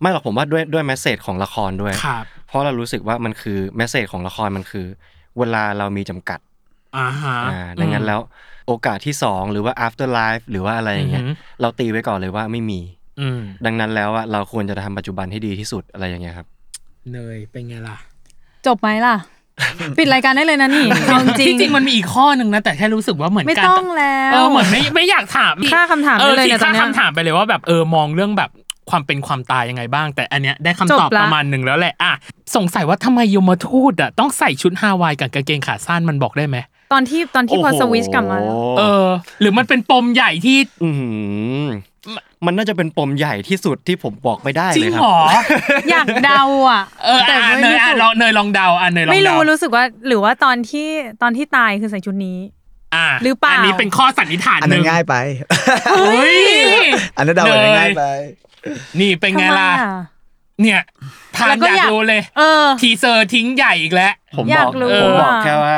Speaker 4: ไม่หรอกผมว่าด้วยด้วยแมสเซจของละครด้วย
Speaker 3: ครับ
Speaker 4: เพราะเรารู้สึกว่ามันคือแมสเซจของละครมันคือ เวลาเรามีจำกัด
Speaker 3: อ่าฮะ
Speaker 4: อ่าดังนั้นแล้วโอกาสที่สองหรือว่า after life หรือว่าอะไรอย่างเงี้ยเราตีไว้ก่อนเลยว่าไม่มี
Speaker 3: อืม
Speaker 4: ดังนั้นแล้วอะเราควรจะทำปัจจุบันให้ดีที่สุดอะไรอย่างเงี้ยครับ
Speaker 3: เนยเป็นไงล่ะ
Speaker 2: จบไหมล่ะ ปิดรายการได้เลยนะนี่เอาจริ
Speaker 3: ที่จริงมันมีอีกข้อหนึ่งนะ แต่แค่รู้สึกว่าเหมือน
Speaker 2: ไม่
Speaker 3: การ
Speaker 2: ต้องแล้ว
Speaker 3: เออเหมือนไม่ไม่อยากถาม
Speaker 2: ฆ่าคำถาม
Speaker 3: เออ
Speaker 2: ไปเลย
Speaker 3: ที่
Speaker 2: เนี่ยตอนเนี้ย
Speaker 3: ฆ่าคำถามไปเลยว่าแบบเออมองเรื่องแบบความเป็นความตายยังไงบ้าง แต่อันเนี้ยได้คำ
Speaker 2: จบ
Speaker 3: ตอบ
Speaker 2: ละ
Speaker 3: ประมาณหนึ่งแล้วแหละอ่ะสงสัยว่าทำไมยมทูตอ่ะต้องใส่ชุดฮาวายกับกางเกงขาสั้นมันบอกได้ไหม
Speaker 2: ตอนที่ตอนที่พอ
Speaker 4: โโห
Speaker 2: สวิชกลับมาแล้ว
Speaker 3: เออ หรือมันเป็นปมใหญ่ที่
Speaker 4: อื้อหือมันน่าจะเป็นปมใหญ่ที่สุดที่ผมบอกไม่ได้
Speaker 3: จริ
Speaker 4: เล
Speaker 3: ง
Speaker 4: ย
Speaker 3: เห
Speaker 4: ครั
Speaker 3: รอ
Speaker 2: อยากเดาอ่ะ
Speaker 3: เอออ่ะ
Speaker 2: ไม่
Speaker 3: เนย
Speaker 2: รู้
Speaker 3: อ่ะ
Speaker 2: สึก
Speaker 3: ลองเนยลองเดาอ่ะเนยลองเดา
Speaker 2: ไม่รู้รู้สึกว่า หรือว่าตอนที่ตอนที่ตายคือใส่ชุดนี้
Speaker 3: อ่ะ
Speaker 2: หรือเปล่า
Speaker 3: นนี้เป็นข้อสันนิษฐาน
Speaker 5: อัน
Speaker 3: ห
Speaker 5: นั้
Speaker 3: นึ่
Speaker 5: น
Speaker 3: ง
Speaker 5: ง่ายไป
Speaker 3: เฮ้ย
Speaker 5: อันนั้นเดาอันนั้นง่ายไป
Speaker 3: นี่เป็นไง
Speaker 2: ทำม
Speaker 3: ล่ะ
Speaker 2: อ่
Speaker 3: เนี่ยทาน
Speaker 2: แล้วก็
Speaker 3: อยาก
Speaker 2: อยาก
Speaker 3: ดูเลย
Speaker 2: เออ
Speaker 3: ทีเซอร์ทิ้งใหญ่อีกแล้ว
Speaker 4: ผม
Speaker 2: อยา
Speaker 4: บ
Speaker 2: ก
Speaker 4: อก
Speaker 2: รู้
Speaker 4: ผมบอก
Speaker 2: อะ
Speaker 4: แค่ว่า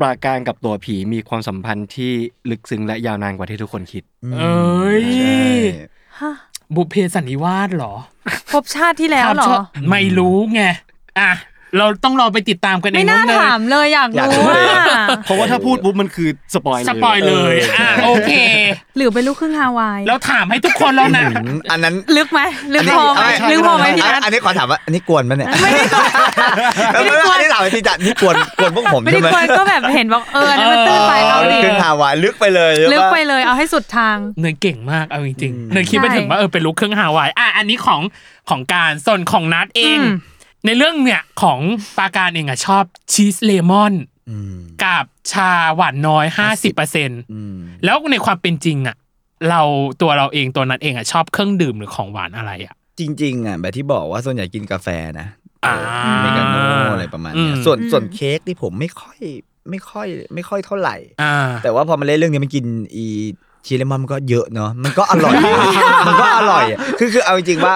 Speaker 4: ปราการกับตัวผีมีความสัมพันธ์ที่ลึกซึ้งและยาวนานกว่าที่ทุกคนคิด
Speaker 3: เอ้ย
Speaker 5: ใช่
Speaker 3: บุพเพสันนิวาสเหรอ
Speaker 2: พบชาติที่แล้วเหรอ
Speaker 3: ไม่รู้ไง อ่ะ เราต้องรอไปติดตามกันเอง
Speaker 2: ไม่น่า
Speaker 3: องเย
Speaker 2: ถามเลยอยาก
Speaker 5: อยากรู้
Speaker 2: รู้ว่า
Speaker 5: เลยอะ
Speaker 4: เพราะว่าถ้าพูดปุ๊บมันคือสปอยเลย
Speaker 3: สปอยเลย
Speaker 4: ออ
Speaker 3: อ่ะโอเค
Speaker 2: หรือเป็นลูกครึ่งฮาวาย
Speaker 3: แล้วถามให้ทุกคนแล้วนะ
Speaker 5: อันนั้น
Speaker 2: ลึกไหมลึกพอไหม
Speaker 5: นนี้
Speaker 2: ลึกพอไหมพี่นัท
Speaker 5: อันนี้ขอถามว่าอันนี้กวนไหมเนี่ยไม่ได้กวนไม่ได้กวนที่ถามพี่จัดนี่กวนกวนพวกผม
Speaker 2: ไม่
Speaker 5: ใช่
Speaker 2: ได้
Speaker 5: ไห
Speaker 2: ก
Speaker 5: ม
Speaker 2: วนก็แบบเห็นบอกเอออันนั้นมันตื้นไป
Speaker 5: อ๋
Speaker 2: เรา
Speaker 5: อ
Speaker 2: ดิ
Speaker 5: ขึ้นฮาวายลึกไปเลยใช่ปะ
Speaker 2: ลึกไปเลยเอาให้สุดทาง
Speaker 3: เนยเก่งมากเอาจริง
Speaker 5: อืม
Speaker 3: ๆเนยคิดไปถึงว่าเออเป็นลูกเครื่องฮาวายอ่ะอันนี้ของของการส่วนของนัดเอง
Speaker 2: อืม
Speaker 3: ในเรื่องเนี่ยของปาการเองอ่ะชอบชีสเลมอน
Speaker 5: อืม
Speaker 3: กับชาหวานน้อย 50%
Speaker 5: อืม
Speaker 3: แล้วในความเป็นจริงอ่ะเราตัวเราเองตัวนัดเองอ่ะชอบเครื่องดื่มหรือของหวานอะไรอ่ะ
Speaker 5: จริงๆอ่ะแบบที่บอกว่าส่วนใหญ่กินกาแฟนะ
Speaker 3: อ่า
Speaker 5: เมกาโน่อะไรประมาณเนี้ย
Speaker 3: อืม
Speaker 5: ส่วน
Speaker 2: อืม
Speaker 5: ส่วนเค้กที่ผมไม่ค่อยไม่ค่อยไม่ค่อยเท่าไหร่
Speaker 3: อ่า
Speaker 5: แต่ว่าพอมาเล่นเรื่องนี้มันกินอีชีเลมอนมันก็เยอะเนาะมันก็อ ร่อย มันก็อร่อยอะคือคือเอาจริงๆว่า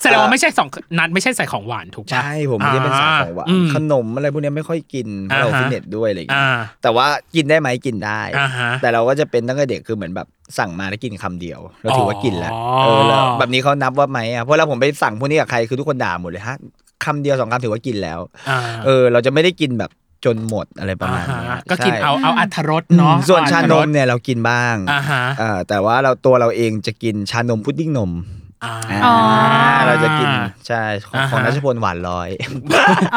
Speaker 3: แสดงว่าไม่ใช่สองนัดไม่ใช่ใส่ของหวานถูกปะ
Speaker 5: ใช่ผมไม่ได้เป็นสายของหวาน
Speaker 3: อ่าอืม
Speaker 5: ขนมอะไรพวกเนี้ยไม่ค่อยกินเพราะเรา
Speaker 3: อ่าฮะ
Speaker 5: ฟิตเนสด้วยอะไรอย่างเงี้
Speaker 3: อ่าย
Speaker 5: แต่ว่ากินได้ไหมกินได้
Speaker 3: อ่าฮะ
Speaker 5: แต่เราก็จะเป็นตั้งแต่เด็กคือเหมือนแบบสั่งมาแล้วกินคำเดียวเราถือว่ากินแล้ว
Speaker 3: อ๋อ
Speaker 5: เออแล้วแบบนี้เขานับว่าไหมอ่ะเพราะเราผมไปสั่งพวกนี้กับใครคือทุกคนด่าหมดเลยฮะคำเดียวสองคำถือว่ากินแล้ว
Speaker 3: อ่า
Speaker 5: เออ เราจะไม่ได้กินแบบจนหมดอะไรประมาณเนี้
Speaker 3: อ่าย ฮะก็กิน
Speaker 5: ใช่
Speaker 3: เอาเอาอัทรส
Speaker 5: อืม
Speaker 3: เนาะ
Speaker 5: ส่วน
Speaker 3: เอ
Speaker 5: ชา
Speaker 3: อรร
Speaker 5: น
Speaker 3: ส
Speaker 5: มเนี่ยเรากินบ้าง
Speaker 3: อ่าฮะ
Speaker 5: เออแต่ว่าเราตัวเราเองจะกินชานมพุดดิ้งนม
Speaker 3: อ่า
Speaker 2: อ๋อ
Speaker 5: าเราจะกินใช่ของ
Speaker 3: อ่า
Speaker 5: ของ
Speaker 3: ฮะ
Speaker 5: นัชพลหวานร้อย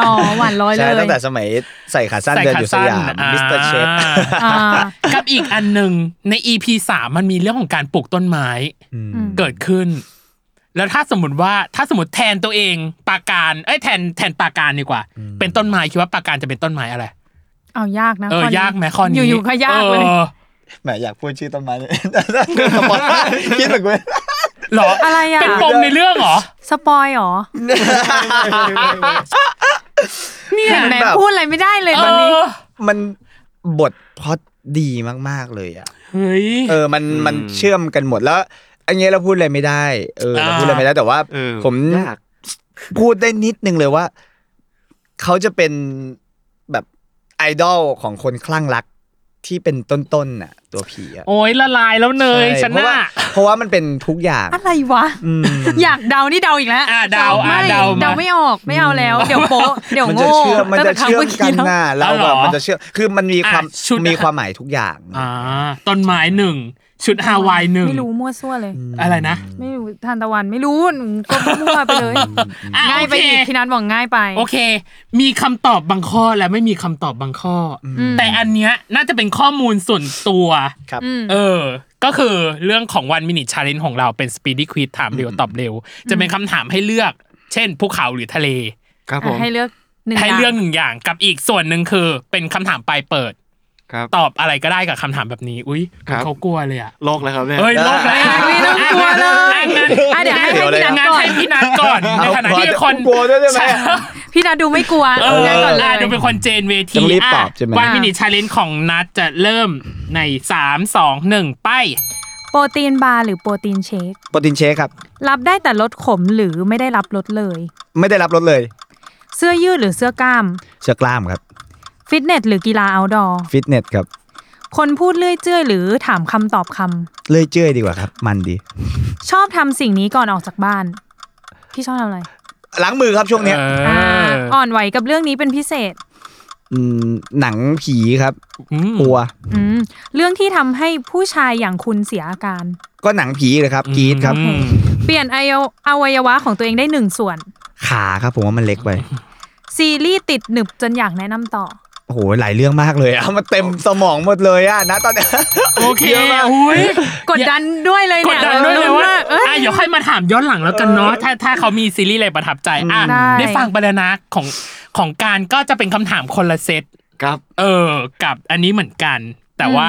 Speaker 2: อ๋อหวานร้อยเล
Speaker 5: ใช่
Speaker 2: ย
Speaker 5: ตั้งแต่สมัยใส่ขาสั้น
Speaker 3: ใส่
Speaker 5: เดิน
Speaker 3: ขา
Speaker 5: อยู่สยาม
Speaker 3: สั้นอ่ามิ
Speaker 5: มิสเตอร์เชฟ
Speaker 2: อ่า
Speaker 3: กับอีกอันหนึ่งใน EP สามมันมีเรื่องของการปลูกต้นไม้
Speaker 2: อืม
Speaker 3: เกิดขึ้น แล้วถ้าสมมติว่าถ้าสมมติแทนตัวเองปาการเอ้ยแทนแทนปาการดีกว่า เป็นต้นไม้คิดว่าปาการจะเป็นต้นไม้อะไร
Speaker 2: เอายากนะ
Speaker 3: เออ
Speaker 2: ข้นี้
Speaker 3: ยากไหมข้อนี้
Speaker 2: อยู่ๆก็ยากเลย
Speaker 3: ออ
Speaker 5: แหมอยากพูดชื่อต้นไม้เลย สปอนคิดเหมือนกัน
Speaker 3: เหรอ
Speaker 2: อะไรอ่ะ
Speaker 3: เป็นปมในเรื่องเหรอ
Speaker 2: สปอยเหรอ
Speaker 3: เนี่ย
Speaker 2: เห็นไหมพูดอะไรไม่ได้เลยตอนนี้
Speaker 3: เออ
Speaker 5: มันบทพล็อดดีมากๆเลยอ่ะ
Speaker 3: เฮ้ย
Speaker 5: เออมันมันเชื่อมกันหมดแล้วอันเนี้ยเราพูดอะไรไม่ได้เออเรา
Speaker 3: อ่า
Speaker 5: พูดอะไรไม่ได้แต่ว่า
Speaker 4: เออ
Speaker 5: ผม
Speaker 4: ยาก
Speaker 5: พูดได้นิดนึงเลยว่า เขาจะเป็นแบบไอดอลของคนคลั่งรักที่เป็นต้นๆน่ะ ตัวผีอ่ะ
Speaker 3: โอ้ยละลายแล้วเนย
Speaker 5: ใช่
Speaker 3: ฉัน
Speaker 5: เพราะว่า
Speaker 3: น่ะ
Speaker 5: เพราะว่ามันเป็นทุกอย่าง
Speaker 2: อะไรวะ
Speaker 5: อืม
Speaker 2: อยากเดานี่เดาอีกแล้ว
Speaker 3: อ่ะเดาอ่ะ
Speaker 2: ไม่
Speaker 3: เดามา
Speaker 2: เดาไม่ออกไม่เอาแล้ว เดี๋ยว โป๊ะเดี๋ยว
Speaker 5: มันจะ
Speaker 2: โง่
Speaker 5: เชื่อมมันจะ
Speaker 2: ตั้งแต่ครั้ง
Speaker 5: เชื่อม
Speaker 2: เมื่อ
Speaker 5: กั
Speaker 2: กี้
Speaker 5: น
Speaker 2: แล้ว
Speaker 5: น่ะเรา
Speaker 3: เอาเหร
Speaker 5: แบ
Speaker 3: อบ
Speaker 5: มันจะเชื่อมคือมันมีความ
Speaker 3: อ่ะชุด
Speaker 5: มีความหมายทุกอย่าง
Speaker 3: อ่าต้นไม้หนึ่งชุดฮาวายหนึ่ง
Speaker 2: ไม่รู้มั่วซั่วเลย
Speaker 3: อะไรนะ
Speaker 2: ไม่รู้ทานตะวันไม่รู้หนูก็มั่วไปเลย
Speaker 3: อ่ะ
Speaker 2: ง่ายไป
Speaker 3: โอเค
Speaker 2: อีกพี่นัทบอกง่ายไป
Speaker 3: โอเค มีคำตอบบางข้อและไม่มีคำตอบบางข้ออ
Speaker 2: อืม
Speaker 3: แต่อันเนี้ยน่าจะเป็นข้อมูลส่วนตัว
Speaker 5: ครับ
Speaker 2: อืม
Speaker 3: เออ ก็คือเรื่องของ one minute challenge ของเราเป็น speedy quiz ถามเร็วตอบเร็ว จะเป็นคำถามให้เลือก เช่น ภูเขาหรือทะเล
Speaker 4: ครับผม
Speaker 2: อ่ะให้เลือกหนึ่ง
Speaker 3: ให้
Speaker 2: ย่าง
Speaker 3: เลือกหนึ่งอย่างกับอีกส่วนหนึ่งคือ เป็นคำถามปลายเปิด
Speaker 4: ครับ
Speaker 3: ตอบอะไรก็ได้กับคำถามแบบนี้ อุ้ย
Speaker 4: ครับ
Speaker 3: เขากลัวเลยอ่ะ
Speaker 4: โลกแล้วครับเนี่ย
Speaker 3: เอ้ยโลกแรก
Speaker 2: ไม่ต้องกลัวเลยอ่ะเดี๋ยวให้
Speaker 5: เดี๋ยวเลย
Speaker 2: พี่นัท
Speaker 3: งั้น
Speaker 2: ก่อน
Speaker 3: ให้พี่นัทก่อนในฐานะที่เป็นคน
Speaker 5: กลัวด้วยใช่ไหม
Speaker 2: พี่นัทดูไม่กลัว
Speaker 3: เออ
Speaker 2: งั้นก่อนเล
Speaker 3: อ่ะ
Speaker 2: ย
Speaker 3: ดูเป็นคนเจนเวที
Speaker 5: ต้องรีบตอบใช่ไหม
Speaker 3: วันมินิชาเลนของนัดจะเริ่มใน 3 2 1 ไป
Speaker 2: โปรตีนบาร์หรือโปรตีนเชค
Speaker 5: โปรตีนเชคครับ
Speaker 2: รับได้แต่ลดขมหรือไม่ได้รับลดเลย
Speaker 5: ไม่ได้รับรสเลย
Speaker 2: เสื้อยืดหรือเสื้อกล้าม
Speaker 5: เสื้อกล้ามครับ
Speaker 2: ฟิตเนสหรือกีฬาเอาดอร์
Speaker 5: ฟิตเนสครับ
Speaker 2: คนพูดเลื่อยเจื้อยหรือถามคำตอบค
Speaker 5: เลื่อยเจ้ยดีกว่าครับ มันดี
Speaker 2: ำ ชอบทำสิ่งนี้ก่อนออกจากบ้าน พี่ชอบทำอะไร
Speaker 5: ล้างมือครับช่วงเนี้ย
Speaker 3: เอ
Speaker 2: อา
Speaker 3: อ
Speaker 2: อ่อนไหวกับเรื่องนี้เป็นพิเศษ
Speaker 5: มหนังผีครับ
Speaker 3: อืม
Speaker 5: กลัว
Speaker 2: อืมเรื่องที่ทำให้ผู้ชายอย่างคุณเสียอาการ
Speaker 5: ก็หนังผีเลยครับกรีดครับ
Speaker 3: อืม
Speaker 2: เปลี่ยนอวัยวอวัยวะของตัวเองได้หนึ่งส่วน
Speaker 5: ขาครับผมว่ามันเล็กไป
Speaker 2: ซีรีส์ติดหนึบจนอยากแนะนำต่อ
Speaker 5: โอ้โหหลายเรื่องมากเลยอะมันเต็มสมองหมดเลยอะนะตอนเนี้ย
Speaker 3: โอเค
Speaker 5: เยอะมาก
Speaker 3: อุ้ย
Speaker 2: กดดันด้วยเลย
Speaker 3: ก
Speaker 2: เนี่
Speaker 3: ด
Speaker 2: ย
Speaker 3: ดันด้วยเลยว่า
Speaker 2: เออ
Speaker 3: อ่ะเดี๋ยวค่อยมาถามย้อนหลังแล้วกันเนาะถ้าถ้าเขามีซีรีส์อะไรประทับใจอ่ะ
Speaker 2: ได้
Speaker 3: ได้ฟังไปแล้วนะของของการก็จะเป็นคำถามคนละเซต
Speaker 4: ครับ
Speaker 3: เออ กับอันนี้เหมือนกัน แต่ว่า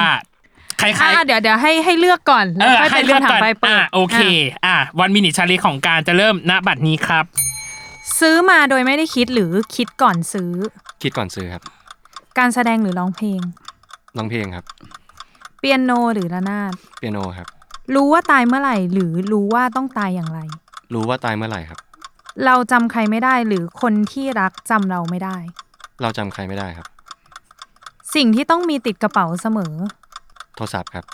Speaker 3: คล้ายๆ
Speaker 2: อ่ะเดี๋ยวเดี๋ยวให้ให้เลือกก่อนแล้วค่อยเป็นคำถามไปเปิด
Speaker 3: อ่ะโอเค
Speaker 2: อ่ะ
Speaker 3: อ่ะวันมินิชาลีของการจะเริ่มณบัดนี้ครับ
Speaker 2: ซื้อมาโดยไม่ได้คิดหรือคิดก่อนซื้อ
Speaker 4: คิดก่อนซื้อครับ
Speaker 2: การแสดงหรือร้องเพลง
Speaker 4: ร้องเพลงครับ
Speaker 2: เปียโนหรือระนาด
Speaker 4: เปียโนครับ
Speaker 2: รู้ว่าตายเมื่อไหร่ หรือรู้ว่าต้องตายอย่างไร
Speaker 4: รู้ว่าตายเมื่อไหร่ครับ
Speaker 2: เราจำใครไม่ได้หรือคนที่รักจำเราไม่ได้
Speaker 4: เราจำใครไม่ได้ครับ
Speaker 2: สิ่งที่ต้องมีติดกระเป๋าเสมอ
Speaker 4: โทรศัพท์ครับ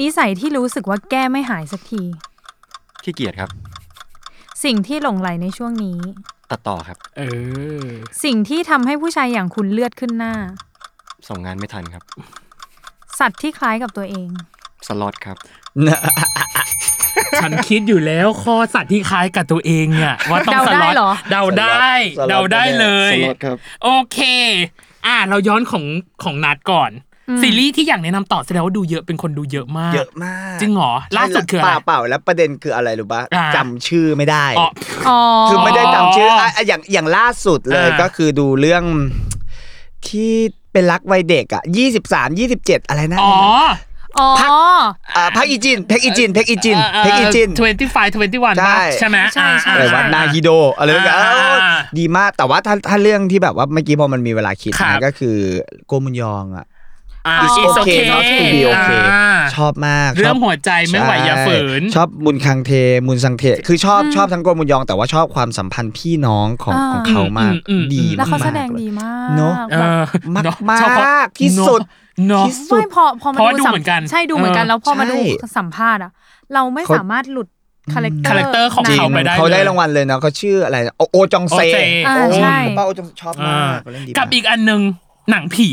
Speaker 2: นิสัยที่รู้สึกว่าแก้ไม่หายสักที
Speaker 4: ขี้เกียจครับ
Speaker 2: สิ่งที่หลงไหลในช่วงนี้
Speaker 4: ตัดต่อครับ
Speaker 3: เออ
Speaker 2: สิ่งที่ทำให้ผู้ชายอย่างคุณเลือดขึ้นหน้า
Speaker 4: ส่งงานไม่ทันครับ
Speaker 2: สัตว์ที่คล้ายกับตัวเอง
Speaker 4: สล็อตครับ
Speaker 3: ฉันคิดอยู่แล้วข้อสัตว์ที่คล้ายกับตัวเองเนี่ยว่าต้องส
Speaker 2: เดาได้
Speaker 3: ล็อต
Speaker 2: เหรอ
Speaker 3: เดาได้
Speaker 5: สล็อต
Speaker 3: เดาได้เลย
Speaker 5: สล็อตครับ
Speaker 3: โอเค อ่ะเราย้อนของของนัดก่อน ซีรีส์ที่อยากแนะนำต่อแสดงว่าดูเยอะเป็นคนดูเยอะมาก
Speaker 5: เยอะมาก
Speaker 3: จริงเหรอล่าสุดคืออะไร
Speaker 5: เปล่าเปล่าแล้วประเด็นคืออะไรรู้ปะ
Speaker 3: อ่า
Speaker 5: จำชื่อไม่ได้
Speaker 3: อ๋อ
Speaker 2: อ๋อ
Speaker 5: คือไม่ได้จำชื่ออ่ะอ่ะอย่างอย่างล่าสุดเลย
Speaker 3: อ่า
Speaker 5: ก็คือดูเรื่องที่เป็นรักวัยเด็กอ่ะยี่สิบสามยี่สิบเจ็ดอะไรนะ
Speaker 3: อ๋อ
Speaker 2: อ๋อ
Speaker 5: อ่าพักอีจินเพกอีจินเพกอีจินเพกอีจิน
Speaker 3: ทเวนตี้ไฟทเวนตี้วัน
Speaker 5: ใช่
Speaker 3: ใช่ไหม
Speaker 2: ใช่ใช่
Speaker 5: อะไรวะนาฮิโดอะไรแบบนี้
Speaker 3: อ่า
Speaker 5: เอ้า
Speaker 3: อ่า
Speaker 5: ดีมากแต่ว่าถ้าถ้าเรื่องที่แบบว่าเมื่อกี้พอมันมีเวลาคิด
Speaker 3: ครั
Speaker 5: นะ
Speaker 3: บ
Speaker 5: ก็คือโกมุนยองอ่ะ
Speaker 3: อ่า
Speaker 2: It's
Speaker 3: It's
Speaker 5: okay
Speaker 3: okay
Speaker 5: not to be okay
Speaker 3: อ่า
Speaker 5: ชอบมาก
Speaker 3: เรื่อง
Speaker 5: ชบ
Speaker 3: หัวใจไม่ไหวอย่าฝืน
Speaker 5: ใช่ชอบมุนคังเทมุนซังเท คือชอบชอบทั้งโกมุนยอง แต่ว่าชอบความสัมพันธ์พี่น้องของ
Speaker 2: อ่า
Speaker 5: ของเขามาก
Speaker 3: อืมอืมอืม
Speaker 5: ดีมาก
Speaker 2: แล้วเขาแสดง
Speaker 5: ลย
Speaker 2: ดีมาก
Speaker 5: เนอะ
Speaker 3: เอ
Speaker 2: แบบ
Speaker 3: อ
Speaker 5: มาก
Speaker 3: เนอะ
Speaker 5: มาก
Speaker 3: ชอบเพระ
Speaker 5: ที่สุด
Speaker 3: เนอะ
Speaker 5: ที่สุด
Speaker 2: ไม่พอพอมา
Speaker 3: เพราะว่าดู
Speaker 2: สั
Speaker 3: เหมือนกัน
Speaker 2: ใช่ดูเหมือนกัน
Speaker 3: เออ
Speaker 2: แล้วพอมาดู
Speaker 5: ใช่
Speaker 2: สัมภาษณ์อะเราไม่สามารถหลุดคาแรคเตอร์
Speaker 3: คาแรคเตอร์ของ
Speaker 5: จริง
Speaker 3: เขาไปได้เลย
Speaker 5: เขาได้รางวัลเลยเนาะเขาชื่ออะไรโอโอจองเซ
Speaker 3: โอเจ
Speaker 2: อ่า
Speaker 5: โอ้
Speaker 2: ใช่
Speaker 5: ป้าโอจองชอบมา
Speaker 3: อ่าก
Speaker 5: เล่นดีมา
Speaker 3: กับอีกอันหนึ่งหนังผี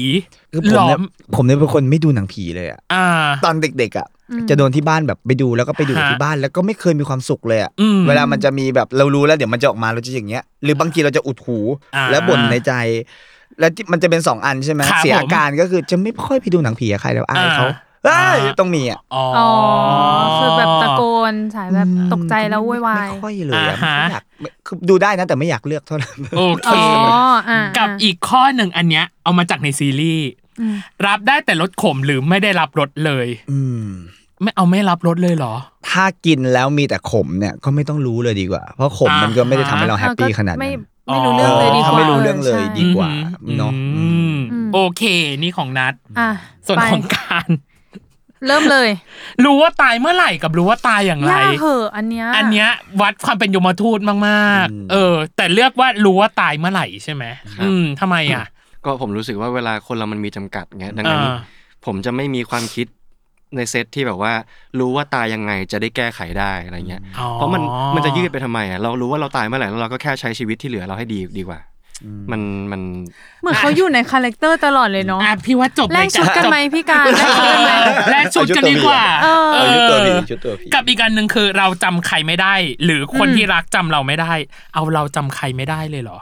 Speaker 5: คือ
Speaker 3: ห
Speaker 5: ผ
Speaker 3: ล
Speaker 5: ม
Speaker 3: อ
Speaker 5: เนี่ย
Speaker 3: ม
Speaker 5: ผมเนี่ยเป็นคนไม่ดูหนังผีเลยอะ
Speaker 3: อ่า
Speaker 5: ตอนเด็กๆอะ
Speaker 2: อืม
Speaker 5: จะโดนที่บ้านแบบไปดูแล้วก็ไปดู
Speaker 3: ฮะ
Speaker 5: ที่บ้านแล้วก็ไม่เคยมีความสุขเลยอะ
Speaker 3: อืม
Speaker 5: เวลามันจะมีแบบเรารู้แล้วเดี๋ยวมันจะออกมาเราจะอย่างเงี้ย หรือบางทีเราจะอุดหู
Speaker 3: อ่า
Speaker 5: แล้วบ่นในใจ แล้วที่มันจะเป็นสองอันใช่ไหม
Speaker 3: ครับ
Speaker 5: เสีย
Speaker 3: ผม
Speaker 5: อาการก็คือจะไม่ค่อยไปดูหนังผีกับใครแล้วอายเขา
Speaker 3: อ่า
Speaker 5: เอ้ยต้องมีอะ
Speaker 3: อ๋อ
Speaker 2: อ๋อ
Speaker 3: อ
Speaker 2: คือแบบตะโกนสายแบบตกใจแล้วโวุ่นวาย
Speaker 5: ไม่ค่อยเลยอะ
Speaker 3: อ่าฮะ
Speaker 5: ไม่อยากคือดูได้นะแต่ไม่อยากเลือกเท่าไหร่
Speaker 3: โอเค
Speaker 2: อ๋ออ่า
Speaker 3: กับอีกข้อหนึ่งอันเนี้ยเอามาจากในซีรีส์
Speaker 2: อืม
Speaker 3: รับได้แต่รสขมหรือไม่ได้รับรสเลย
Speaker 5: อืม
Speaker 3: ไม่เอาไม่รับรสเลยเหรอ
Speaker 5: ถ้ากินแล้วมีแต่ขมเนี่ยก็ไม่ต้องรู้เลยดีกว่า เพราะขม
Speaker 3: อ่ามั
Speaker 5: มันก็ไม่ได้ทำให้เราแฮปปี้ขนาด
Speaker 2: ไม่
Speaker 5: นั้น
Speaker 2: ไม่รู้เรื่องเลยดีก
Speaker 5: ถ้า
Speaker 2: ว่า
Speaker 5: ไม่รู้เรื่องเลย
Speaker 2: ใช่
Speaker 5: ดีกว่า
Speaker 3: อืม
Speaker 5: เนาะ
Speaker 3: อืม
Speaker 2: อืม
Speaker 3: โอเค นี่ของนัด
Speaker 2: อ่ะ
Speaker 3: ส่วน
Speaker 2: ไป
Speaker 3: ของการ
Speaker 2: เริ่มเลย
Speaker 3: รู้ว่าตายเมื่อไหร่กับรู้ว่าตายอย่างไร
Speaker 2: ยากเหอะอันเนี้ย
Speaker 3: อันเนี้ยวัดความเป็นยมทูตมากๆ เออ แต่เลือกว่ารู้ว่าตายเมื่อไหร่ใช่ไหม
Speaker 4: ครับ
Speaker 3: อืมทำไมอ่ะ
Speaker 4: ก็ผมรู้สึกว่าเวลาคนเรามันมีจำกัดเงี้ยดังนั้น
Speaker 3: อ่า
Speaker 4: ผมจะไม่มีความคิดในเซตที่แบบว่า รู้ว่าตายยังไงจะได้แก้ไขได้อะไรเงี้ย
Speaker 3: อ๋อ
Speaker 4: เพราะมันมันจะยืดไปทำไมอ่ะเรารู้ว่าเราตายเมื่อไหร่แล้วเราก็แค่ใช้ชีวิตที่เหลือเราให้ดีดีกว่า มันมัน
Speaker 2: เหมือนเขาอยู่ในคาแรคเตอร์ตลอดเลยเนาะ
Speaker 3: อ่ะพี่ว่าจบ
Speaker 2: แลก
Speaker 3: รายาร
Speaker 2: ชุดกันไหมพี่การแลกชุดกันไหม
Speaker 3: แลกชุดกันดีกว่า
Speaker 2: เออ
Speaker 3: เออ
Speaker 5: ยุดตัวผียุดตัวผี
Speaker 3: กับอีกอันหนึ่งคือเราจำใครไม่ได้ หรือคน
Speaker 2: อืม
Speaker 3: ที่รักจำเราไม่ได้ เอาเราจำใครไม่ได้เลยเหรอ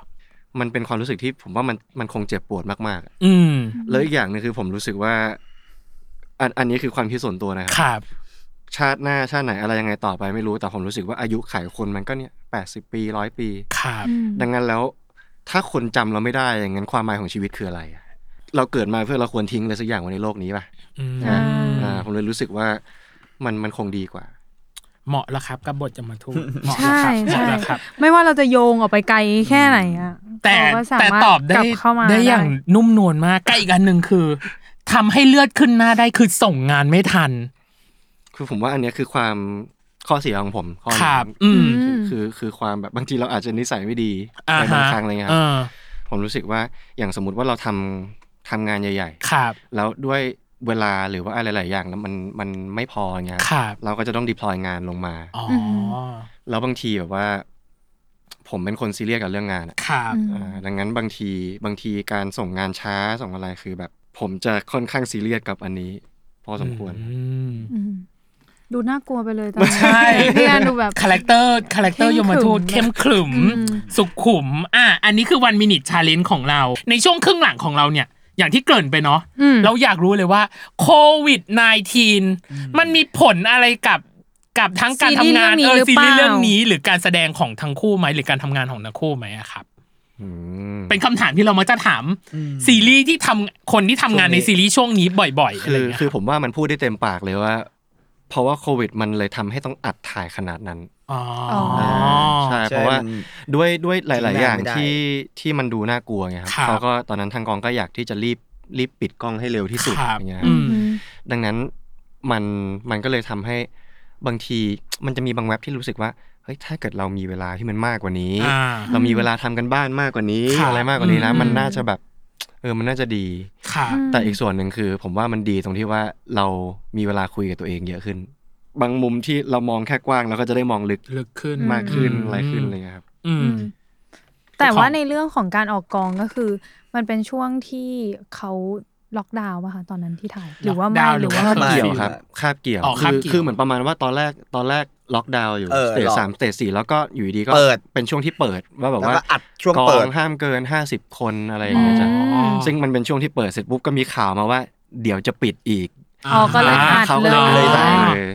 Speaker 4: มันเป็นความรู้สึกที่ผมว่ามันมันคงเจ็บปวดมากๆอะ
Speaker 3: อืม
Speaker 4: แล้วอีกอย่างหนึงคือผมรู้สึกว่า อันอันนี้คือความคิดส่วนตัวนะครับ
Speaker 3: ครับ
Speaker 4: ชาติหน้าชาติไหนอะไรยังไงต่อไปไม่รู้แต่ผมรู้สึกว่าอายุไขคนมันก็เนี่ยแปดสิบปีร้อยปี
Speaker 3: ครับ
Speaker 4: ดังนั้นแล้ว ถ้าคนจำเราไม่ได้อย่างนั้นความหมายของชีวิตคืออะไรอะเราเกิดมาเพื่อเราควรทิ้งอะไรสักอย่างไว้ในโลกนี้ป่ะ
Speaker 3: อืม
Speaker 2: อ่า
Speaker 4: อ่าผมเลยรู้สึกว่ามันมันคงดีกว่า
Speaker 3: เหมาะแล้วครับ กับบทจะมาทูตเหมาะ
Speaker 2: ใช่
Speaker 3: แล้วครับเห
Speaker 2: ใช่
Speaker 3: มาะแล้วครับ
Speaker 2: ไม่ว่าเราจะโยงออกไปไกลแค่ไหนอะ
Speaker 3: แต่
Speaker 2: เราก็สา
Speaker 3: แต่
Speaker 2: มารถ
Speaker 3: ตอบ
Speaker 2: ก
Speaker 3: ได้
Speaker 2: ลับเข้ามา
Speaker 3: ได้อย่างนุ่มนวลมากกับอีกอันหนึ่งคือทำให้เลือดขึ้นหน้าได้คือส่งงานไม่ทัน
Speaker 4: คือผมว่าอันเนี้ยคือความข้อเสียของผมข้อ
Speaker 3: ค
Speaker 4: หนึ่ง
Speaker 3: รับอืม
Speaker 4: คือคือคือความแบบบางทีเราอาจจะนิสัยไม่ดี
Speaker 3: อ่า
Speaker 4: ในบา
Speaker 3: ฮะ
Speaker 4: งครั้งอะไรเงี้ยค
Speaker 3: เอ
Speaker 4: รับ
Speaker 3: อ
Speaker 4: ผมรู้สึกว่าอย่างสมมติว่าเราทำทำงานใหญ่
Speaker 3: ครับ
Speaker 4: ๆ แล้วด้วยเวลาหรือว่าอะไรหลายอย่างแล้วมันมันไม่พอเงี้ย
Speaker 3: ครับ
Speaker 4: เราก็จะต้องดีพลอยงานลงมา
Speaker 3: อ๋อ
Speaker 4: แล้วบางทีแบบว่า ผมเป็นคนซีเรียสกับเรื่องงานอะ
Speaker 3: ครับ
Speaker 4: อ่าดังนั้นบางทีบางทีการส่งงานช้าส่งอะไรคือแบบ ผมจะค่อนข้างซีเรียสกับอันนี้ พอสมควร
Speaker 3: อืม
Speaker 2: อืมดูน่ากลัวไปเลยตอนนี้
Speaker 3: ใช่
Speaker 2: พี่การดูแบบ
Speaker 3: คาแรคเตอร์คาแรคเตอร์
Speaker 2: เข้
Speaker 3: ย
Speaker 2: มขรึม
Speaker 3: มทูตเข้มขรึม
Speaker 2: อืม
Speaker 3: สุขุม อ่ะอันนี้คือวันมินิชาเลนจ์ของเรา ในช่วงครึ่งหลังของเราเนี่ย อย่างที่เกริ่นไปเนาะ
Speaker 2: อืม
Speaker 3: เราอยากรู้เลยว่าโควิด -19 มันมีผลอะไรกับกับทั้งการทำงาน
Speaker 2: ซีรีส์เรื่องนี้
Speaker 3: เออ
Speaker 2: หรือ
Speaker 3: ซีรี
Speaker 2: เป
Speaker 3: ส์
Speaker 2: ล่า
Speaker 3: เรื่องนี้ หรือการแสดงของทั้งคู่ไหมหรือการทำงานของทั้งคู่ไหมอะครับ
Speaker 4: อืม
Speaker 3: เป็นคำถามที่เรามักจะถามซีรีส์ที่ทำคนที่ทำงานในซีรีส์ช่วงนี้บ่อยๆอะไร
Speaker 4: คือ
Speaker 3: เงี้ย
Speaker 4: คือผมว่ามันพูดได้เต็มปากเลยว่า เพราะว่าโควิดมันเลยทำให้ต้องอัดถ่ายขนาดนั้น
Speaker 3: อ๋อ
Speaker 4: อ่า
Speaker 3: อ่า
Speaker 4: ใช่
Speaker 5: ใช่
Speaker 4: เพราะว่า
Speaker 5: มัน
Speaker 4: ด้วยด้วยหลายๆ อ
Speaker 5: ทำงาน
Speaker 4: ย่าง
Speaker 5: ไม่ได้
Speaker 4: ที่ที่มันดูน่ากลัวไงค
Speaker 3: ครั
Speaker 4: รับ บเขาก็ตอนนั้นทางกองก็อยากที่จะรีบรีบปิดกล้องให้เร็วที่สุด
Speaker 3: ครับ
Speaker 4: อย่างเงี้ย
Speaker 3: อืม
Speaker 4: ดังนั้นมันมันก็เลยทำให้บางทีมันจะมีบางแว็บที่รู้สึกว่าเฮ้ยถ้าเกิดเรามีเวลาที่มันมากกว่านี้
Speaker 3: อ่า
Speaker 4: เรามีเวลาทำกันบ้านมากกว่านี้
Speaker 3: ครับ
Speaker 4: อะไรมากกว่านี้แล้ว
Speaker 3: อืม
Speaker 4: มันน่าจะแบบเออมันน่าจะดี
Speaker 3: ค่ะ
Speaker 4: แต่อีกส่วนหนึ่งคือ ผมว่ามันดีตรงที่ว่าเรามีเวลาคุยกับตัวเองเยอะขึ้น บางมุมที่เรามองแค่กว้างเราก็จะได้มองลึก
Speaker 3: ลึกขึ้น
Speaker 4: มากขึ้น
Speaker 3: อืม
Speaker 4: อะไรขึ้นอะไรเลยครับ
Speaker 3: อืม
Speaker 2: แต่ว่า
Speaker 3: ของ
Speaker 2: ในเรื่องของการออกกองก็คือ มันเป็นช่วงที่เขาล็อกดาวน์ป่ะคะตอนนั้นที่ถ่าย หรือว่าไม่
Speaker 3: lockdown
Speaker 2: หรือว่า
Speaker 3: หรือว่า
Speaker 4: คาบเกี่ยวค
Speaker 5: ไม่
Speaker 4: รับคาบเกี่ยว
Speaker 3: อ๋อคาบ
Speaker 4: คือ
Speaker 3: เกี่ยว
Speaker 4: คือเหมือนประมาณว่าตอนแรกตอนแรกล็อกดาวน์อยู่
Speaker 5: เอ
Speaker 4: ส
Speaker 5: อ
Speaker 4: เตจ
Speaker 5: ล็อก
Speaker 4: สามสเตจสี่แล้วก็อยู่ดีก็
Speaker 5: เปิด
Speaker 4: เป็นช่วงที่เปิดว่าแบบ
Speaker 5: แล้ว
Speaker 4: ว่า
Speaker 5: ก็อัดช่วง
Speaker 4: กอง
Speaker 5: เปิด
Speaker 4: ห้ามเกิน 50 คนอะไรอย่างเงี้ยจ้ะ
Speaker 2: อืม
Speaker 4: ซึ่งมันเป็นช่วงที่เปิดเสร็จปุ๊บก็มีข่าวมาว่า เดี๋ยวจะปิดอีก
Speaker 2: อ๋อก็เลยอัด
Speaker 4: เขาก็
Speaker 2: เลย
Speaker 4: เลยได้
Speaker 3: อ๋อ
Speaker 4: เลย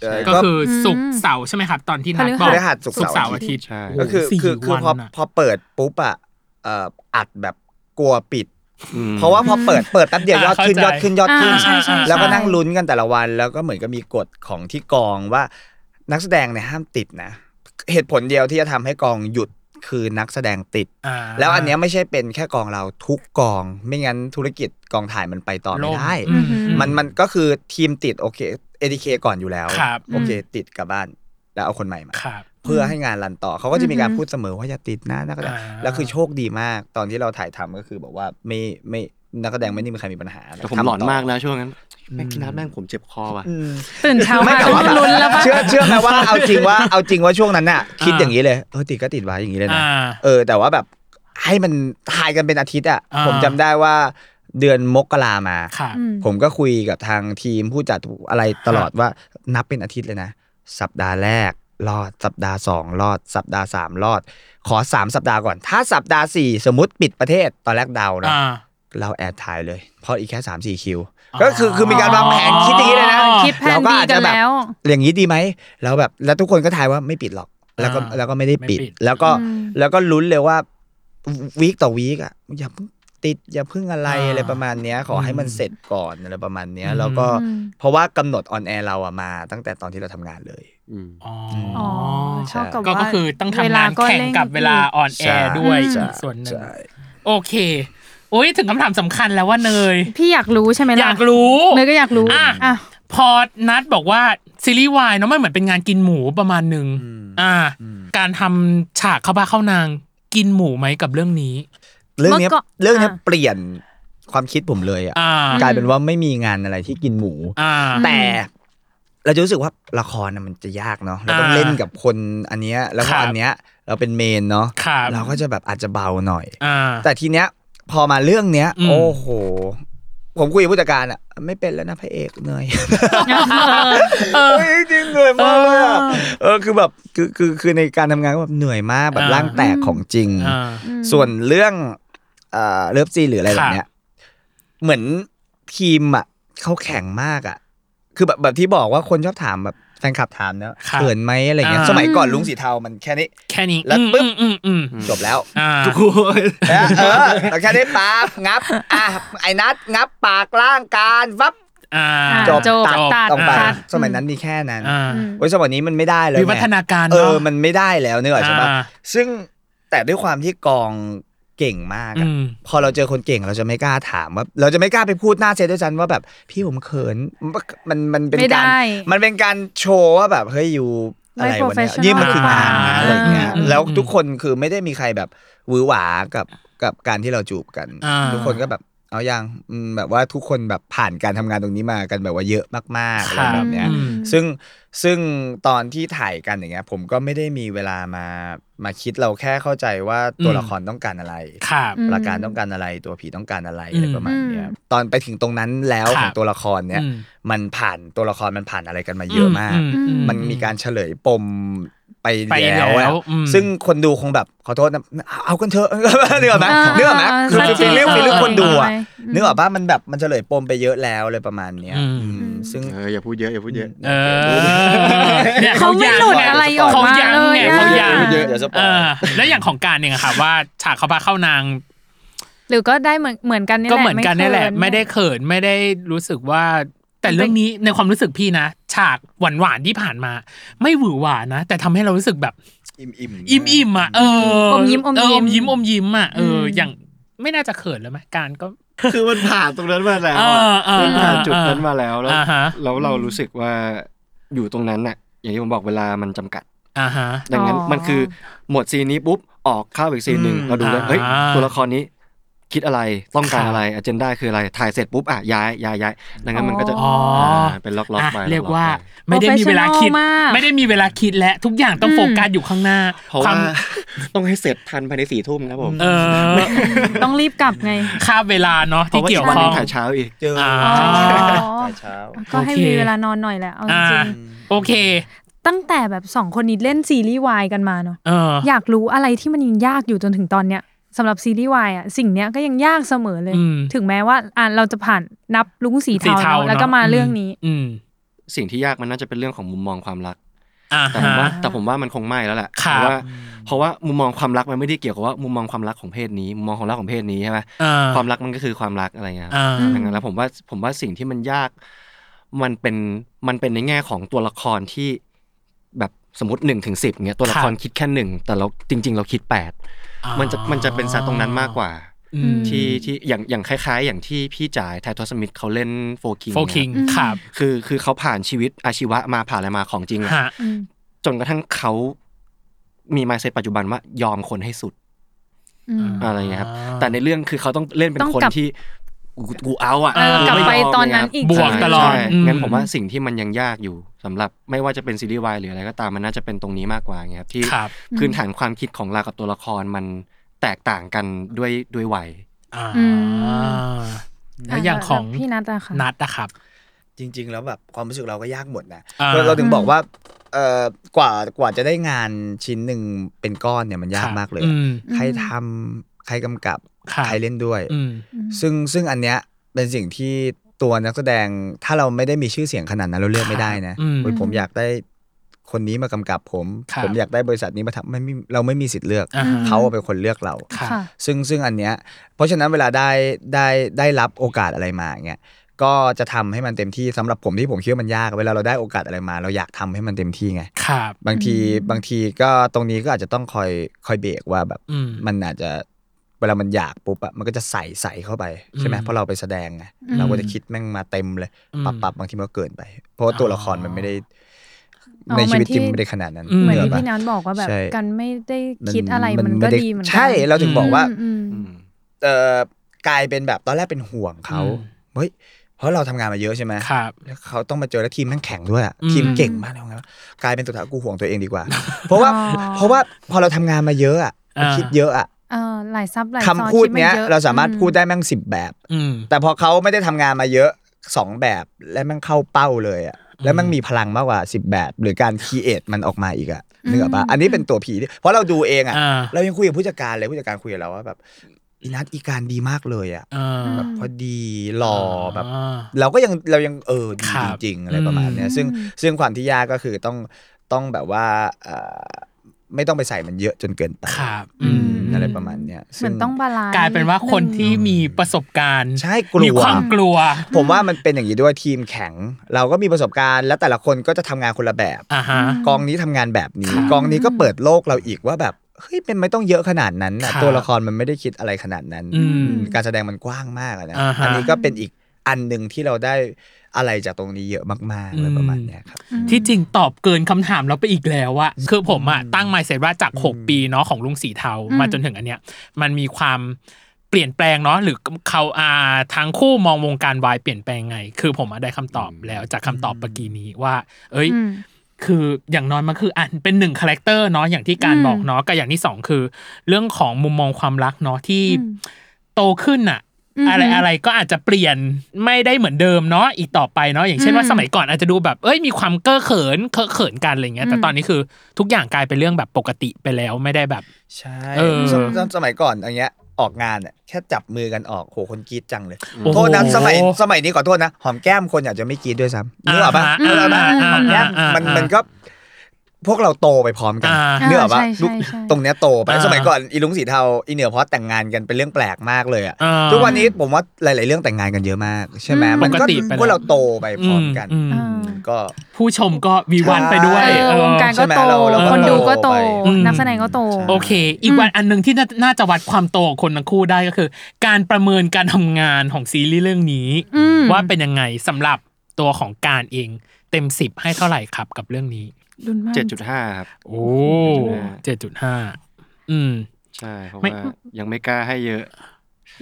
Speaker 5: เออ
Speaker 3: ก็คือศุกร์
Speaker 2: อืม
Speaker 3: เสาร์ใช่ไหมครับ ตอนที่นัดบ
Speaker 2: พ
Speaker 3: อก
Speaker 2: ฤ
Speaker 5: หัสศุกร์เสาร์
Speaker 3: อาทิตย์
Speaker 4: ใช่
Speaker 3: โโห
Speaker 5: ก็คือ
Speaker 3: สี่
Speaker 5: คือคือ
Speaker 3: วัน
Speaker 5: พอ
Speaker 3: น่ะ
Speaker 5: พอเปิดปุ๊บอ่ะเอ่ออัดแบบกลัวปิด
Speaker 4: อืม
Speaker 5: เพราะว่าพอเปิดเปิดแป๊บเดียว
Speaker 3: อ่ะ
Speaker 5: ยอดขึ้น
Speaker 3: เข้าย ใจ
Speaker 5: อดขึ้นยอดขึ้น
Speaker 2: อ่าใช่ใช่ใช่
Speaker 5: แล้วก็นั่งลุ้นกันแต่ละวันแล้วก็เหมือนกับมีกฎของที่กองว่านักแสดงเนี่ยห้ามติดนะ เหตุผลเดียวที่จะทำให้กองหยุดคือนักแสดงติด
Speaker 3: อ่า
Speaker 5: แล้วอันเนี้ยไม่ใช่เป็นแค่กองเราทุกกอง ไม่งั้นธุรกิจกองถ่ายมันไปต่อไม่
Speaker 3: ล่ม
Speaker 5: ได้
Speaker 3: อื
Speaker 2: อืม
Speaker 5: มันมันก็คือทีมติดโอเคเอทีเคก่อนอยู่แล้ว
Speaker 3: ครับ
Speaker 5: โอเค ติดกลับบ้านแล้วเอาคนใหม่มา
Speaker 3: ครับ
Speaker 5: เพื่อให้งานรันต่อเขาก็จะมีการ
Speaker 2: อือฮึ
Speaker 5: พูดเสมอว่าอย่าติดนะนักแสดง
Speaker 3: อ่า
Speaker 5: แล้วคือโชคดีมากตอนที่เราถ่ายทำก็คือบอกว่าไม่ไม่นักแสดงไม่ได้มีใครมีปัญหา
Speaker 4: แต่ผม
Speaker 5: ทำ
Speaker 4: หลอน
Speaker 5: ต่
Speaker 4: มากนะช่วงนั้นแม่งพี่นัทแม่งผมเจ็บคอว่ะ
Speaker 5: อืม
Speaker 2: ตื่นเช้า
Speaker 5: ไม่
Speaker 2: มา
Speaker 5: แต่ว่า
Speaker 2: ก็ลุ้นแล้วป่ะ
Speaker 5: เชื่อเชื่อไหมว่าเอาจริงว่าเอาจริงว่าช่วงนั้นน่ะ คิดอย่างนี้เลยเออติดก็ติดไว้อย่างนี้เลยนะ
Speaker 3: อ่า
Speaker 5: เออ แต่ว่าแบบให้มันถ่ายกันเป็นอาทิตย์อ่ะ
Speaker 3: อ่า
Speaker 5: ผมจำได้ว่าเดือนมกรามา
Speaker 3: ครับ
Speaker 2: อืม
Speaker 5: ผมก็คุยกับทางทีมผู้จัดอะไรตลอดว่านับเป็นอาทิตย์เลยนะ สัปดาห์แรกรอดสัปดาห์สองรอด สัปดาห์สามรอด ขอสามสัปดาห์ก่อน ถ้าสัปดาห์สี่สมมติปิดประเทศตอนแรกเดาเนาะ
Speaker 3: อ่า
Speaker 5: เราแอดถ่ายเลย เพราะอีกแค่สามสี่คิว
Speaker 3: อ๋อ
Speaker 5: ก็คือคือมีการวางแผนคิดอย่างนี้เลยนะ
Speaker 2: คิดแผน
Speaker 5: เราก็อาจจะแบบ
Speaker 2: ดีกันแล้ว
Speaker 5: อย่างนี้ดีไหมแล้วแบบแล้วทุกคนก็ทายว่าไม่ปิดหรอก แล้วก็
Speaker 3: อ่า
Speaker 5: แล้วก็ไม่ได้ปิด
Speaker 3: ไม่ปิด
Speaker 5: แล้วก็
Speaker 2: อืม
Speaker 5: แล้วก็ลุ้นเลยว่าวีคต่อวีคอ่ะอย่าเพิ่งติดอย่าเพิ่งอะไร
Speaker 3: อ่า
Speaker 5: อะไรประมาณเนี้ยขอให้มัน
Speaker 3: อืม
Speaker 5: เสร็จก่อนอะไรประมาณเนี้ย
Speaker 3: อืม
Speaker 5: แล้วก็
Speaker 2: อืม
Speaker 5: เพราะว่ากำหนดออนแอร์เราอะมาตั้งแต่ตอนที่เราทำงานเลย
Speaker 3: อ๋อ
Speaker 2: อ๋อชอบกับ
Speaker 3: ก็
Speaker 2: ว่า
Speaker 3: ก็คือต้อง
Speaker 2: เวลาง
Speaker 3: ทำาน
Speaker 2: ก็
Speaker 3: แข่ง
Speaker 2: ร่
Speaker 3: กับเวลาออนแอ
Speaker 5: ใช่
Speaker 3: ร์ด้วย
Speaker 5: ใช่
Speaker 3: อีกส่วนหนึ่ง
Speaker 5: ใช่
Speaker 3: โอเค โอ้ยถึงคำถามสำคัญแล้วว่าเนย
Speaker 2: พี่อยากรู้ใช่ไหม
Speaker 3: อ
Speaker 2: ล่ะ
Speaker 3: ยากรู้
Speaker 2: เนยก็อยากรู้
Speaker 3: อ่ะ
Speaker 2: อ่ะ
Speaker 3: พอนัดบอกว่าซีรีส์วายเนาะมันเหมือนเป็นงานกินหมูประมาณหนึ่งอ่า การทำฉากเข้าบ้าเข้านางกินหมูไหมกับเรื่องนี้
Speaker 5: เรื่องเนี้ย
Speaker 2: เมื่อก่อน
Speaker 5: เรื่องเนี้ย
Speaker 2: อ่า
Speaker 5: เปลี่ยนความคิดผมเลยอะ
Speaker 3: อ่า
Speaker 5: กลายเป็นว่าไม่มีงานอะไรที่กินหมู
Speaker 3: อ่า
Speaker 5: แต่เราจะรู้สึกว่าละครน่ะมันจะยากเนาะเราต้อง
Speaker 3: อ่า
Speaker 5: เล่นกับคนอันเนี้ยแล้ว
Speaker 3: ค
Speaker 5: ก็
Speaker 3: รับ
Speaker 5: อันเนี้ยเราเป็นเมนเนาะ
Speaker 3: ครับ
Speaker 5: เราก็จะแบบอาจจะเบาหน่อย
Speaker 3: อ่า
Speaker 5: แต่ทีเนี้ยพอมาเรื่องเนี้ย
Speaker 3: อืม
Speaker 5: โอ้โห ผมคุยกับผู้จัดการอะไม่เป็นแล้วนะพระเอกเหนื่อย
Speaker 3: เออ
Speaker 5: เฮ้ยจริงเหนื่อยมากเลยอะเออคือแบบคือคือคือในการทำงานก็แบบเหนื่อยมากแบบ
Speaker 3: อ่า
Speaker 5: ร่างแตกของจริง
Speaker 3: อ่า
Speaker 5: ส่วนเรื่องเอ่อเลิฟซีนหรืออะไรแบบเนี้ยเหมือนทีมอ่ะเขาแข็งมากอ่ะ คือแบบแบบที่บอกว่าคนชอบถามแบบแฟนคลับถามเนอะ
Speaker 3: ครับ
Speaker 5: เขินไหมอะไรเงี้ย
Speaker 3: อ่า
Speaker 5: สมัยก่อนลุงสีเทามันแค่นี้
Speaker 3: แค่นี้
Speaker 5: แล้วปึ๊บ
Speaker 3: อืมอืมอืมอืม
Speaker 5: จบแล้ว
Speaker 3: อ่า
Speaker 5: นะเออเราแค่ได้ปากงับอ่ะไอ้นัดงับปากล่างการวับ
Speaker 3: อ่า
Speaker 2: อ่า
Speaker 5: จบ
Speaker 2: จบ
Speaker 5: ตัด
Speaker 2: ตัด
Speaker 5: ต้องไป
Speaker 3: ตัด
Speaker 5: สมัยนั้นมีแค่นั้น
Speaker 3: อ่า
Speaker 2: อืม
Speaker 5: โอ้ยสมัยนี้มันไม่ได้เลยไง
Speaker 3: วิวัฒนาการ
Speaker 5: เอ
Speaker 3: เนาะ
Speaker 5: อ มันไม่ได้แล้วเนี่ยใช่ปะ
Speaker 3: อ่า
Speaker 5: ซึ่งแต่ด้วยความที่กองเก่งมากอะ
Speaker 3: อืม
Speaker 5: พอเราเจอคนเก่งเราจะไม่กล้าถามว่า เราจะไม่กล้าไปพูดหน้าเซตด้วยซ้ำว่าแบบพี่ผมเขินมันมันเป็น
Speaker 2: ไม่ได้
Speaker 5: การมันเป็นการโชว์ว่าแบบเฮ้ยอยู่
Speaker 2: ไม่
Speaker 5: อะไรวะเนี่ย
Speaker 2: professional
Speaker 5: นี่มันคืองานนะ
Speaker 3: อ่า
Speaker 5: อะไรอย่างเงี้ย
Speaker 3: อืม
Speaker 5: แล้ว
Speaker 3: อืม
Speaker 5: ทุกคนคือไม่ได้มีใครแบบหวือหวากับกับการที่เราจูบกัน
Speaker 3: อ่า
Speaker 5: ทุกคนก็แบบเอายังอืมแบบว่าทุกคนแบบผ่านการทำงานตรงนี้มากันแบบว่าเยอะมากๆอะไรแบบเนี้ย
Speaker 3: อืม
Speaker 5: ซึ่งซึ่งตอนที่ถ่ายกันอย่างเงี้ย ผมก็ไม่ได้มีเวลามามาคิดเราแค่เข้าใจว่าตัว
Speaker 3: อืม
Speaker 5: ละครต้องการอะไร
Speaker 3: ครับ
Speaker 2: อืม
Speaker 5: ประการต้องการอะไรตัวผีต้องการอะไร
Speaker 3: อืม
Speaker 5: อะไรประมาณเนี้ย
Speaker 2: อืม
Speaker 5: ตอนไปถึงตรงนั้นแล้ว
Speaker 3: ครับ
Speaker 5: ของตัวละครเนี่ย
Speaker 3: อืม
Speaker 5: มันผ่านตัวละครมันผ่านอะไรกันมาเยอะมาก
Speaker 3: อือื
Speaker 5: มันมีการเฉลยปมไป
Speaker 3: ไปแล้
Speaker 5: แล้ววอะ
Speaker 3: อืม
Speaker 5: ซึ่งคนดูคงแบบขอโทษนะเอากันเถอะ เนื้ออกไหม
Speaker 2: อ่า
Speaker 5: เนื้ออกไหมคือ
Speaker 2: เข้าใจ
Speaker 5: ฟีลลิ่งฟีลลิ่ง
Speaker 3: เข้าใจ
Speaker 5: คนดูอะ
Speaker 2: เข้าใจ
Speaker 5: เนื้อออกป่ะมันแบบมันเฉลยปมไปเยอะแล้วเลยประมาณเนี้ย
Speaker 3: อืม
Speaker 5: อืมซึ่ง
Speaker 4: เอออย่าพูดเยอะอย่าพูดเยอะ
Speaker 3: เออนี่ย
Speaker 2: เขาไม่หลุดอะไรออกมาเลย
Speaker 3: เขา
Speaker 2: อะ
Speaker 3: ยัง
Speaker 5: เย
Speaker 3: เนี่
Speaker 5: อะ
Speaker 3: ย
Speaker 5: เดี๋ยวสป
Speaker 3: เอ
Speaker 5: อย
Speaker 3: อแล้วอย่างของการเองอะค่ะว่าฉากเขาพาเข้านาง
Speaker 2: หรือก็ได้เหมือนเหมือนกันนี่แห
Speaker 3: ก็
Speaker 2: ละ
Speaker 3: เหมือนกันนี่แหละ
Speaker 2: เขิ
Speaker 3: ไม่ได้เขินไม่ได้รู้สึกว่า แต่เรื่องนี้ในความรู้สึกพี่นะ ฉากหวานหวานๆที่ผ่านมา ไม่หวือหวานะ แต่ทำให้เรารู้สึกแบบ
Speaker 5: อิ่มอิ่มๆ
Speaker 3: อิ่มอิ่มๆอ่ะเออ
Speaker 2: อมยิ้มอม
Speaker 3: เออ
Speaker 2: ยิ้
Speaker 3: อ
Speaker 2: ม
Speaker 3: มยิ้มอมยิ้มอ่ะเอออ
Speaker 2: ม
Speaker 3: อย่างไม่น่าจะเขินแล้วไหมการก็
Speaker 4: คือมันผ่านตรงนั้นมาแล้ว
Speaker 3: เอ
Speaker 4: อะ
Speaker 3: อเออ
Speaker 4: มัน
Speaker 3: เออ
Speaker 4: ผ่านจุดนั้นมาแล้วแล้ว
Speaker 3: อ่าฮะ
Speaker 4: แล้วเรารู้สึกว่าอยู่ตรงนั้นน่ะ อย่างที่ผมบอกเวลามันจำกัด
Speaker 3: อ่าฮะ
Speaker 4: ดังนั้น
Speaker 2: อ๋อ
Speaker 4: มันคือหมดซีนนี้ปุ๊บออกเข้าอีกซีนหนึ่ง
Speaker 5: อืม
Speaker 4: เราดูแล้วเฮ้ย
Speaker 3: อ่า
Speaker 4: ตัวละครนี้ คิดอะไรต้องการ
Speaker 3: ค่ะ
Speaker 4: อะไรอเจนดาคืออะไรถ่ายเสร็จปุ๊บอ่ะย้ายย้ายย้ายดังนั้นมันก็จะ
Speaker 3: อ๋ออ่
Speaker 4: าเป็นล็อกล็อก
Speaker 3: อ่ะ
Speaker 4: ไป
Speaker 3: เรียก
Speaker 4: ล็อๆ
Speaker 3: ว่า
Speaker 4: ไป
Speaker 3: ไม่ได้มีเวลาคิด
Speaker 2: Professional มาก
Speaker 3: ไม่ได้มีเวลาคิดและทุกอย่างต้องโฟกัสอยู่ข้างหน้า
Speaker 4: เพราะ
Speaker 3: ควา
Speaker 4: ว่า
Speaker 3: ม
Speaker 4: ต้องให้เสร็จทันภายในสี่ทุ่มครับผม
Speaker 3: เออ
Speaker 2: ต้องรีบกลับไง
Speaker 3: ค่าบเวลาเนาะที่เกี่ยว
Speaker 4: พราะา
Speaker 3: ข้อ
Speaker 4: นหนึ่
Speaker 3: ง
Speaker 4: ถ่ายเช้าอีก
Speaker 5: เจอ
Speaker 3: อ่า
Speaker 2: อ๋อ
Speaker 5: แต่เช้า
Speaker 2: ก็ให้
Speaker 3: โอเค
Speaker 2: มีเวลานอนหน่อยแหละเอาจ
Speaker 3: อ่า
Speaker 2: ริง
Speaker 3: โอเค
Speaker 2: ๆตั้งแต่แบบสองคนนี้เล่นซีรีส์วายกันมาเนาะ
Speaker 3: เออ
Speaker 2: อยากรู้อะไรที่มันยังยากอยู่จนถึงตอนเนี้ยสำหรับซีรีส์วายอ่ะสิ่งเนี้ยก็ยังยากเสมอเลย
Speaker 3: อืม
Speaker 2: ถึงแม้ว่าอ่ะเราจะผ่านนับลุงสี
Speaker 3: สี
Speaker 2: เทา
Speaker 3: เทา
Speaker 2: เนอะแล้วก็
Speaker 3: นะ
Speaker 2: มาเรื่องนี้
Speaker 3: อืม
Speaker 4: สิ่งที่ยากมันน่าจะเป็นเรื่องของมุมมองความรัก
Speaker 3: อ่า
Speaker 4: แต่ผม
Speaker 3: ฮะ
Speaker 4: ว่าแต่ผมว่ามันคงไม่แล้วแหละ
Speaker 3: ครั
Speaker 4: เพ
Speaker 3: บ
Speaker 4: ราะว่าเพราะว่ามุมมองความรักมันไม่ได้เกี่ยวกับว่ามุมมองความรักของเพศนี้มุมมองของรักของเพศนี้ใช่ไหม
Speaker 3: อ่
Speaker 4: ความรักมันก็คือความรักอะไรเงี้ย
Speaker 3: อ่า
Speaker 2: อืม
Speaker 4: ดังนั้นแล้วผมว่าผมว่าสิ่งที่มันยาก มันเป็นมันเป็นในแง่ของตัวละครที่แบบสมมติหนึ่งถึงสิบเงี้ยตัวละคร
Speaker 3: ครับ
Speaker 4: คิดแค่หนึ่งแต่เราจริง ๆ เราคิดแปดมันจะมันจะเป็นซะตรงนั้นมากกว่า
Speaker 3: อืม
Speaker 2: อืม
Speaker 4: ที่ที่อย่างอย่างคล้าย ๆ อย่างที่พี่จ่ายไททอสมิธเขาเล่นโฟกิง
Speaker 3: โฟกิง
Speaker 2: อืม
Speaker 3: ครับ
Speaker 4: คือคือเขาผ่านชีวิตอาชีวะมาผ่านอะไรมาของจริงอะ
Speaker 3: ฮะ
Speaker 2: อืม
Speaker 4: จนกระทั่งเขามีมายเซตปัจจุบันว่ายอมคนให้สุด
Speaker 2: อืม
Speaker 4: อะไรเงี้ยครับ แต่ในเรื่องคือเขาต้องเล่นเป็
Speaker 2: ต้
Speaker 4: น
Speaker 2: อง
Speaker 4: คน
Speaker 2: กลับ
Speaker 4: ที่กูกูเอาอ่ะ
Speaker 2: เออกลับไป
Speaker 4: ม่ยม
Speaker 2: ตอนนั้นอีก
Speaker 3: บวก
Speaker 4: ะไรเยครั
Speaker 3: ตลอด
Speaker 4: ใช่
Speaker 3: อื
Speaker 4: งั้นผมว่าสิ่งที่มันยังยากอยู่สำหรับไม่ว่าจะเป็นซีรีส์วายหรืออะไรก็ตามมันน่าจะเป็นตรงนี้มากกว่าเงี้ยครับที่
Speaker 3: ครับ
Speaker 4: พื้นฐานความคิดของเรากับตัวละครมันแตกต่างกันด้วยด้วยวัย
Speaker 3: อ่า
Speaker 2: อืม
Speaker 3: แล้วอย่างของ
Speaker 2: แล้วพี่นัทอะค่ะ
Speaker 3: นัทนะครับ
Speaker 5: จริง ๆ แล้วแบบความรู้สึกเราก็ยากหมดนะ
Speaker 3: อ่า
Speaker 5: เราเราถึงบอก
Speaker 2: อืม
Speaker 5: ว่าเอ่อกว่ากว่าจะได้งานชิ้นหนึ่งเป็นก้อนเนี่ยมันยากมากเลย
Speaker 3: อืม
Speaker 5: ใครทำใครกำกับ
Speaker 3: ครับ
Speaker 5: ใครเล่นด้วย
Speaker 3: อืม
Speaker 5: ซึ่งซึ่งอันเนี้ยเป็นสิ่งที่ตัวนักแสดงถ้าเราไม่ได้มีชื่อเสียงขนาดนั้นเราเลือกไม่ได้นะ
Speaker 3: อืม
Speaker 5: โอ้ยผมอยากได้คนนี้มากำกับผม
Speaker 3: ครับ
Speaker 5: ผมอยากได้บริษัทนี้มาทำไม่มีเราไม่มีสิทธิ์เลือก
Speaker 3: อ่าฮะ
Speaker 5: เขาเป็นคนเลือกเรา
Speaker 3: ครับ
Speaker 2: ค่ะ
Speaker 5: ซึ่งซึ่งอันเนี้ยเพราะฉะนั้นเวลาได้ได้ได้รับโอกาสอะไรมาเงี้ยก็จะทำให้มันเต็มที่สำหรับผมที่ผมคิดว่ามันยาก เวลาเราได้โอกาสอะไรมา เราอยากทำให้มันเต็มที่ไง
Speaker 3: ครับ
Speaker 5: บางที
Speaker 2: อืม
Speaker 5: บางทีก็ตรงนี้ก็อาจจะต้องคอยคอยเบรกว่าแบบ
Speaker 3: อืม
Speaker 5: มันอาจจะเวลามันอยากปุ๊บอะมันก็จะใส่ใส่เข้าไปใช่ไหม
Speaker 3: อืม
Speaker 5: เพราะเราไปแสดงไง
Speaker 2: อืม
Speaker 5: เราก็จะคิดแม่งมาเต็มเลย
Speaker 3: อืม
Speaker 5: ปรับปรับบางทีมันก็เกินไป เพราะว่าตัวละครมันไม่ได้ ในชีวิตจริงมันไม่ได้ขนาดนั้น
Speaker 3: อืม
Speaker 2: เหมือนที่
Speaker 5: ปะ
Speaker 2: พี่นัทบอกว่าแบบ
Speaker 5: ใช่
Speaker 2: กันไม่ได้คิดอะไรมันก็ดีเหมือนกั
Speaker 5: ใช่เราถึงบอกว่า
Speaker 2: อืม
Speaker 5: เอ่อกลายเป็นแบบตอนแรกเป็นห่วงเขา
Speaker 3: อืม
Speaker 5: เฮ้ยเพราะเราทำงานมาเยอะใช่ไหม
Speaker 3: ครับ
Speaker 5: แล้วเขาต้องมาเจอแล้วทีมแม่งแข็งด้วยอะ
Speaker 3: อืม
Speaker 5: ทีมเก่งมากเลยงั้นกลายเป็นตัวท้ายกูห่วงตัวเองดีกว่า เพราะว่า
Speaker 2: อ๋อ
Speaker 5: เพราะว่าพอเราทำงานมาเยอะอะเราคิดเยอะอะ
Speaker 2: เออหลายซับหลาย
Speaker 5: คำ
Speaker 2: ซ้อน
Speaker 5: พูด
Speaker 2: ด
Speaker 5: เนี้ย
Speaker 2: มัอะ
Speaker 5: เราสามารถพูด
Speaker 2: อื
Speaker 5: ได้แม่งสิบแบบ
Speaker 3: อืม
Speaker 5: แต่พอเขาไม่ได้ทำงานมาเยอะสองแบบและแม่งเข้าเป้าเลยอะแล้วแมันมีพลังมากกว่าสิบแบบ หรือการคีเอทมันออกมาอีกอะนึกออกปะ
Speaker 2: อืม
Speaker 5: อันนี้เป็นตัวผีที่เพราะเราดูเองอะ
Speaker 3: อ่า
Speaker 5: เรายังคุยกับผู้จัดการเลยผู้จัดการคุยกับเราว่าแบบอีนัทอีการดีมากเลยอะ
Speaker 3: เออ
Speaker 5: แบบพอดีหล่อแบบ
Speaker 3: อ่า
Speaker 5: เราก็ยังเรายังเออดี
Speaker 3: ครับ
Speaker 5: จริงๆอะไรประมาณเนี้ยซึ่งซึ่งความที่ยากก็คือต้องต้องแบบว่าเอ่อไม่ต้องไปใส่มันเยอะจนเกินไป
Speaker 3: ครับ
Speaker 5: อื
Speaker 3: อื
Speaker 5: ม
Speaker 3: ม
Speaker 5: อะไรประมาณเนี้ย
Speaker 2: เหมื
Speaker 5: ซึ่
Speaker 2: อนต้องบาลานซ์
Speaker 3: กลายเป็นว่าคนที่
Speaker 2: ด
Speaker 3: มีประสบการณ์
Speaker 5: ใช่กลั
Speaker 3: มี
Speaker 5: ว
Speaker 3: ความกลัว
Speaker 5: ผมว่ามันเป็นอย่างนี้ด้วยทีมแข็ง เราก็มีประสบการณ์ และแต่ละคนก็จะทำงานคนละแบบ
Speaker 3: อ่าฮะ
Speaker 5: กองนี้ทำงานแบบนี้
Speaker 3: ครับ
Speaker 5: กองนี้ก็เปิดโลกเราอีกว่าแบบเฮ้ยมันไม่ต้องเยอะขนาดนั้นน่ะ
Speaker 3: ครับ
Speaker 5: ตัวละครมันไม่ได้คิดอะไรขนาดนั้น
Speaker 3: อืม
Speaker 2: อืม
Speaker 5: การแสดงมันกว้างมากอะนะ
Speaker 3: อ่าฮะ
Speaker 5: อันนี้ก็เป็นอีกอันหนึ่งที่เราได้อะไรจากตรงนี้เยอะมากๆเลยประมาณเนี้ยครับ
Speaker 2: นึง
Speaker 3: ที่จริงตอบเกินคำถามเราไปอีกแล้วอะคือผมอะตั้ง mindset ว่าจาก 6 ปีเนาะของลุงสีเทา
Speaker 2: อืม
Speaker 3: มาจนถึงอันเนี้ยมันมีความเปลี่ยนแปลงเนาะหรือเขาอาทางคู่มองวงการวายเปลี่ยนแปลงไง คือผมอะได้คำตอบแล้วจากคำตอบเมื่อกี้นี้ว่า เอ้ย
Speaker 2: อืม
Speaker 3: คืออย่างน้อยมันคืออ่านเป็นหนึ่งคาแรคเตอร์เนาะอย่างที่การ
Speaker 2: อืม
Speaker 3: บอกเนาะกับอย่างที่สองคือ เรื่องของมุมมองความรักเนาะที่
Speaker 2: อืม
Speaker 3: โตขึ้นอะ
Speaker 2: อือฮึ
Speaker 3: อะไรอะไรก็อาจจะเปลี่ยนไม่ได้เหมือนเดิมเนาะอีกต่อไปเนาะอย่างเช่นว่า
Speaker 2: อืม
Speaker 3: สมัยก่อนอาจจะดูแบบเอ้ยมีความเก้อเขินเคอะเขินกันอะไรเงี้ยแต่
Speaker 2: อืม
Speaker 3: ตอนนี้คือทุกอย่างกลายเป็นเรื่องแบบปกติไปแล้วไม่ได้แบบ
Speaker 5: ใช่
Speaker 3: เออ
Speaker 5: สมสมสมัยก่อนอย่างเงี้ยออกงานอะแค่จับมือกันออกโหคนกรีดจังเลย
Speaker 3: โอ้โห
Speaker 5: โทษนะสมัยสมัยนี้ขอโทษนะ หอมแก้มคนอาจจะไม่กรีดด้วยซ้ำนึกออกปะ
Speaker 3: อ่า
Speaker 5: นึกออกปะ
Speaker 3: อ่าอ่า
Speaker 5: หอมแก้ม
Speaker 3: อ่า
Speaker 5: มันมันก็พวกเราโตไปพร้อมกัน
Speaker 3: อ่า
Speaker 5: เนื้ออกปะ
Speaker 2: ใช่ใช่
Speaker 5: ลูก
Speaker 2: ใช่
Speaker 5: ตรงเนี้ยโตไป
Speaker 3: อ่า
Speaker 5: สมัยก่อนอีลุงสีเทาอีเหนือเพราะแต่งงานกันเป็นเรื่องแปลกมากเลยอะ
Speaker 3: อ่า
Speaker 5: ทุกวันนี้ผมว่าหลาย ๆ เรื่องแต่งงานกันเยอะมากใช่ไหมมัน
Speaker 3: ปกติไปแล้ว
Speaker 5: พวกเราโตไปพร้อมกัน
Speaker 3: อืม
Speaker 2: อ่า
Speaker 5: ก็
Speaker 3: ผู้ชมก็วีวันไปด้วย
Speaker 2: เออ
Speaker 3: เออ
Speaker 2: วงการก็โต
Speaker 5: ใช่ไหมเราเราก็
Speaker 2: คนดูก็โต
Speaker 5: โตไป
Speaker 2: นักแสดงก็โต
Speaker 3: โอเค อีกวันอันหนึ่งที่น่าน่าจะวัดความโตของคนทั้งคู่ได้ก็คือ การประเมินการทำงานของซีรีส์เรื่องนี้
Speaker 2: อืม
Speaker 3: ว่าเป็นยังไงสำหรับตัวของการเองเต็มสิบให้เท่าไหร่ครับกับเรื่องนี้
Speaker 2: ดุนมาก
Speaker 4: เจ็ดจุดห้าครับ
Speaker 3: โอ้
Speaker 4: 7.5
Speaker 3: เจ็ดจุดห้าอืม
Speaker 4: ใช่เพราะ
Speaker 3: ไม่
Speaker 4: ว่ายังไม่กล้าให้เยอะ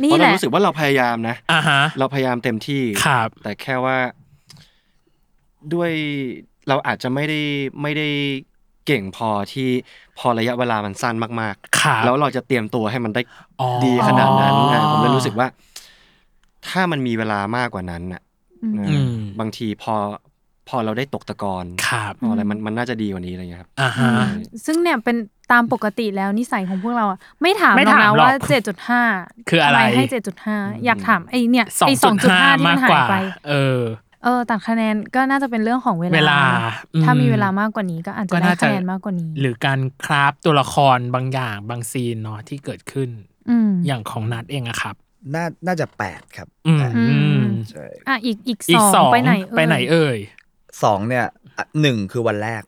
Speaker 2: นี่
Speaker 4: เพราะ
Speaker 2: แห
Speaker 4: เรา
Speaker 2: ละ
Speaker 4: รู้สึกว่าเราพยายามนะ
Speaker 3: อ่าฮะ
Speaker 4: เราพยายามเต็มที่
Speaker 3: ครับ
Speaker 4: แต่แค่ว่าด้วยเราอาจจะไม่ได้ไม่ได้เก่งพอที่พอระยะเวลามันสั้นมาก
Speaker 3: ครับ
Speaker 4: ๆ แล้วเราจะเตรียมตัวให้มันได้
Speaker 3: อ๋อ
Speaker 4: ดีขนาดนั้นนะผมเลยรู้สึกว่า ถ้ามันมีเวลามากกว่านั้นน่ะ
Speaker 2: อืม
Speaker 4: นะ
Speaker 3: อืม
Speaker 4: บางทีพอพอเราได้ตกตะกอน
Speaker 3: ครับ
Speaker 4: พออะไรมันมันน่าจะดีกว่านี้อะไรเงี้ยครับ
Speaker 3: อ่าฮะ
Speaker 2: ซึ่งเนี่ยเป็นตามปกติแล้วนิสัยของพวกเราอะไม่ถาม
Speaker 3: ไม่
Speaker 2: หรอก
Speaker 3: ถาม
Speaker 2: นะ
Speaker 3: หรอก
Speaker 2: ว่าเจ็ดจุดห้า
Speaker 3: คืออะไร
Speaker 2: ทำมให้เจ็ดจุดห้าอยากถามไอเนี่ย
Speaker 3: สอง
Speaker 2: ไอส
Speaker 3: จุ
Speaker 2: อง
Speaker 3: ด
Speaker 2: จุด
Speaker 3: ห้า
Speaker 2: ห้าที่
Speaker 3: มาก
Speaker 2: มันหาก ย
Speaker 3: ว่า
Speaker 2: ไป
Speaker 3: เออ
Speaker 2: เออต่างคะแนนก็น่าจะเป็นเรื่องของเว
Speaker 3: เวลาอืม
Speaker 2: ถ้ามีเวลามากกว่านี้ก็อาจจะ
Speaker 3: ก็
Speaker 2: ได้
Speaker 3: น่าจะ
Speaker 2: คะแนนมากกว่านี้
Speaker 3: หรือการคราฟตัวละครบางอย่างบางซีนเนาะที่เกิดขึ้น
Speaker 2: อืม
Speaker 3: อย่างของนัดเองอะครับ
Speaker 5: น่าน่าจะแปดครับ
Speaker 3: อืม
Speaker 5: แปด
Speaker 3: อืม
Speaker 5: ใช่
Speaker 2: อ่ะอีกอีก
Speaker 3: อีก
Speaker 2: ส
Speaker 3: ส
Speaker 2: อ
Speaker 3: อง ง
Speaker 2: ไปไหนเอ่ย
Speaker 3: ไปไหนเอ่ย
Speaker 5: สองเนี่ยอ่ะหนึ่งคือวันแรก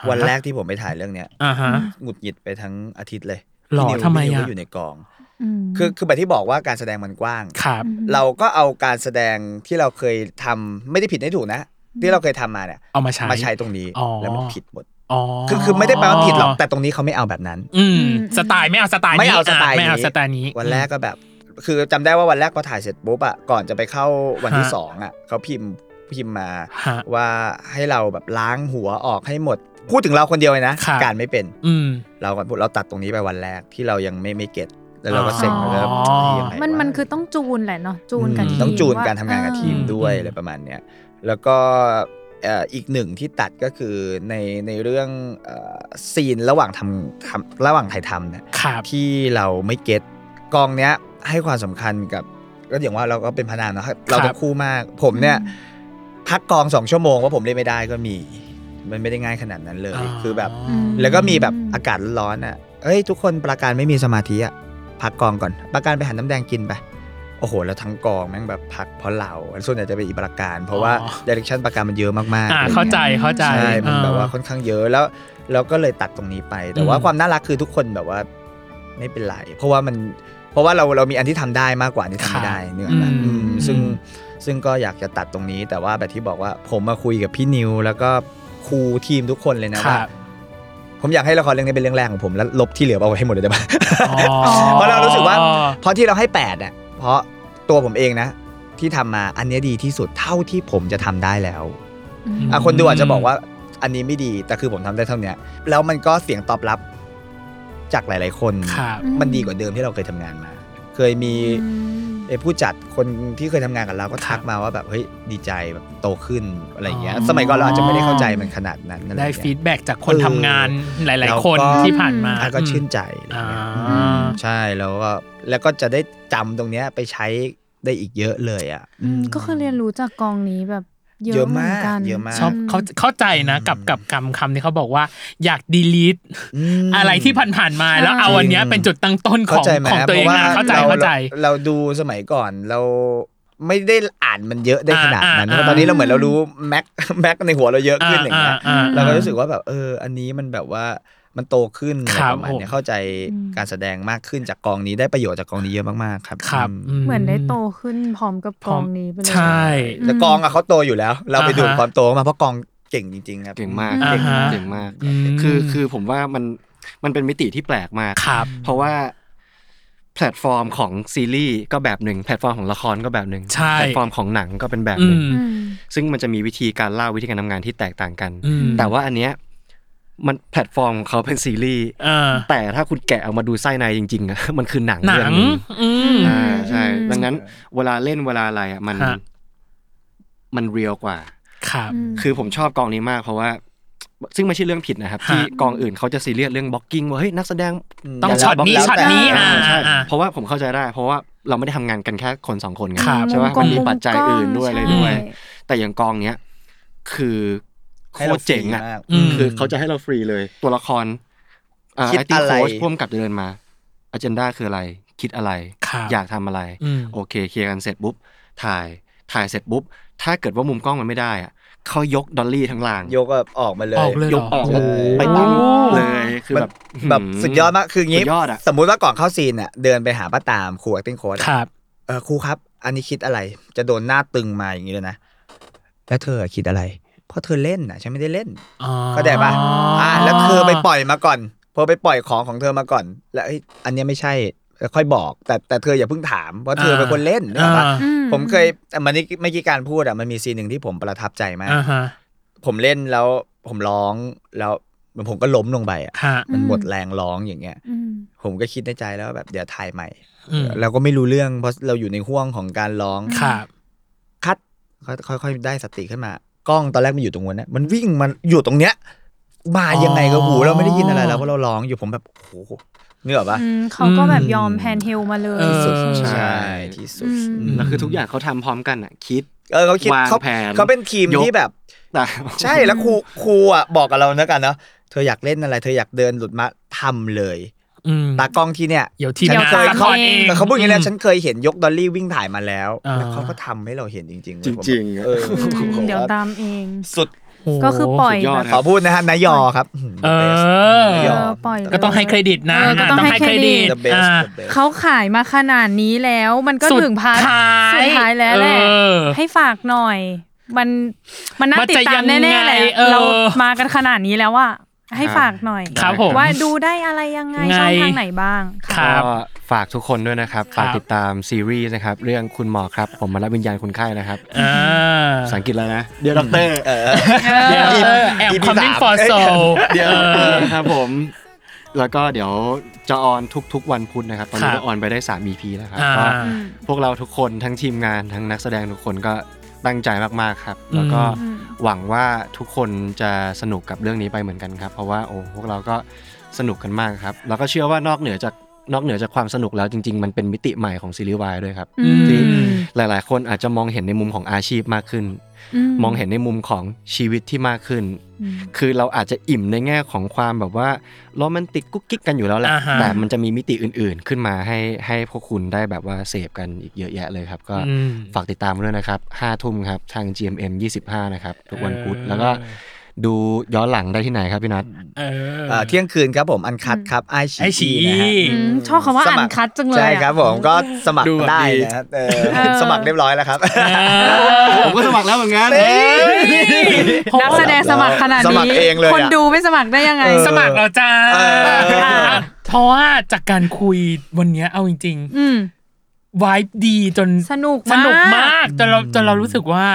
Speaker 3: ฮะ
Speaker 5: วันแรกที่ผมไปถ่ายเรื่องเนี้ย
Speaker 3: อ่าฮะ
Speaker 5: หงุดหงิดไปทั้งอาทิตย์เลย
Speaker 3: หรอ
Speaker 5: นิว
Speaker 3: ทำไม
Speaker 5: พี่นิว
Speaker 3: อะ
Speaker 5: ก็อยู่ในกอง
Speaker 2: อืม
Speaker 5: คือคือแบบที่บอกว่าการแสดงมันกว้าง
Speaker 3: ครับ
Speaker 5: เราก็เอาการแสดงที่เราเคยทำไม่ได้ผิดไม่ถูกนะ ที่เราเคยทำมาเนี่ย
Speaker 3: เอามาใช้
Speaker 5: มาใช้ตรงนี้
Speaker 3: อ๋อ
Speaker 5: แล้วมันผิดหมด
Speaker 3: อ๋อ
Speaker 5: คือคือไม่ได้แปลว่าผิดหรอกแต่ตรงนี้เขาไม่เอาแบบนั้น
Speaker 3: อืม สไตล์ไม่เอาสไตล์นี้
Speaker 5: ไม่เอาสไตล์
Speaker 3: ะไม่เอาสไตล์นี้
Speaker 5: วันแรกก็แบบ คือจำได้ว่าวันแรกพอถ่ายเสร็จปุ๊บอ่ะก่อนจะไปเข้าวันที่
Speaker 3: ฮะ
Speaker 5: สองอ่ะเขาพิมพ์พิมพ์มา
Speaker 3: ฮะ
Speaker 5: ว่าให้เราแบบล้างหัวออกให้หมด พูดถึงเราคนเดียวเลยนะ
Speaker 3: ครับ
Speaker 5: การไม่เป็น
Speaker 3: อืม
Speaker 5: เราก็เราตัดตรงนี้ไปวันแรกที่เรายังไม่ไม่เก็ตแล้วเราก็เซ็งไปแล้ว
Speaker 3: อ๋อ
Speaker 5: ยังไง
Speaker 2: มัน
Speaker 5: วะ
Speaker 2: มันคือต้องจูนแหละเนาะจูนกับ
Speaker 5: อื
Speaker 2: ที
Speaker 5: ม
Speaker 2: ม
Speaker 5: ต้องจูน
Speaker 2: ว่
Speaker 5: การทำงานกับทีม
Speaker 2: เออ
Speaker 5: ด้วย
Speaker 3: อืม
Speaker 5: อะไรประมาณเนี้ยแล้วก็เอ่ออีกหนึ่งที่ตัดก็คือในในเรื่องเอ่อซีนระหว่างทำทำระหว่างถ่ายทำเนี่ย
Speaker 3: ครับ
Speaker 5: ที่เราไม่เก็ตกองเนี้ยให้ความสำคัญกับก็อย่างว่าเราก็เป็นพนักงานเนาะเราต้องคู่มาก ผมเนี่ย
Speaker 2: อื
Speaker 5: พักกองสองชั่วโมงว่าผมเล่นไม่ได้ก็มี มันไม่ได้ง่ายขนาดนั้นเลย
Speaker 3: า
Speaker 5: คือแบบ
Speaker 2: อืม
Speaker 5: แล้วก็มีแบบอากาศร้อนๆอ่ะ เอ้ย ทุกคนประการไม่มีสมาธิอ่ะ พักกองก่อน ประการไปหันน้ำแดงกินไป โอ้โห แล้วทั้งกองแม่งแบบพักเพราะเราส่วนใหญ่จะเป็นอีประการ เพราะว่าดเรกชันประการมันเยอะมากๆ
Speaker 3: อ่า
Speaker 5: อะไร
Speaker 3: เข้าใจ
Speaker 5: เงี้ย
Speaker 3: เข้าใจ
Speaker 5: ใช่มันแบบว่า
Speaker 3: อ่
Speaker 5: ค่อนข้างเยอะแล้วเราก็เลยตัดตรงนี้ไป แต่ว่า
Speaker 3: อืม
Speaker 5: ความน่ารักคือทุกคนแบบว่าไม่เป็นไร เพราะว่ามัน เพราะว่าเราเรามีอันที่ทำได้มากกว่าอันที่ทำไม่ได้
Speaker 3: ครับ
Speaker 5: เนื่องจาก
Speaker 3: อืม
Speaker 5: ซึ่งซึ่งก็อยากจะตัดตรงนี้ แต่ว่าแบบที่บอกว่าผมมาคุยกับพี่นิว แล้วก็ครูทีมทุกคนเลยนะ
Speaker 3: ครั
Speaker 5: ว่า
Speaker 3: บ
Speaker 5: ผมอยากให้ละครเรื่องนี้เป็นเรื่องแรกของผมแล้วลบที่เหลือเอาไว้ให้หมดเลยได้ปะ
Speaker 3: อ๋อ
Speaker 5: เพราะเรารู้สึกว่าเพราะที่เราให้แปดอ่ะเพราะตัวผมเองนะ ที่ทำมาอันเนี้ยดีที่สุดเท่าที่ผมจะทำได้แล้ว
Speaker 2: อืม
Speaker 5: อ่ะคนดูอาจจะบอกว่าอันนี้ไม่ดีแต่คือผมทำได้เท่าเนี้ยแล้วมันก็เสียงตอบรับจากหลาย ๆ คน
Speaker 3: ครับ
Speaker 5: มันดีกว่าเดิมที่เราเคยทำงานมา เคยมี
Speaker 2: อืม
Speaker 5: ไอ้ผู้จัดคนที่เคยทำงานกับเราก็ทักมาว่าแบบเฮ้ยดีใจแบบโตขึ้นอะไรอย่างเงี้ย
Speaker 3: อ๋อ
Speaker 5: สมัยก่อนเราอาจจะไม่ได้เข้าใจมันขนาดนั้นอะไรอ
Speaker 3: ได้
Speaker 5: ย่างเงี้ย
Speaker 3: ฟีดแบ็จากคนทำงานหลาย
Speaker 5: เรา
Speaker 3: ๆ คน
Speaker 5: ก็
Speaker 3: ที่ผ่านมา
Speaker 5: อ่ะก็
Speaker 3: อืม
Speaker 5: ชื่นใจอะไรเงี้ย
Speaker 3: อ่า
Speaker 5: อืมใช่แล้วก็แล้วก็จะได้จำตรงเนี้ยไปใช้ได้อีกเยอะเลยอ่ะ
Speaker 2: อืมก็คือเรียนรู้จากกองนี้แบบเย
Speaker 5: เย
Speaker 2: อะ
Speaker 5: อะ
Speaker 2: เหมือน
Speaker 5: มาก
Speaker 2: กัน
Speaker 5: เยอะมาก
Speaker 3: ชอบเขาเข้าใจนะกับกับคำคำที่เขาบอกว่าอยากดีลีท
Speaker 5: ม
Speaker 3: อะไรที่ผ่านๆมาแล้วเอาอันเนี้ยเป็นจุดตั้งต้นข
Speaker 5: เข้า
Speaker 3: อง
Speaker 5: ใจไหม
Speaker 3: ของตัวเองนะ
Speaker 5: พระ
Speaker 3: เข้าใจเข้าใจ
Speaker 5: รเราดูสมัยก่อนเราไม่ได้อ่านมันเยอะได้ขนาดนั้น
Speaker 3: อ่าอ่า
Speaker 5: ตอนนี้เราเหมือนเรารู้แม็ กแม็กในหัวเราเยอะขึ้นอย่างเงี้ย
Speaker 3: อ่า
Speaker 5: เราก็รู้สึกว่าแบบเออ อันนี้มันแบบว่ามันโตขึ้นอะไร
Speaker 3: ครับ
Speaker 5: ประมาณ
Speaker 3: ผ
Speaker 5: เนี้ย
Speaker 3: ม
Speaker 5: เข้าใจการแสดงมากขึ้นจากกองนี้ได้ประโยชน์จากกองนี้เยอะมากๆครับ
Speaker 3: ครับ
Speaker 5: อืม
Speaker 2: เหมือนได้โตขึ้นพร้อมกับกองนี้ไปเลย
Speaker 3: ใช่
Speaker 5: แต่กองอะเขาโตอยู่แล้ว เราไปดูด
Speaker 3: อ่าฮะ
Speaker 5: ความโตมาเพราะกองเก่งจริงๆครับ
Speaker 4: เก่งมาก
Speaker 3: อ่าฮะ
Speaker 4: เก่งมาก
Speaker 3: อืม
Speaker 4: คือคือผมว่ามันมันเป็นมิติที่แปลกมาก
Speaker 3: ครับ
Speaker 4: เพราะว่าแพลตฟอร์มของซีรีส์ก็แบบหนึ่งแพลตฟอร์มของละครก็แบบหนึ่ง
Speaker 3: ใช่
Speaker 4: แพลตฟอร์มของหนังก็เป็นแบบ
Speaker 3: อื
Speaker 4: หนึ่ง
Speaker 3: ม
Speaker 2: อืม
Speaker 4: ซึ่งมันจะมีวิธีการเล่าวิธีการทำงานที่แตกต่างกัน
Speaker 3: อืม
Speaker 4: แต่ว่าอันเนี้ยมันแพลตฟอร์มของเขาเป็นซีรีส์
Speaker 3: อ่า
Speaker 4: แต่ถ้าคุณแกะออกมาดูไส้ในจริงๆอะ มันคือหนัง
Speaker 3: หนั
Speaker 4: เรื่อง
Speaker 3: ง
Speaker 4: หนึง
Speaker 3: อืม
Speaker 4: อ่าใช่
Speaker 2: อืม
Speaker 4: ดังนั้นเวลาเล่นเวลาอะไรอ่ะมัน
Speaker 3: ฮะ
Speaker 4: มันเรียลกว่า
Speaker 3: ครับ
Speaker 4: คือผมชอบกองนี้มากเพราะว่า ซึ่งไม่ใช่เรื่องผิดนะครับ ที่กองอื่นเขาจะซีเรียสเรื่องบล็อกกิ้งว่าเฮ้ยนักแสดง
Speaker 3: ต้อง
Speaker 4: ย่า
Speaker 3: ช็อตนี้
Speaker 4: แล้ว
Speaker 3: ช็อต
Speaker 4: แต่
Speaker 3: นี้อ่า
Speaker 4: ใช่
Speaker 3: อ่า
Speaker 4: เพราะว่าผมเข้าใจได้ เพราะว่าเราไม่ได้ทำงานกันแค่คนสองคนไง
Speaker 3: ครับ
Speaker 4: ใช่ไหม
Speaker 2: กล้อง
Speaker 4: มันมี
Speaker 2: มุม
Speaker 4: ปัจจัย
Speaker 2: กล้อง
Speaker 4: อื่นด้วยอะไร
Speaker 2: ใช่
Speaker 4: ด้วย แต่อย่างกองเนี้ยคือโค
Speaker 5: ให้เรา
Speaker 4: ตรเจ๋งอ่ะ
Speaker 5: ฟรีมาก
Speaker 3: อืม
Speaker 4: คือเขาจะให้เราฟรีเลย ตัวละครอ่า
Speaker 5: คิด
Speaker 4: ไอติ
Speaker 5: อะไร
Speaker 4: โค้ชพ่วงกับจะเดินมาอ g e n d a คืออะไร คิดอะไร
Speaker 3: ครับ
Speaker 4: อยากทำอะไร
Speaker 3: อืม
Speaker 4: โอเคเคลียร์กันเสร็จปุ๊บถ่ายถ่ายเสร็จปุ๊บ ถ้าเกิดว่ามุมกล้องมันไม่ได้อะเขายกดอลลี่ทั้งลาง
Speaker 5: ยกแบบออกมาเลย
Speaker 3: ออกเลย
Speaker 4: ยกออกแล้ว
Speaker 5: โอ้โห
Speaker 4: ไปตั้งเลยคือแบบ
Speaker 5: แบบ
Speaker 4: หื
Speaker 5: สุดยอดมากคืออย่างงี้
Speaker 4: สุดยอดอ่ะ
Speaker 5: สมมุติว่าก่อนเข้าซีนอ่ะเดินไปหาป้าตามครู acting coach อะ
Speaker 3: ครับ
Speaker 5: เออครูครับ อันนี้คิดอะไร จะโดนหน้าตึงมาอย่างนี้เลยนะแล้วเธอคิดอะไรเพราะเธอเล่นนะฉันไม่ได้เล่น
Speaker 3: อ๋อ
Speaker 5: เข้าใจปะอ่าแล้วเธอไปปล่อยมาก่อน พอไปปล่อยของของเธอมาก่อน แล้วเอ้ยอันเนี้ยไม่ใช่ ค่อยบอก แต่แต่เธออย่าเพิ่งถามเพราะเธอเป็นคนเล่นนะ
Speaker 3: อ่า
Speaker 5: ครับ
Speaker 2: อื
Speaker 5: ผมเคยแต่มันนี่ไม่กี่การพูดอ่ะมันมีซีนหนึ่งที่ผมประทับใจมาก
Speaker 3: อ่าฮะ
Speaker 5: ผมเล่นแล้วผมร้องแล้วเหมือนผมก็ล้มลงไปอ่ะ
Speaker 3: ฮะ
Speaker 5: มันหมดแรงร้องอย่างเงี้ย
Speaker 2: อืม
Speaker 5: ผมก็คิดในใจแล้วว่าแบบเดี๋ยวถ่ายใหม่
Speaker 3: อืม
Speaker 5: เราก็ไม่รู้เรื่องเพราะเราอยู่ในห่วงของการร้อง
Speaker 3: ครับ
Speaker 5: คัดค่อยๆได้สติขึ้นมากล้องตอนแรกมันอยู่ตรงนู้นนะมันวิ่งมันอยู่ตรงเนี้ยมายังไงก็หูเราไม่ได้ยินอะไรแล้วเพราะเราร้องอยู่ผมแบบโอ้โหเนื้ออกปะ
Speaker 2: อืมเขาก็แบบยอมแฮนด์เฮลมาเลย
Speaker 3: เออ
Speaker 4: ใช่
Speaker 5: ที่สุด
Speaker 2: อืม
Speaker 5: อืม
Speaker 4: แล้วคือทุกอย่างเขาทำพร้อมกันอ่ะ คิด
Speaker 5: เออเขาคิด
Speaker 4: วาง
Speaker 5: เขา
Speaker 4: แผน
Speaker 5: เขาเป็นทีม
Speaker 4: ยก
Speaker 5: ที่แบบ
Speaker 4: แต่
Speaker 5: ใช่แล้วครูครูอ่ะบอกกับเรานะกันเนาะเธออยากเล่นอะไร เธออยากเดินหลุดมาทำเลย
Speaker 3: อืม
Speaker 5: ตากล้องที่เนี่ย
Speaker 3: เดี๋ยวทีม
Speaker 5: ฉั
Speaker 3: งาน
Speaker 5: เคยเขา
Speaker 3: ทำเอง
Speaker 5: แต่เขาพูดอย่างนี้แล้ว
Speaker 3: อืม
Speaker 5: ฉันเคยเห็นยกดอลลี่วิ่งถ่ายมาแล้ว
Speaker 3: อ่า
Speaker 5: แล้วเขาก็ทำให้เราเห็นจริงๆเว้
Speaker 4: จ
Speaker 5: ยผม
Speaker 4: ริง
Speaker 5: เออ
Speaker 2: อืมเดี๋ยวตามเอง
Speaker 5: สุด
Speaker 3: โอ้โห
Speaker 2: ก็คือปล่อย
Speaker 4: สุดยอ
Speaker 2: แบ
Speaker 4: ด
Speaker 2: บ
Speaker 4: ค
Speaker 5: ข
Speaker 4: รั
Speaker 5: อบ พูดนะฮะนายยอครับม
Speaker 3: เอ
Speaker 5: best
Speaker 3: อ
Speaker 2: เอ
Speaker 5: นา
Speaker 3: ไม่
Speaker 5: ยย
Speaker 3: ย
Speaker 5: อ
Speaker 3: ม
Speaker 2: อปล่อยเลย
Speaker 3: ก็ต้องให้เครดิตนะ
Speaker 2: เออก็ต้องให้เครดิต
Speaker 5: the best
Speaker 3: อ่า
Speaker 5: the best
Speaker 2: เขาขายมาขนาดนี้แล้ว มันก็ถึงพาร์ทสุดท้ายแล้วแหละ
Speaker 3: เออ
Speaker 2: ให้ฝากหน่อย มันมันน่า
Speaker 3: มัน
Speaker 2: ติด
Speaker 3: จะ
Speaker 2: ตามแน่ๆแหละ
Speaker 3: ยังไงเออ
Speaker 2: เรามากันขนาดนี้แล้วอะให้ฝากหน่อย
Speaker 3: ครับผม
Speaker 2: ว่าดูได้อะไรยังไง
Speaker 3: ไง
Speaker 2: ช่องทางไหนบ้าง
Speaker 3: ค
Speaker 2: ค่ะ
Speaker 3: รับ
Speaker 4: ก็ฝากทุกคนด้วยนะครับ
Speaker 3: ครับ
Speaker 4: ฝากติดตามซีรีส์นะครับ เรื่องคุณหมอครับ ผมมารับวิญญาณคนไข้นะครับ
Speaker 3: อ่า
Speaker 4: ภาษาอังกฤษแล้วนะ เดี๋ยวดร
Speaker 5: เออ
Speaker 3: เดี๋ยวเออแอบ
Speaker 5: EP
Speaker 3: คอมมิ่ง
Speaker 5: สาม
Speaker 3: ฟอร์โซ
Speaker 4: เดี๋ยวครับผม แล้วก็เดี๋ยวจะออนทุก ๆ วันพุธนะครับ ตอนนี้
Speaker 3: ครับ
Speaker 4: ก็ออนไปได้ 3 EP แล้วครับ
Speaker 3: อ่า
Speaker 4: ก็พวกเราทุกคนทั้งทีมงานทั้งนักแสดงทุกคนก็ตั้งใจมากๆครับ แล้วก็
Speaker 2: อืม
Speaker 4: หวังว่าทุกคนจะสนุกกับเรื่องนี้ไปเหมือนกันครับ เพราะว่าโอ้พวกเราก็สนุกกันมากครับ แล้วก็เชื่อว่านอกเหนือจากนอกเหนือจากความสนุกแล้วจริง ๆ มันเป็นมิติใหม่ของซีรีส์วายด้วยครับ
Speaker 2: อืม
Speaker 4: ที่หลายๆ คนอาจจะมองเห็นในมุมของอาชีพมากขึ้น มองเห็นในมุมของชีวิตที่มากขึ้น
Speaker 2: อืม
Speaker 4: คือเราอาจจะอิ่มในแง่ของความแบบว่าโรแมนติกกุ๊กกิ๊กกันอยู่แล้วแหละ
Speaker 3: อ่าฮะ
Speaker 4: แต่มันจะมีมิติอื่นๆ ขึ้นมาให้ให้พวกคุณได้แบบว่าเสพกันอีกเยอะแยะเลยครับ ก็
Speaker 3: อืม
Speaker 4: ฝากติดตามด้วยนะครับ5ทุ่มครับทาง GMM 25 นะครับ ทุกวันพุธ
Speaker 3: เออ
Speaker 4: แล้วก็ดูย้อนหลังได้ที่ไหนครับพี่นัท
Speaker 3: เออ
Speaker 5: เอ่อเที่ยงคืนครับผมอันคัดครับไอชี
Speaker 3: iQIYI
Speaker 5: นะฮะ
Speaker 2: อืมชอบคำว่า
Speaker 5: สร
Speaker 2: อันคัดจังเลยอะ
Speaker 5: ใช่ครับผมก็สมัคร
Speaker 3: ดูแบบ
Speaker 5: ได้
Speaker 3: ดี
Speaker 5: นะฮะเออสมัครเรียบร้อยแล้วครับ
Speaker 4: ผมก็สมัครแล้วเหมือนกัน
Speaker 2: นักแสดงสมัครขนาด
Speaker 5: สมัคร
Speaker 2: นี้
Speaker 5: เองเลยอะ
Speaker 2: คนดูไม่สมัครได้ยังไง
Speaker 3: สมัครแล้วจ้า
Speaker 5: เออ
Speaker 3: เพราะว่าจากการคุยวันเนี้ยเอาจริง
Speaker 2: อืม
Speaker 3: ๆวายดีจน
Speaker 2: สนุก
Speaker 3: ส
Speaker 2: มาก
Speaker 3: นุกมากจนเราจนเรารู้สึกว่า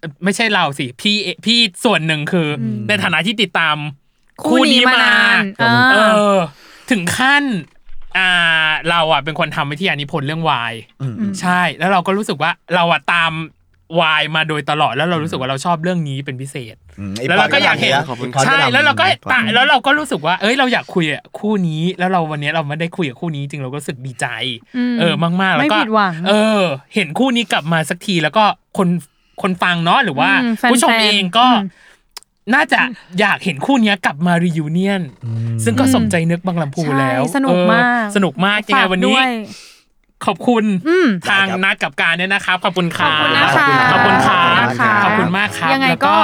Speaker 3: เอ่อไม่ใช่เราสิ พี่เอพี่ส่วนหนึ่งคืออในฐานะที่ติดตาม
Speaker 2: คู่นี้มานาน
Speaker 3: เออ
Speaker 2: เออ
Speaker 3: ถึงขั้นอ่าเราอ่ะเป็นคนทำวิทยานิพนธ์เรื่องวายใช่ แล้วเราก็รู้สึกว่าเราอ่ะตามวายมาโดยตลอดแล้วเรารู้สึกว่าเราชอบเรื่องนี้เป็นพิเศษ
Speaker 5: ม
Speaker 3: แล้วเราก็อยากเห็น
Speaker 5: ขอบคุณครับ
Speaker 3: ใช่แล้วเราก็
Speaker 5: ขอบคุณค
Speaker 3: ตะ
Speaker 5: บ
Speaker 3: แล้วเราก็รู้สึกว่า เอ้ยเราอยากคุยอ่ะคู่นี้แล้วเราวันนี้เราไม่ได้คุยกับคู่นี้จริงเราก็รู้สึกดีใจ
Speaker 2: อืม
Speaker 3: เออมากๆแล้วก็
Speaker 2: ไม่ผิดหวัง
Speaker 3: เออ เห็นคู่นี้กลับมาสักทีแล้วก็คนคนฟังเนาะหรือว่า
Speaker 2: อืมแฟนๆ
Speaker 3: ผู้ชมเองก็
Speaker 2: อืม
Speaker 3: น่าจะอยากเห็นคู่นี้กลับมารียูเนียนซึ่งก็สมใจนึกบางลำพู
Speaker 2: ใช่
Speaker 3: แล้ว
Speaker 2: สนุก
Speaker 3: เออ
Speaker 2: มาก
Speaker 3: สนุกมากยังไง
Speaker 2: ฝาก
Speaker 3: วัน
Speaker 2: ด้
Speaker 3: นี้
Speaker 2: วย
Speaker 3: ขอบคุณ
Speaker 2: อืม
Speaker 3: ทางนัดกับการเนี่ยนะครับขอบคุณค่ะ
Speaker 2: ขอบคุณนะคะ
Speaker 3: ขอบคุณค่ะ
Speaker 2: ขอบคุณค่ะ
Speaker 3: ขอบคุณมากครับ
Speaker 2: ยังไง
Speaker 3: แล้ว
Speaker 2: ก็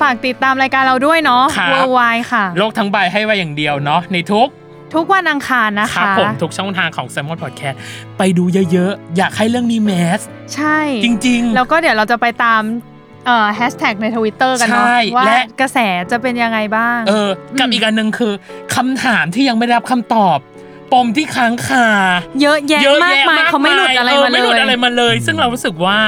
Speaker 2: ฝากติดตามรายการเราด้วยเนาะ
Speaker 3: ครับ
Speaker 2: เวอร์ไวค่ะ
Speaker 3: โลกทั้งใบให้ไว้อย่างเดียวเนาะในทุก
Speaker 2: ทุกวันอังคารนะ
Speaker 3: รับ
Speaker 2: คะ
Speaker 3: ผมทุกช่องทางของ s ซ l m o n Podcast ไปดูเยอะๆ อยากให้เรื่องนี้แมส
Speaker 2: ใช่
Speaker 3: จริง
Speaker 2: แล้วก็เดี๋ยวเราจะไปตามเอ่อแฮชแท็กในทวิตเตอร์กันเนาะ
Speaker 3: ใช่
Speaker 2: ว่า
Speaker 3: และ
Speaker 2: กระแสจะเป็นยังไงบ้าง
Speaker 3: เออ กับอีกอันหนึ่งคือคำถามที่ยังไม่ได้รับคำตอบ ปมที่ค้างคา
Speaker 2: เยอะแยะ
Speaker 3: เยอะ
Speaker 2: มาก
Speaker 3: แยะ
Speaker 2: มายเขาไม่หลุดอะไร
Speaker 3: ออ
Speaker 2: มาเลย
Speaker 3: ไม่หลุดอะไรมาเลย ซึ่งเรารู้สึกว่า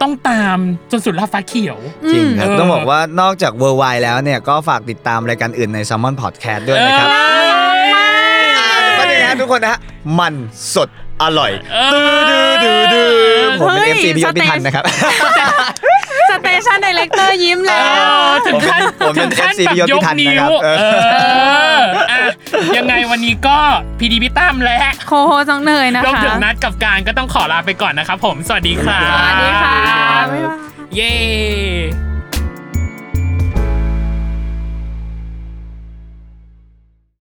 Speaker 3: ต้องตามจนสุดล่าฟ้าเขียว
Speaker 2: อืม
Speaker 5: จริงครับ
Speaker 3: เออ
Speaker 5: ต้องบอกว่านอกจากเวอร์ไวแล้วเนี่ย ก็ฝากติดตามรายการอื่นใน s ซ m มอนพอดแคสต์ด้วยนะครับก็นี่นะทุกคนนะฮะมันสดอร่อย
Speaker 3: ดูดู
Speaker 5: ดูดูผมเป็น
Speaker 2: เฮ้ย
Speaker 5: MC พี่ยศพิทัน นะครับ
Speaker 2: สเตชันไดเรคเตอร์ยิ้มแล้ว
Speaker 3: ถึงขั้น
Speaker 5: ผมเป็
Speaker 3: ถึ
Speaker 5: น
Speaker 3: งขั้น
Speaker 5: FC
Speaker 3: แบบ
Speaker 5: พี่
Speaker 3: ย
Speaker 5: ยศพิ
Speaker 3: ก
Speaker 5: ทันนะ
Speaker 3: นิ้
Speaker 5: ครั
Speaker 3: ว
Speaker 5: บ
Speaker 3: เอ
Speaker 5: เออ
Speaker 3: ออ่ะยังไงวันนี้ก็พีดีพิตั้มและ
Speaker 2: โคโฮน้องเนยนะ
Speaker 3: รวม
Speaker 2: คะ
Speaker 3: ถึงนัดกับการก็ต้องขอลาไปก่อนนะครับผม สวัสดีครับ
Speaker 2: สวัสดีค่ะ
Speaker 3: เย้